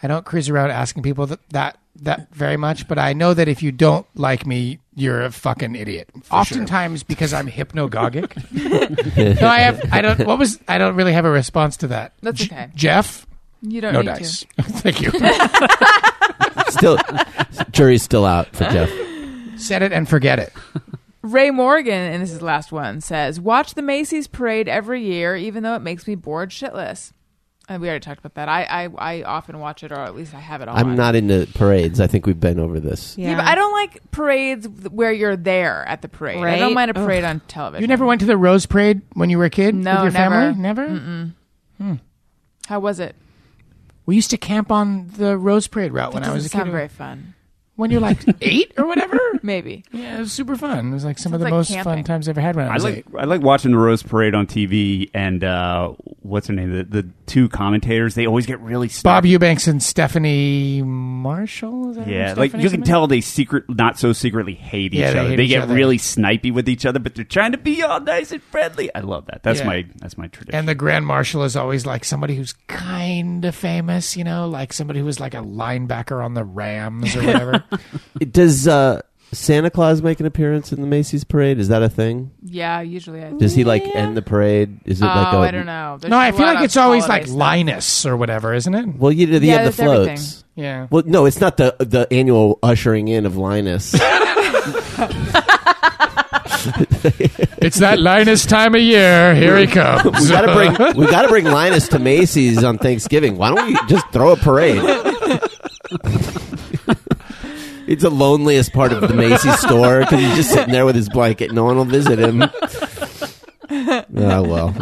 Speaker 7: I don't cruise around asking people that that, that very much, but I know that if you don't like me, you're a fucking idiot. Oftentimes because I'm hypnogogic. (laughs) no, I have. I don't. What was? I don't really have a response to that.
Speaker 3: That's
Speaker 7: J-
Speaker 3: okay.
Speaker 7: Jeff,
Speaker 3: (laughs) You don't
Speaker 7: no
Speaker 3: need
Speaker 7: dice.
Speaker 3: to.
Speaker 7: (laughs) Thank
Speaker 3: (laughs)
Speaker 7: you.
Speaker 1: Still, jury's still out for Jeff.
Speaker 7: Set it and forget it.
Speaker 3: Ray Morgan, and this is the last one, says, "Watch the Macy's parade every year, even though it makes me bored shitless." And we already talked about that. I I, I often watch it, or at least I have it on.
Speaker 1: I'm not into parades. I think we've been over this.
Speaker 3: Yeah. but I don't like parades where you're there at the parade. I don't
Speaker 4: Right?
Speaker 3: mind a parade on television.
Speaker 7: You never went to the Rose Parade when you were a kid
Speaker 3: No,
Speaker 7: with your family.
Speaker 3: never.
Speaker 7: Never.
Speaker 3: How was it?
Speaker 7: We used to camp on the Rose Parade route when I
Speaker 3: Doesn't
Speaker 7: was a
Speaker 3: sound
Speaker 7: kid.
Speaker 3: very fun.
Speaker 7: when
Speaker 3: (laughs)
Speaker 7: you're like eight or whatever.
Speaker 3: Maybe.
Speaker 7: Yeah, it was super fun. It was like some of
Speaker 3: Sounds
Speaker 7: the
Speaker 3: like
Speaker 7: most fun
Speaker 3: camping.
Speaker 7: times I ever had when I
Speaker 5: I
Speaker 7: was
Speaker 5: like
Speaker 7: eight.
Speaker 5: I like watching the Rose Parade on TV, and uh, what's her name? The, the two commentators they always get really
Speaker 7: Bob
Speaker 5: snarky.
Speaker 7: Eubanks and Stephanie Marshall. Is that her
Speaker 5: Yeah,
Speaker 7: name?
Speaker 5: like
Speaker 7: Stephanie
Speaker 5: you can
Speaker 7: something?
Speaker 5: tell they secret, not so secretly hate each
Speaker 7: Yeah, they
Speaker 5: other.
Speaker 7: hate
Speaker 5: They
Speaker 7: each
Speaker 5: get
Speaker 7: other.
Speaker 5: really snipey with each other, but they're trying to be all nice and friendly. I love that. That's
Speaker 7: Yeah.
Speaker 5: my that's my tradition.
Speaker 7: And the Grand Marshal is always like somebody who's kind of famous, you know, like somebody who was like a linebacker on the Rams or
Speaker 3: (laughs)
Speaker 7: whatever.
Speaker 1: Does uh, Santa Claus make an appearance in the Macy's parade? Is that a thing?
Speaker 3: Yeah, usually I.
Speaker 1: Does he like
Speaker 4: Yeah.
Speaker 1: end the parade? Is it
Speaker 3: oh,
Speaker 1: like a,
Speaker 3: I don't know. There's
Speaker 7: no, I
Speaker 3: a
Speaker 7: feel
Speaker 3: lot
Speaker 7: like
Speaker 3: of
Speaker 7: it's always
Speaker 3: holiday
Speaker 7: like
Speaker 3: stuff.
Speaker 7: Linus or whatever, isn't it?
Speaker 1: Well, you, you
Speaker 3: Yeah,
Speaker 1: have the
Speaker 3: that's everything.
Speaker 1: floats.
Speaker 7: Yeah.
Speaker 1: Well, no, it's not the the annual ushering in of Linus.
Speaker 7: It's that Linus time of year.
Speaker 5: (laughs)
Speaker 7: Here he comes.
Speaker 1: we gotta bring we gotta bring Linus to Macy's on Thanksgiving. Why don't we just throw a parade? (laughs) it's the loneliest part of the Macy's store because he's just sitting there with his blanket. No one will visit him. oh well.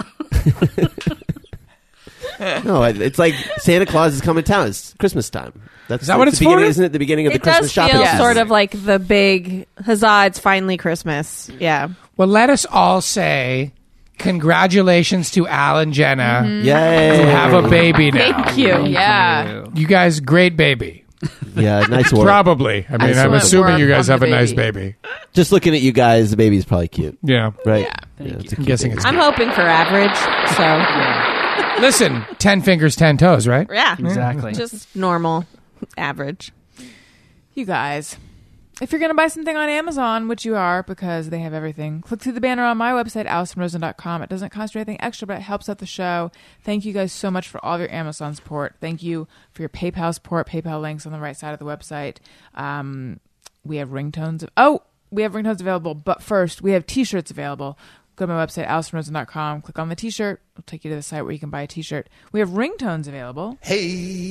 Speaker 1: no, I- it's like Santa Claus is coming to town. It's Christmas time. That's
Speaker 7: Is that
Speaker 1: like
Speaker 7: what
Speaker 1: the
Speaker 7: it's for?
Speaker 1: beginning, Isn't it the beginning of the
Speaker 4: It
Speaker 1: Christmas
Speaker 4: does
Speaker 1: shopping
Speaker 4: feel
Speaker 1: season?
Speaker 4: sort of like the big huzzah! It's finally Christmas. Yeah,
Speaker 7: (laughs) well, let us all say congratulations to Al and Jenna
Speaker 3: Mm-hmm.
Speaker 1: Yay!
Speaker 7: who have a baby now.
Speaker 4: thank you.
Speaker 3: Yeah.
Speaker 7: You guys, great baby.
Speaker 1: Yeah,
Speaker 7: (laughs)
Speaker 1: nice work.
Speaker 7: Probably. I mean,
Speaker 1: Excellent
Speaker 7: I'm assuming
Speaker 3: work
Speaker 7: you guys
Speaker 3: on
Speaker 7: have
Speaker 3: the
Speaker 7: a nice
Speaker 3: baby.
Speaker 7: baby.
Speaker 1: Just looking at you guys, the baby's probably cute,
Speaker 7: Yeah.
Speaker 1: right? Yeah, it's a
Speaker 7: I'm
Speaker 1: cute
Speaker 7: guessing
Speaker 1: baby.
Speaker 7: it's.
Speaker 4: I'm hoping for average. So
Speaker 7: Listen, 10 fingers, 10 toes, right?
Speaker 4: yeah, (laughs)
Speaker 6: Exactly.
Speaker 4: just normal, average.
Speaker 3: You guys, if you're going to buy something on Amazon, which you are because they have everything, click through the banner on my website, AlisonRosen.com. It doesn't cost you anything extra, but it helps out the show. Thank you guys so much for all of your Amazon support. Thank you for your PayPal support. PayPal links on the right side of the website. Um, we have ringtones. Oh, we have ringtones available, but first we have t-shirts available. Go to my website, AlisonRosen.com. Click on the t-shirt. It'll take you to the site where you can buy a t-shirt. We have ringtones available.
Speaker 2: Hey,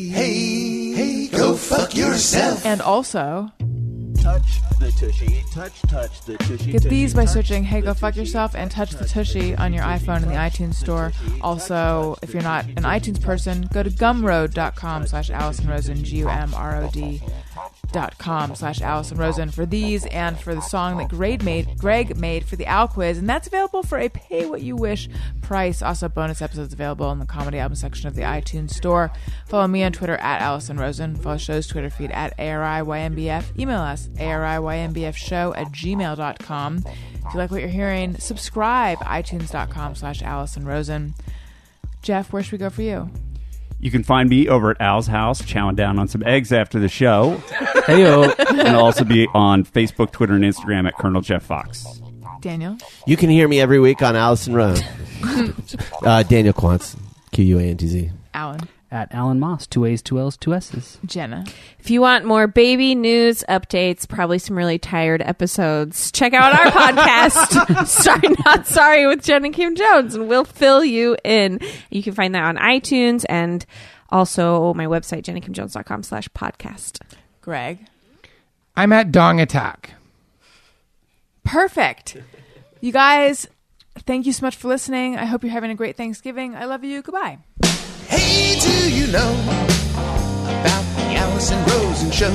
Speaker 2: hey, hey, go fuck yourself.
Speaker 3: And also...
Speaker 9: Touch the tushy, touch, touch the tushy.
Speaker 3: Get these by searching Hey Go Fuck Yourself and Touch the Tushy on your iPhone in the iTunes store. Also, if you're not an iTunes person, go to gumroad.com slash Allison Rosen, G-U-M-R-O-D dot com slash Allison Rosen for these and for the song that Greg made, Greg made for the Owl Quiz. And that's available for a pay what you wish price. Also, bonus episodes available in the comedy album section of the iTunes store. Follow me on Twitter at Allison Rosen. Follow the show's Twitter feed at ARIYMBF. Email us ARIYMBFshow at gmail.com. If you like what you're hearing, subscribe iTunes.com slash Allison Rosen. Jeff, where should we go for you?
Speaker 5: You can find me over at Al's house, chowing down on some eggs after the show,
Speaker 6: Heyo.
Speaker 5: and I'll also be on Facebook, Twitter, and Instagram at Colonel Jeff Fox.
Speaker 3: Daniel?
Speaker 1: You can hear me every week on Allison Roan. uh, Daniel Quantz, Q U A N T Z.
Speaker 3: Alan?
Speaker 6: At Alan Moss, two A's, two L's, two S's.
Speaker 3: Jenna?
Speaker 4: If you want more baby news updates, probably some really tired episodes, check out (laughs) our podcast, Sorry Not Sorry with Jen and Kim Jones, and we'll fill you in. You can find that on iTunes and also my website, jennykimjones.com slash podcast.
Speaker 3: Greg?
Speaker 7: I'm at Dong Attack.
Speaker 3: Perfect. You guys, thank you so much for listening. I hope you're having a great Thanksgiving. I love you. Goodbye.
Speaker 2: Hey, do you know about the Allison Rosen show?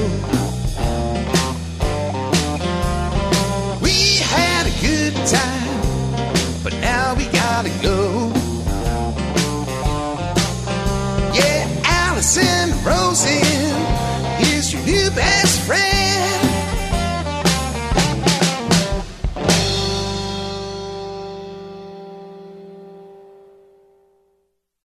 Speaker 2: We had a good time, but now we gotta go. Yeah, Allison Rosen is your new best friend.